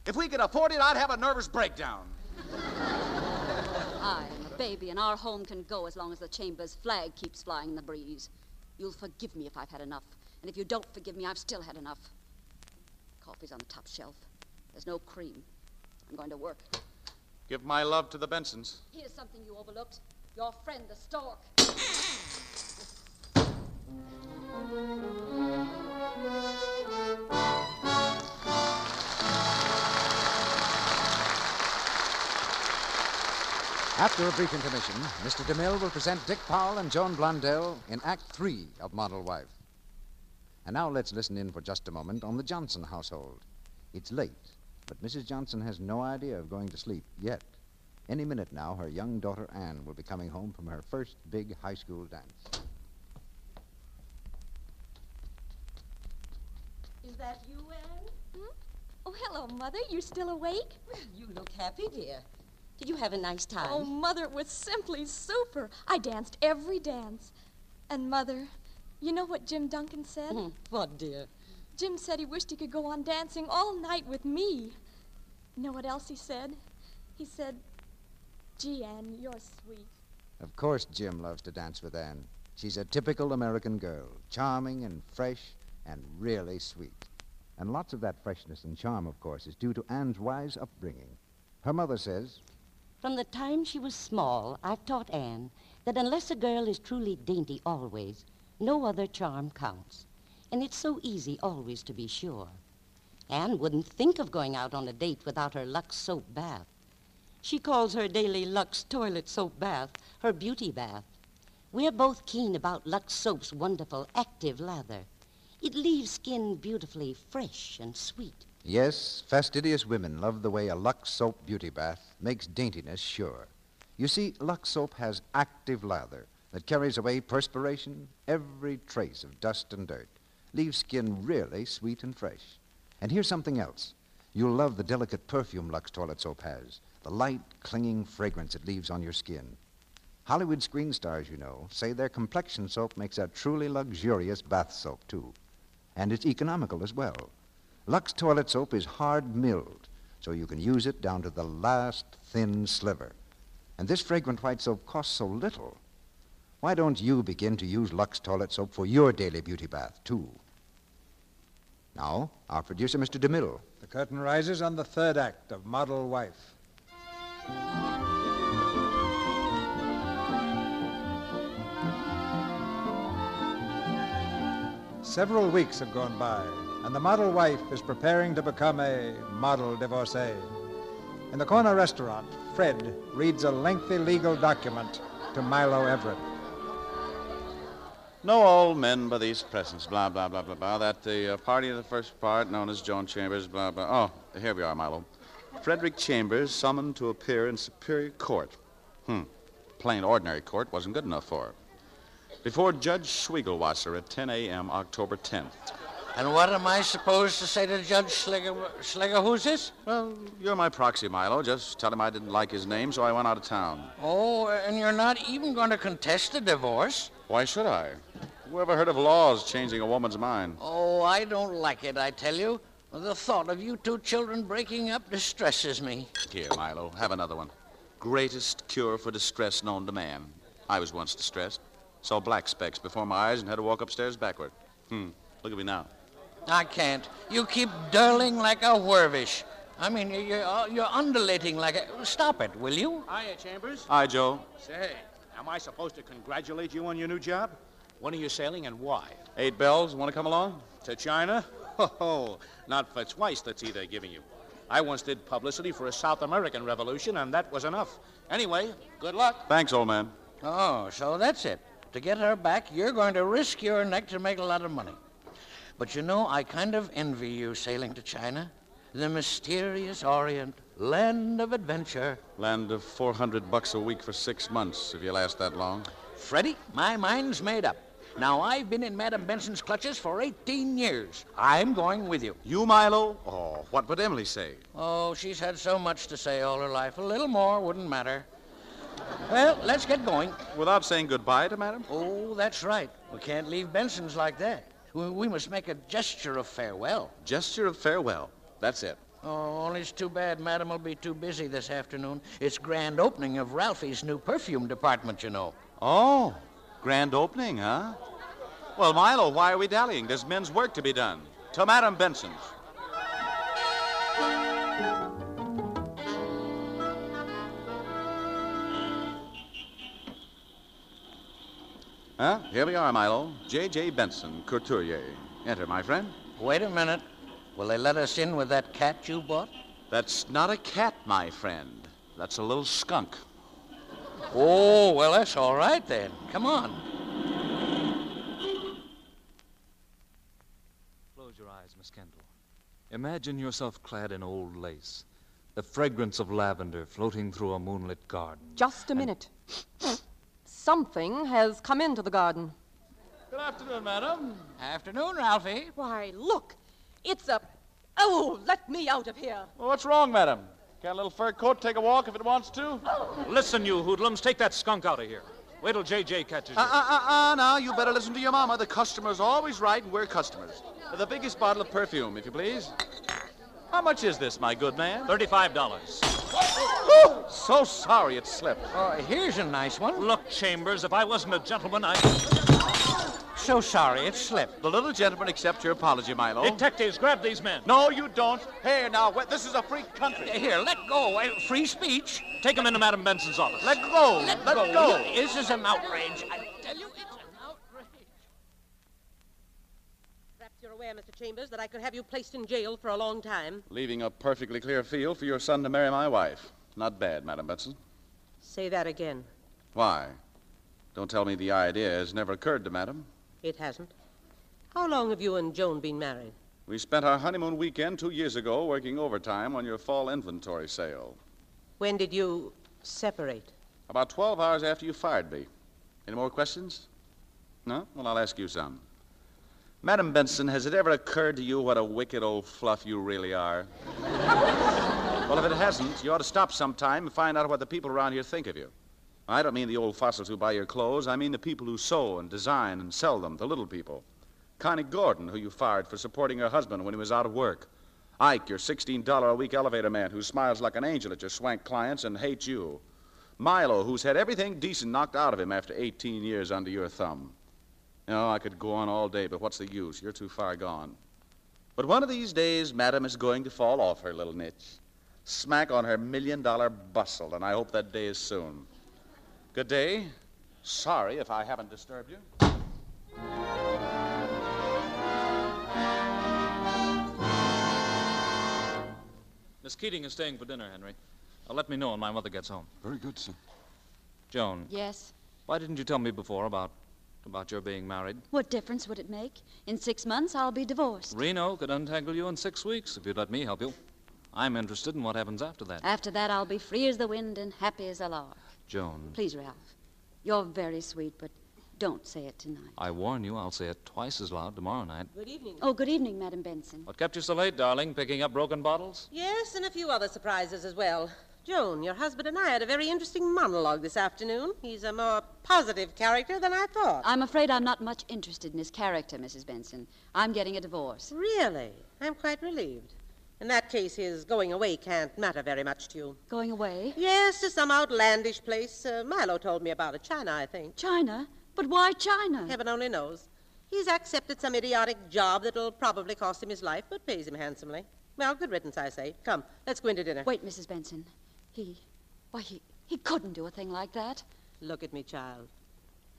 Speaker 44: If we could afford it, I'd have a nervous breakdown.
Speaker 16: I am a baby, and our home can go as long as the chamber's flag keeps flying in the breeze. You'll forgive me if I've had enough, and if you don't forgive me, I've still had enough. Coffee's on the top shelf. There's no cream. I'm going to work.
Speaker 44: Give my love to the Bensons.
Speaker 16: Here's something you overlooked your friend, the stork.
Speaker 19: After a brief intermission, Mr. DeMille will present Dick Powell and Joan Blondell in Act Three of Model Wife. And now let's listen in for just a moment on the Johnson household. It's late, but Mrs. Johnson has no idea of going to sleep yet. Any minute now, her young daughter Anne will be coming home from her first big high school dance.
Speaker 45: Is that you, Anne?
Speaker 16: Hmm?
Speaker 29: Oh, hello, Mother. You're still awake?
Speaker 45: You look happy, dear. Did you have a nice time?
Speaker 29: Oh, Mother, it was simply super. I danced every dance. And, Mother, you know what Jim Duncan said?
Speaker 45: Mm, What, dear?
Speaker 29: Jim said he wished he could go on dancing all night with me. You know what else he said? He said, Gee, Ann, you're sweet.
Speaker 19: Of course, Jim loves to dance with Anne. She's a typical American girl, charming and fresh and really sweet. And lots of that freshness and charm, of course, is due to Anne's wise upbringing. Her mother says,
Speaker 45: From the time she was small, I've taught Anne that unless a girl is truly dainty always, no other charm counts. And it's so easy always to be sure. Anne wouldn't think of going out on a date without her Lux soap bath. She calls her daily Lux toilet soap bath her beauty bath. We're both keen about Lux soap's wonderful active lather. It leaves skin beautifully fresh and sweet.
Speaker 19: Yes, fastidious women love the way a Lux soap beauty bath makes daintiness sure. You see, Lux soap has active lather that carries away perspiration, every trace of dust and dirt, leaves skin really sweet and fresh. And here's something else. You'll love the delicate perfume Lux toilet soap has, the light, clinging fragrance it leaves on your skin. Hollywood screen stars, you know, say their complexion soap makes a truly luxurious bath soap, too. And it's economical as well. Lux toilet soap is hard milled, so you can use it down to the last thin sliver. And this fragrant white soap costs so little. Why don't you begin to use Lux toilet soap for your daily beauty bath, too? Now, our producer, Mr. DeMille.
Speaker 17: The curtain rises on the third act of Model Wife. Several weeks have gone by, and the model wife is preparing to become a model divorcee. In the corner restaurant, Fred reads a lengthy legal document to Milo Everett.
Speaker 22: Know all men by these presents, blah, blah, blah, blah, blah. That the uh, party of the first part, known as Joan Chambers, blah, blah. Oh, here we are, Milo. Frederick Chambers summoned to appear in Superior Court. Hmm. Plain ordinary court wasn't good enough for her. Before Judge Schwiegelwasser at 10 a.m., October 10th.
Speaker 34: And what am I supposed to say to Judge Schlinger? Schlinger, who's this?
Speaker 22: Well, you're my proxy, Milo. Just tell him I didn't like his name, so I went out of town.
Speaker 34: Oh, and you're not even going to contest the divorce?
Speaker 22: Why should I? Who ever heard of laws changing a woman's mind?
Speaker 34: Oh, I don't like it, I tell you. The thought of you two children breaking up distresses me.
Speaker 22: Here, Milo, have another one. Greatest cure for distress known to man. I was once distressed. Saw black specks before my eyes and had to walk upstairs backward. Hmm. Look at me now.
Speaker 34: I can't. You keep dirling like a wervish. I mean, you- you're, uh, you're undulating like a. Stop it, will you?
Speaker 36: Hiya, Chambers.
Speaker 22: Hi, Joe.
Speaker 36: Say, am I supposed to congratulate you on your new job? When are you sailing and why?
Speaker 22: Eight bells. Want to come along?
Speaker 36: To China? Ho ho! Not for twice the tea they're giving you. I once did publicity for a South American revolution, and that was enough. Anyway, good luck.
Speaker 22: Thanks, old man.
Speaker 34: Oh, so that's it. To get her back, you're going to risk your neck to make a lot of money. But you know, I kind of envy you sailing to China, the mysterious Orient, land of adventure.
Speaker 22: Land of 400 bucks a week for six months, if you last that long.
Speaker 34: Freddie, my mind's made up. Now, I've been in Madam Benson's clutches for 18 years. I'm going with you.
Speaker 22: You, Milo? Oh, what would Emily say?
Speaker 34: Oh, she's had so much to say all her life. A little more wouldn't matter. Well, let's get going.
Speaker 22: Without saying goodbye to Madam?
Speaker 34: Oh, that's right. We can't leave Benson's like that. We, we must make a gesture of farewell.
Speaker 22: Gesture of farewell. That's it.
Speaker 34: Oh, only it's too bad Madam will be too busy this afternoon. It's grand opening of Ralphie's new perfume department, you know.
Speaker 22: Oh, grand opening, huh? Well, Milo, why are we dallying? There's men's work to be done. To Madam Benson's. Huh? Here we are, Milo. J.J. Benson, couturier. Enter, my friend.
Speaker 34: Wait a minute. Will they let us in with that cat you bought?
Speaker 22: That's not a cat, my friend. That's a little skunk.
Speaker 34: Oh, well, that's all right then. Come on.
Speaker 23: Close your eyes, Miss Kendall. Imagine yourself clad in old lace, the fragrance of lavender floating through a moonlit garden.
Speaker 8: Just a minute. Something has come into the garden.
Speaker 23: Good afternoon, madam.
Speaker 34: Afternoon, Ralphie.
Speaker 8: Why, look. It's a. Oh, let me out of here.
Speaker 46: Well, what's wrong, madam? Got a little fur coat, take a walk if it wants to?
Speaker 47: Listen, you hoodlums, take that skunk out of here. Wait till JJ catches you.
Speaker 22: Uh, uh, uh, uh, now, you better listen to your mama. The customer's always right, and we're customers. The biggest bottle of perfume, if you please. How much is this, my good man?
Speaker 47: $35.
Speaker 22: Whew! so sorry it slipped.
Speaker 34: Oh, here's a nice one.
Speaker 47: Look, Chambers, if I wasn't a gentleman, I.
Speaker 34: So sorry it slipped.
Speaker 22: The little gentleman accepts your apology, Milo.
Speaker 47: Detectives, grab these men.
Speaker 22: No, you don't. Hey, now, wh- this is a free country.
Speaker 34: Here, let go. Uh, Free speech.
Speaker 47: Take them into Madam Benson's office.
Speaker 22: Let go.
Speaker 34: Let, go. This is an outrage. I tell you, it's an outrage.
Speaker 21: Perhaps you're aware, Mr. Chambers, that I could have you placed in jail for a long time.
Speaker 22: Leaving a perfectly clear field for your son to marry my wife. Not bad, Madam Benson.
Speaker 21: Say that again.
Speaker 22: Why? Don't tell me the idea has never occurred to Madam.
Speaker 21: It hasn't. How long have you and Joan been married?
Speaker 22: We spent our honeymoon weekend two years ago working overtime on your fall inventory sale.
Speaker 21: When did you separate?
Speaker 22: About 12 hours after you fired me. Any more questions? No? Well, I'll ask you some. Madam Benson, has it ever occurred to you what a wicked old fluff you really are? well, if it hasn't, you ought to stop sometime and find out what the people around here think of you. I don't mean the old fossils who buy your clothes. I mean the people who sew and design and sell them, the little people. Connie Gordon, who you fired for supporting her husband when he was out of work. Ike, your $16 a week elevator man who smiles like an angel at your swank clients and hates you. Milo, who's had everything decent knocked out of him after 18 years under your thumb. You know, I could go on all day, but what's the use? You're too far gone. But one of these days, Madam is going to fall off her little niche. Smack on her million dollar bustle, and I hope that day is soon. Good day. Sorry if I haven't disturbed you.
Speaker 23: Miss Keating is staying for dinner, Henry. Uh, let me know when my mother gets home.
Speaker 48: Very good, sir.
Speaker 23: Joan,
Speaker 16: Yes.
Speaker 23: why didn't you tell me before about about your being married?
Speaker 16: What difference would it make? In six months, I'll be divorced.
Speaker 23: Reno could untangle you in six weeks if you'd let me help you. I'm interested in what happens after that.
Speaker 16: After that, I'll be free as the wind and happy as a lark.
Speaker 23: Joan,
Speaker 16: Please, Ralph. You're very sweet, but don't say it tonight.
Speaker 23: I warn you, I'll say it twice as loud tomorrow night.
Speaker 21: Good evening.
Speaker 16: Oh, good evening, Madam Benson.
Speaker 23: What kept you so late, darling? Picking up broken bottles?
Speaker 21: Yes, and a few other surprises as well. Joan, your husband and I had a very interesting monologue this afternoon. He's a more positive character than I thought.
Speaker 16: I'm afraid I'm not much interested in his character, Mrs. Benson. I'm getting a divorce.
Speaker 21: Really? I'm quite relieved. In that case, his going away can't matter very much to you.
Speaker 16: Going away?
Speaker 21: Yes, to some outlandish place. Uh, Milo told me about it. China, I think.
Speaker 16: China? But why China?
Speaker 21: Heaven only knows. He's accepted some idiotic job that'll probably cost him his life, but pays him handsomely. Well, good riddance, I say. Come, let's go into dinner.
Speaker 16: Wait, Mrs. Benson. He. Why, he, he couldn't do a thing like that.
Speaker 21: Look at me, child.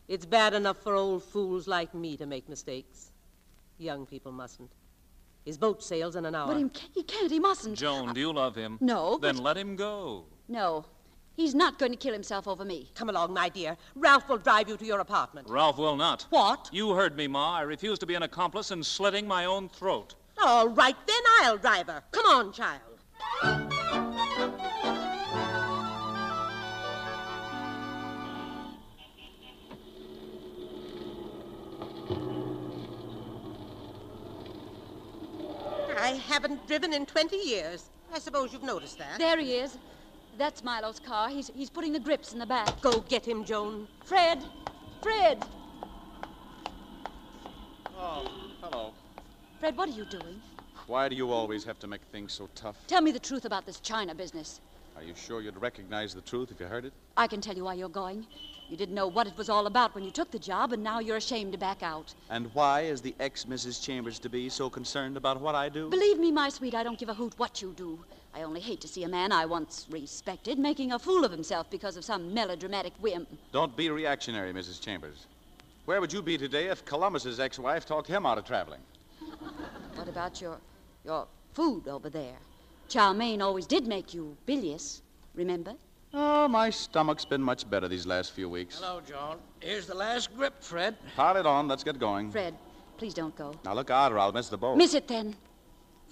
Speaker 21: It's bad enough for old fools like me to make mistakes. Young people mustn't. His boat sails in an hour.
Speaker 16: But he, ca- he can't, he mustn't.
Speaker 23: Joan, do you love him?
Speaker 16: No,
Speaker 23: Then
Speaker 16: but-
Speaker 23: let him go.
Speaker 16: No, he's not going to kill himself over me.
Speaker 21: Come along, my dear. Ralph will drive you to your apartment.
Speaker 23: Ralph will not.
Speaker 21: What?
Speaker 23: You heard me, Ma. I refuse to be an accomplice in slitting my own throat.
Speaker 21: All right, then I'll drive her. Come on, child. haven't driven in 20 years. I suppose you've noticed that.
Speaker 16: There he is. That's Milo's car. He's, he's putting the grips in the back.
Speaker 21: Go get him, Joan.
Speaker 16: Fred! Fred!
Speaker 22: Oh, hello.
Speaker 16: Fred, what are you doing?
Speaker 22: Why do you always have to make things so tough?
Speaker 16: Tell me the truth about this China business.
Speaker 22: Are you sure you'd recognize the truth if you heard it?
Speaker 16: I can tell you why you're going. You didn't know what it was all about when you took the job, and now you're ashamed to back out.
Speaker 22: And why is the ex Mrs. Chambers to be so concerned about what I do?
Speaker 16: Believe me, my sweet, I don't give a hoot what you do. I only hate to see a man I once respected making a fool of himself because of some melodramatic whim.
Speaker 22: Don't be reactionary, Mrs. Chambers. Where would you be today if Columbus's ex-wife talked him out of traveling?
Speaker 16: What about your your food over there? Chow mein always did make you bilious, remember?
Speaker 22: Oh, my stomach's been much better these last few weeks.
Speaker 34: Hello, Joan. Here's the last grip, Fred.
Speaker 22: Pile it on. Let's get going.
Speaker 16: Fred, please don't go.
Speaker 22: Now look out, or I'll miss the boat.
Speaker 16: Miss it then.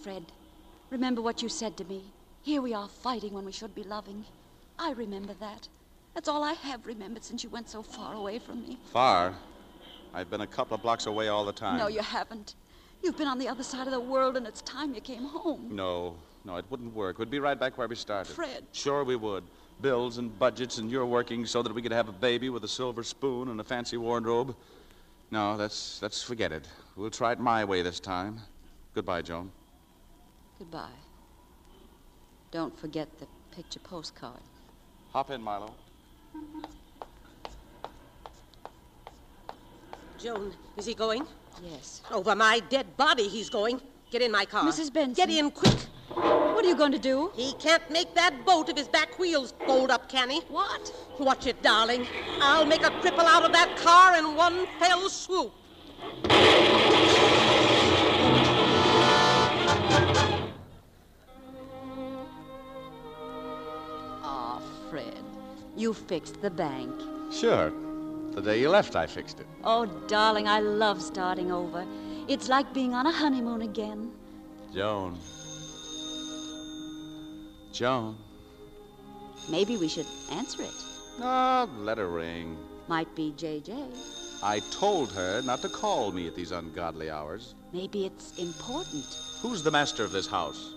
Speaker 16: Fred, remember what you said to me. Here we are fighting when we should be loving. I remember that. That's all I have remembered since you went so far away from me.
Speaker 22: Far. I've been a couple of blocks away all the time.
Speaker 16: No, you haven't. You've been on the other side of the world, and it's time you came home.
Speaker 22: No, no, it wouldn't work. We'd be right back where we started.
Speaker 16: Fred.
Speaker 22: Sure, we would. Bills and budgets, and you're working so that we could have a baby with a silver spoon and a fancy wardrobe. No, that's that's forget it. We'll try it my way this time. Goodbye, Joan.
Speaker 16: Goodbye. Don't forget the picture postcard.
Speaker 22: Hop in, Milo.
Speaker 21: Joan, is he going?
Speaker 16: Yes.
Speaker 21: Over my dead body, he's going. Get in my car.
Speaker 16: Mrs. Benson.
Speaker 21: Get in quick.
Speaker 16: What are you going to do?
Speaker 21: He can't make that boat if his back wheels fold up, can he?
Speaker 16: What?
Speaker 21: Watch it, darling. I'll make a cripple out of that car in one fell swoop.
Speaker 16: Ah, Fred, you fixed the bank.
Speaker 22: Sure. The day you left, I fixed it.
Speaker 16: Oh, darling, I love starting over. It's like being on a honeymoon again.
Speaker 22: Joan. Joan.
Speaker 16: Maybe we should answer it.
Speaker 22: Ah, let her ring.
Speaker 16: Might be JJ.
Speaker 22: I told her not to call me at these ungodly hours.
Speaker 16: Maybe it's important.
Speaker 22: Who's the master of this house?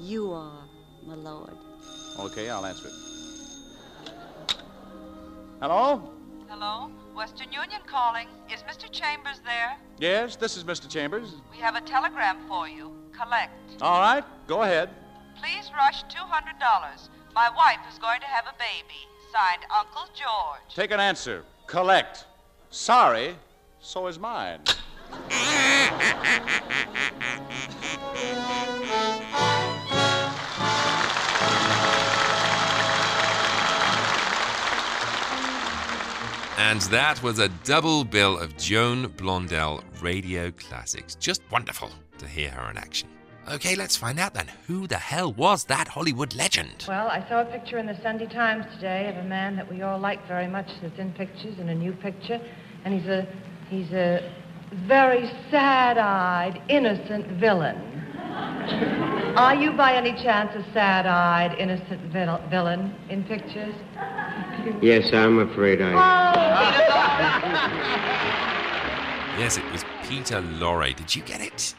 Speaker 16: You are, my lord.
Speaker 22: Okay, I'll answer it. Hello?
Speaker 49: Hello? Western Union calling. Is Mr. Chambers there?
Speaker 22: Yes, this is Mr. Chambers.
Speaker 49: We have a telegram for you. Collect.
Speaker 22: All right, go ahead.
Speaker 49: Please rush $200. My wife is going to have a baby. Signed, Uncle George.
Speaker 22: Take an answer. Collect. Sorry, so is mine.
Speaker 4: And that was a double bill of Joan Blondell radio classics. Just wonderful to hear her in action. Okay, let's find out then who the hell was that Hollywood legend?
Speaker 8: Well, I saw a picture in the Sunday Times today of a man that we all like very much that's in pictures in a new picture, and he's a he's a very sad-eyed, innocent villain. Are you by any chance a sad-eyed, innocent vil- villain in pictures?
Speaker 15: Yes, I'm afraid I.
Speaker 4: Yes, it was Peter Lorre. Did you get it?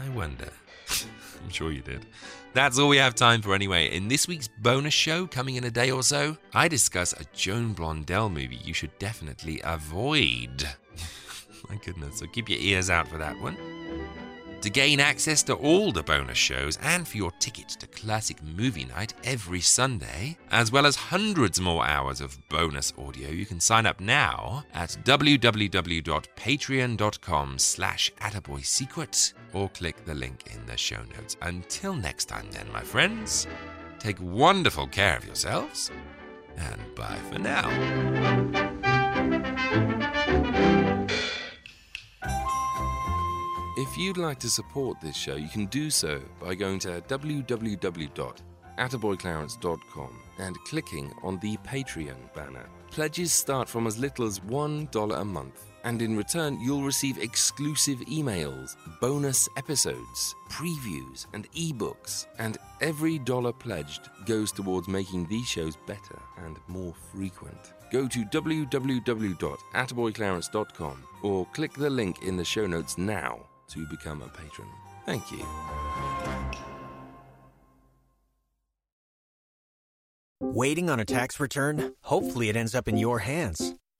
Speaker 4: I wonder. I'm sure you did. That's all we have time for anyway. In this week's bonus show, coming in a day or so, I discuss a Joan Blondell movie you should definitely avoid. My goodness, so keep your ears out for that one. To gain access to all the bonus shows and for your ticket to Classic Movie Night every Sunday, as well as hundreds more hours of bonus audio, you can sign up now at www.patreon.com slash attaboysecret or click the link in the show notes. Until next time then, my friends, take wonderful care of yourselves and bye for now.
Speaker 10: If you'd like to support this show, you can do so by going to www.attaboyclarence.com and clicking on the Patreon banner. Pledges start from as little as $1 a month, and in return, you'll receive exclusive emails, bonus episodes, previews, and ebooks. And every dollar pledged goes towards making these shows better and more frequent. Go to www.attaboyclarence.com or click the link in the show notes now to become a patron. Thank you.
Speaker 50: Waiting on a tax return? Hopefully, it ends up in your hands.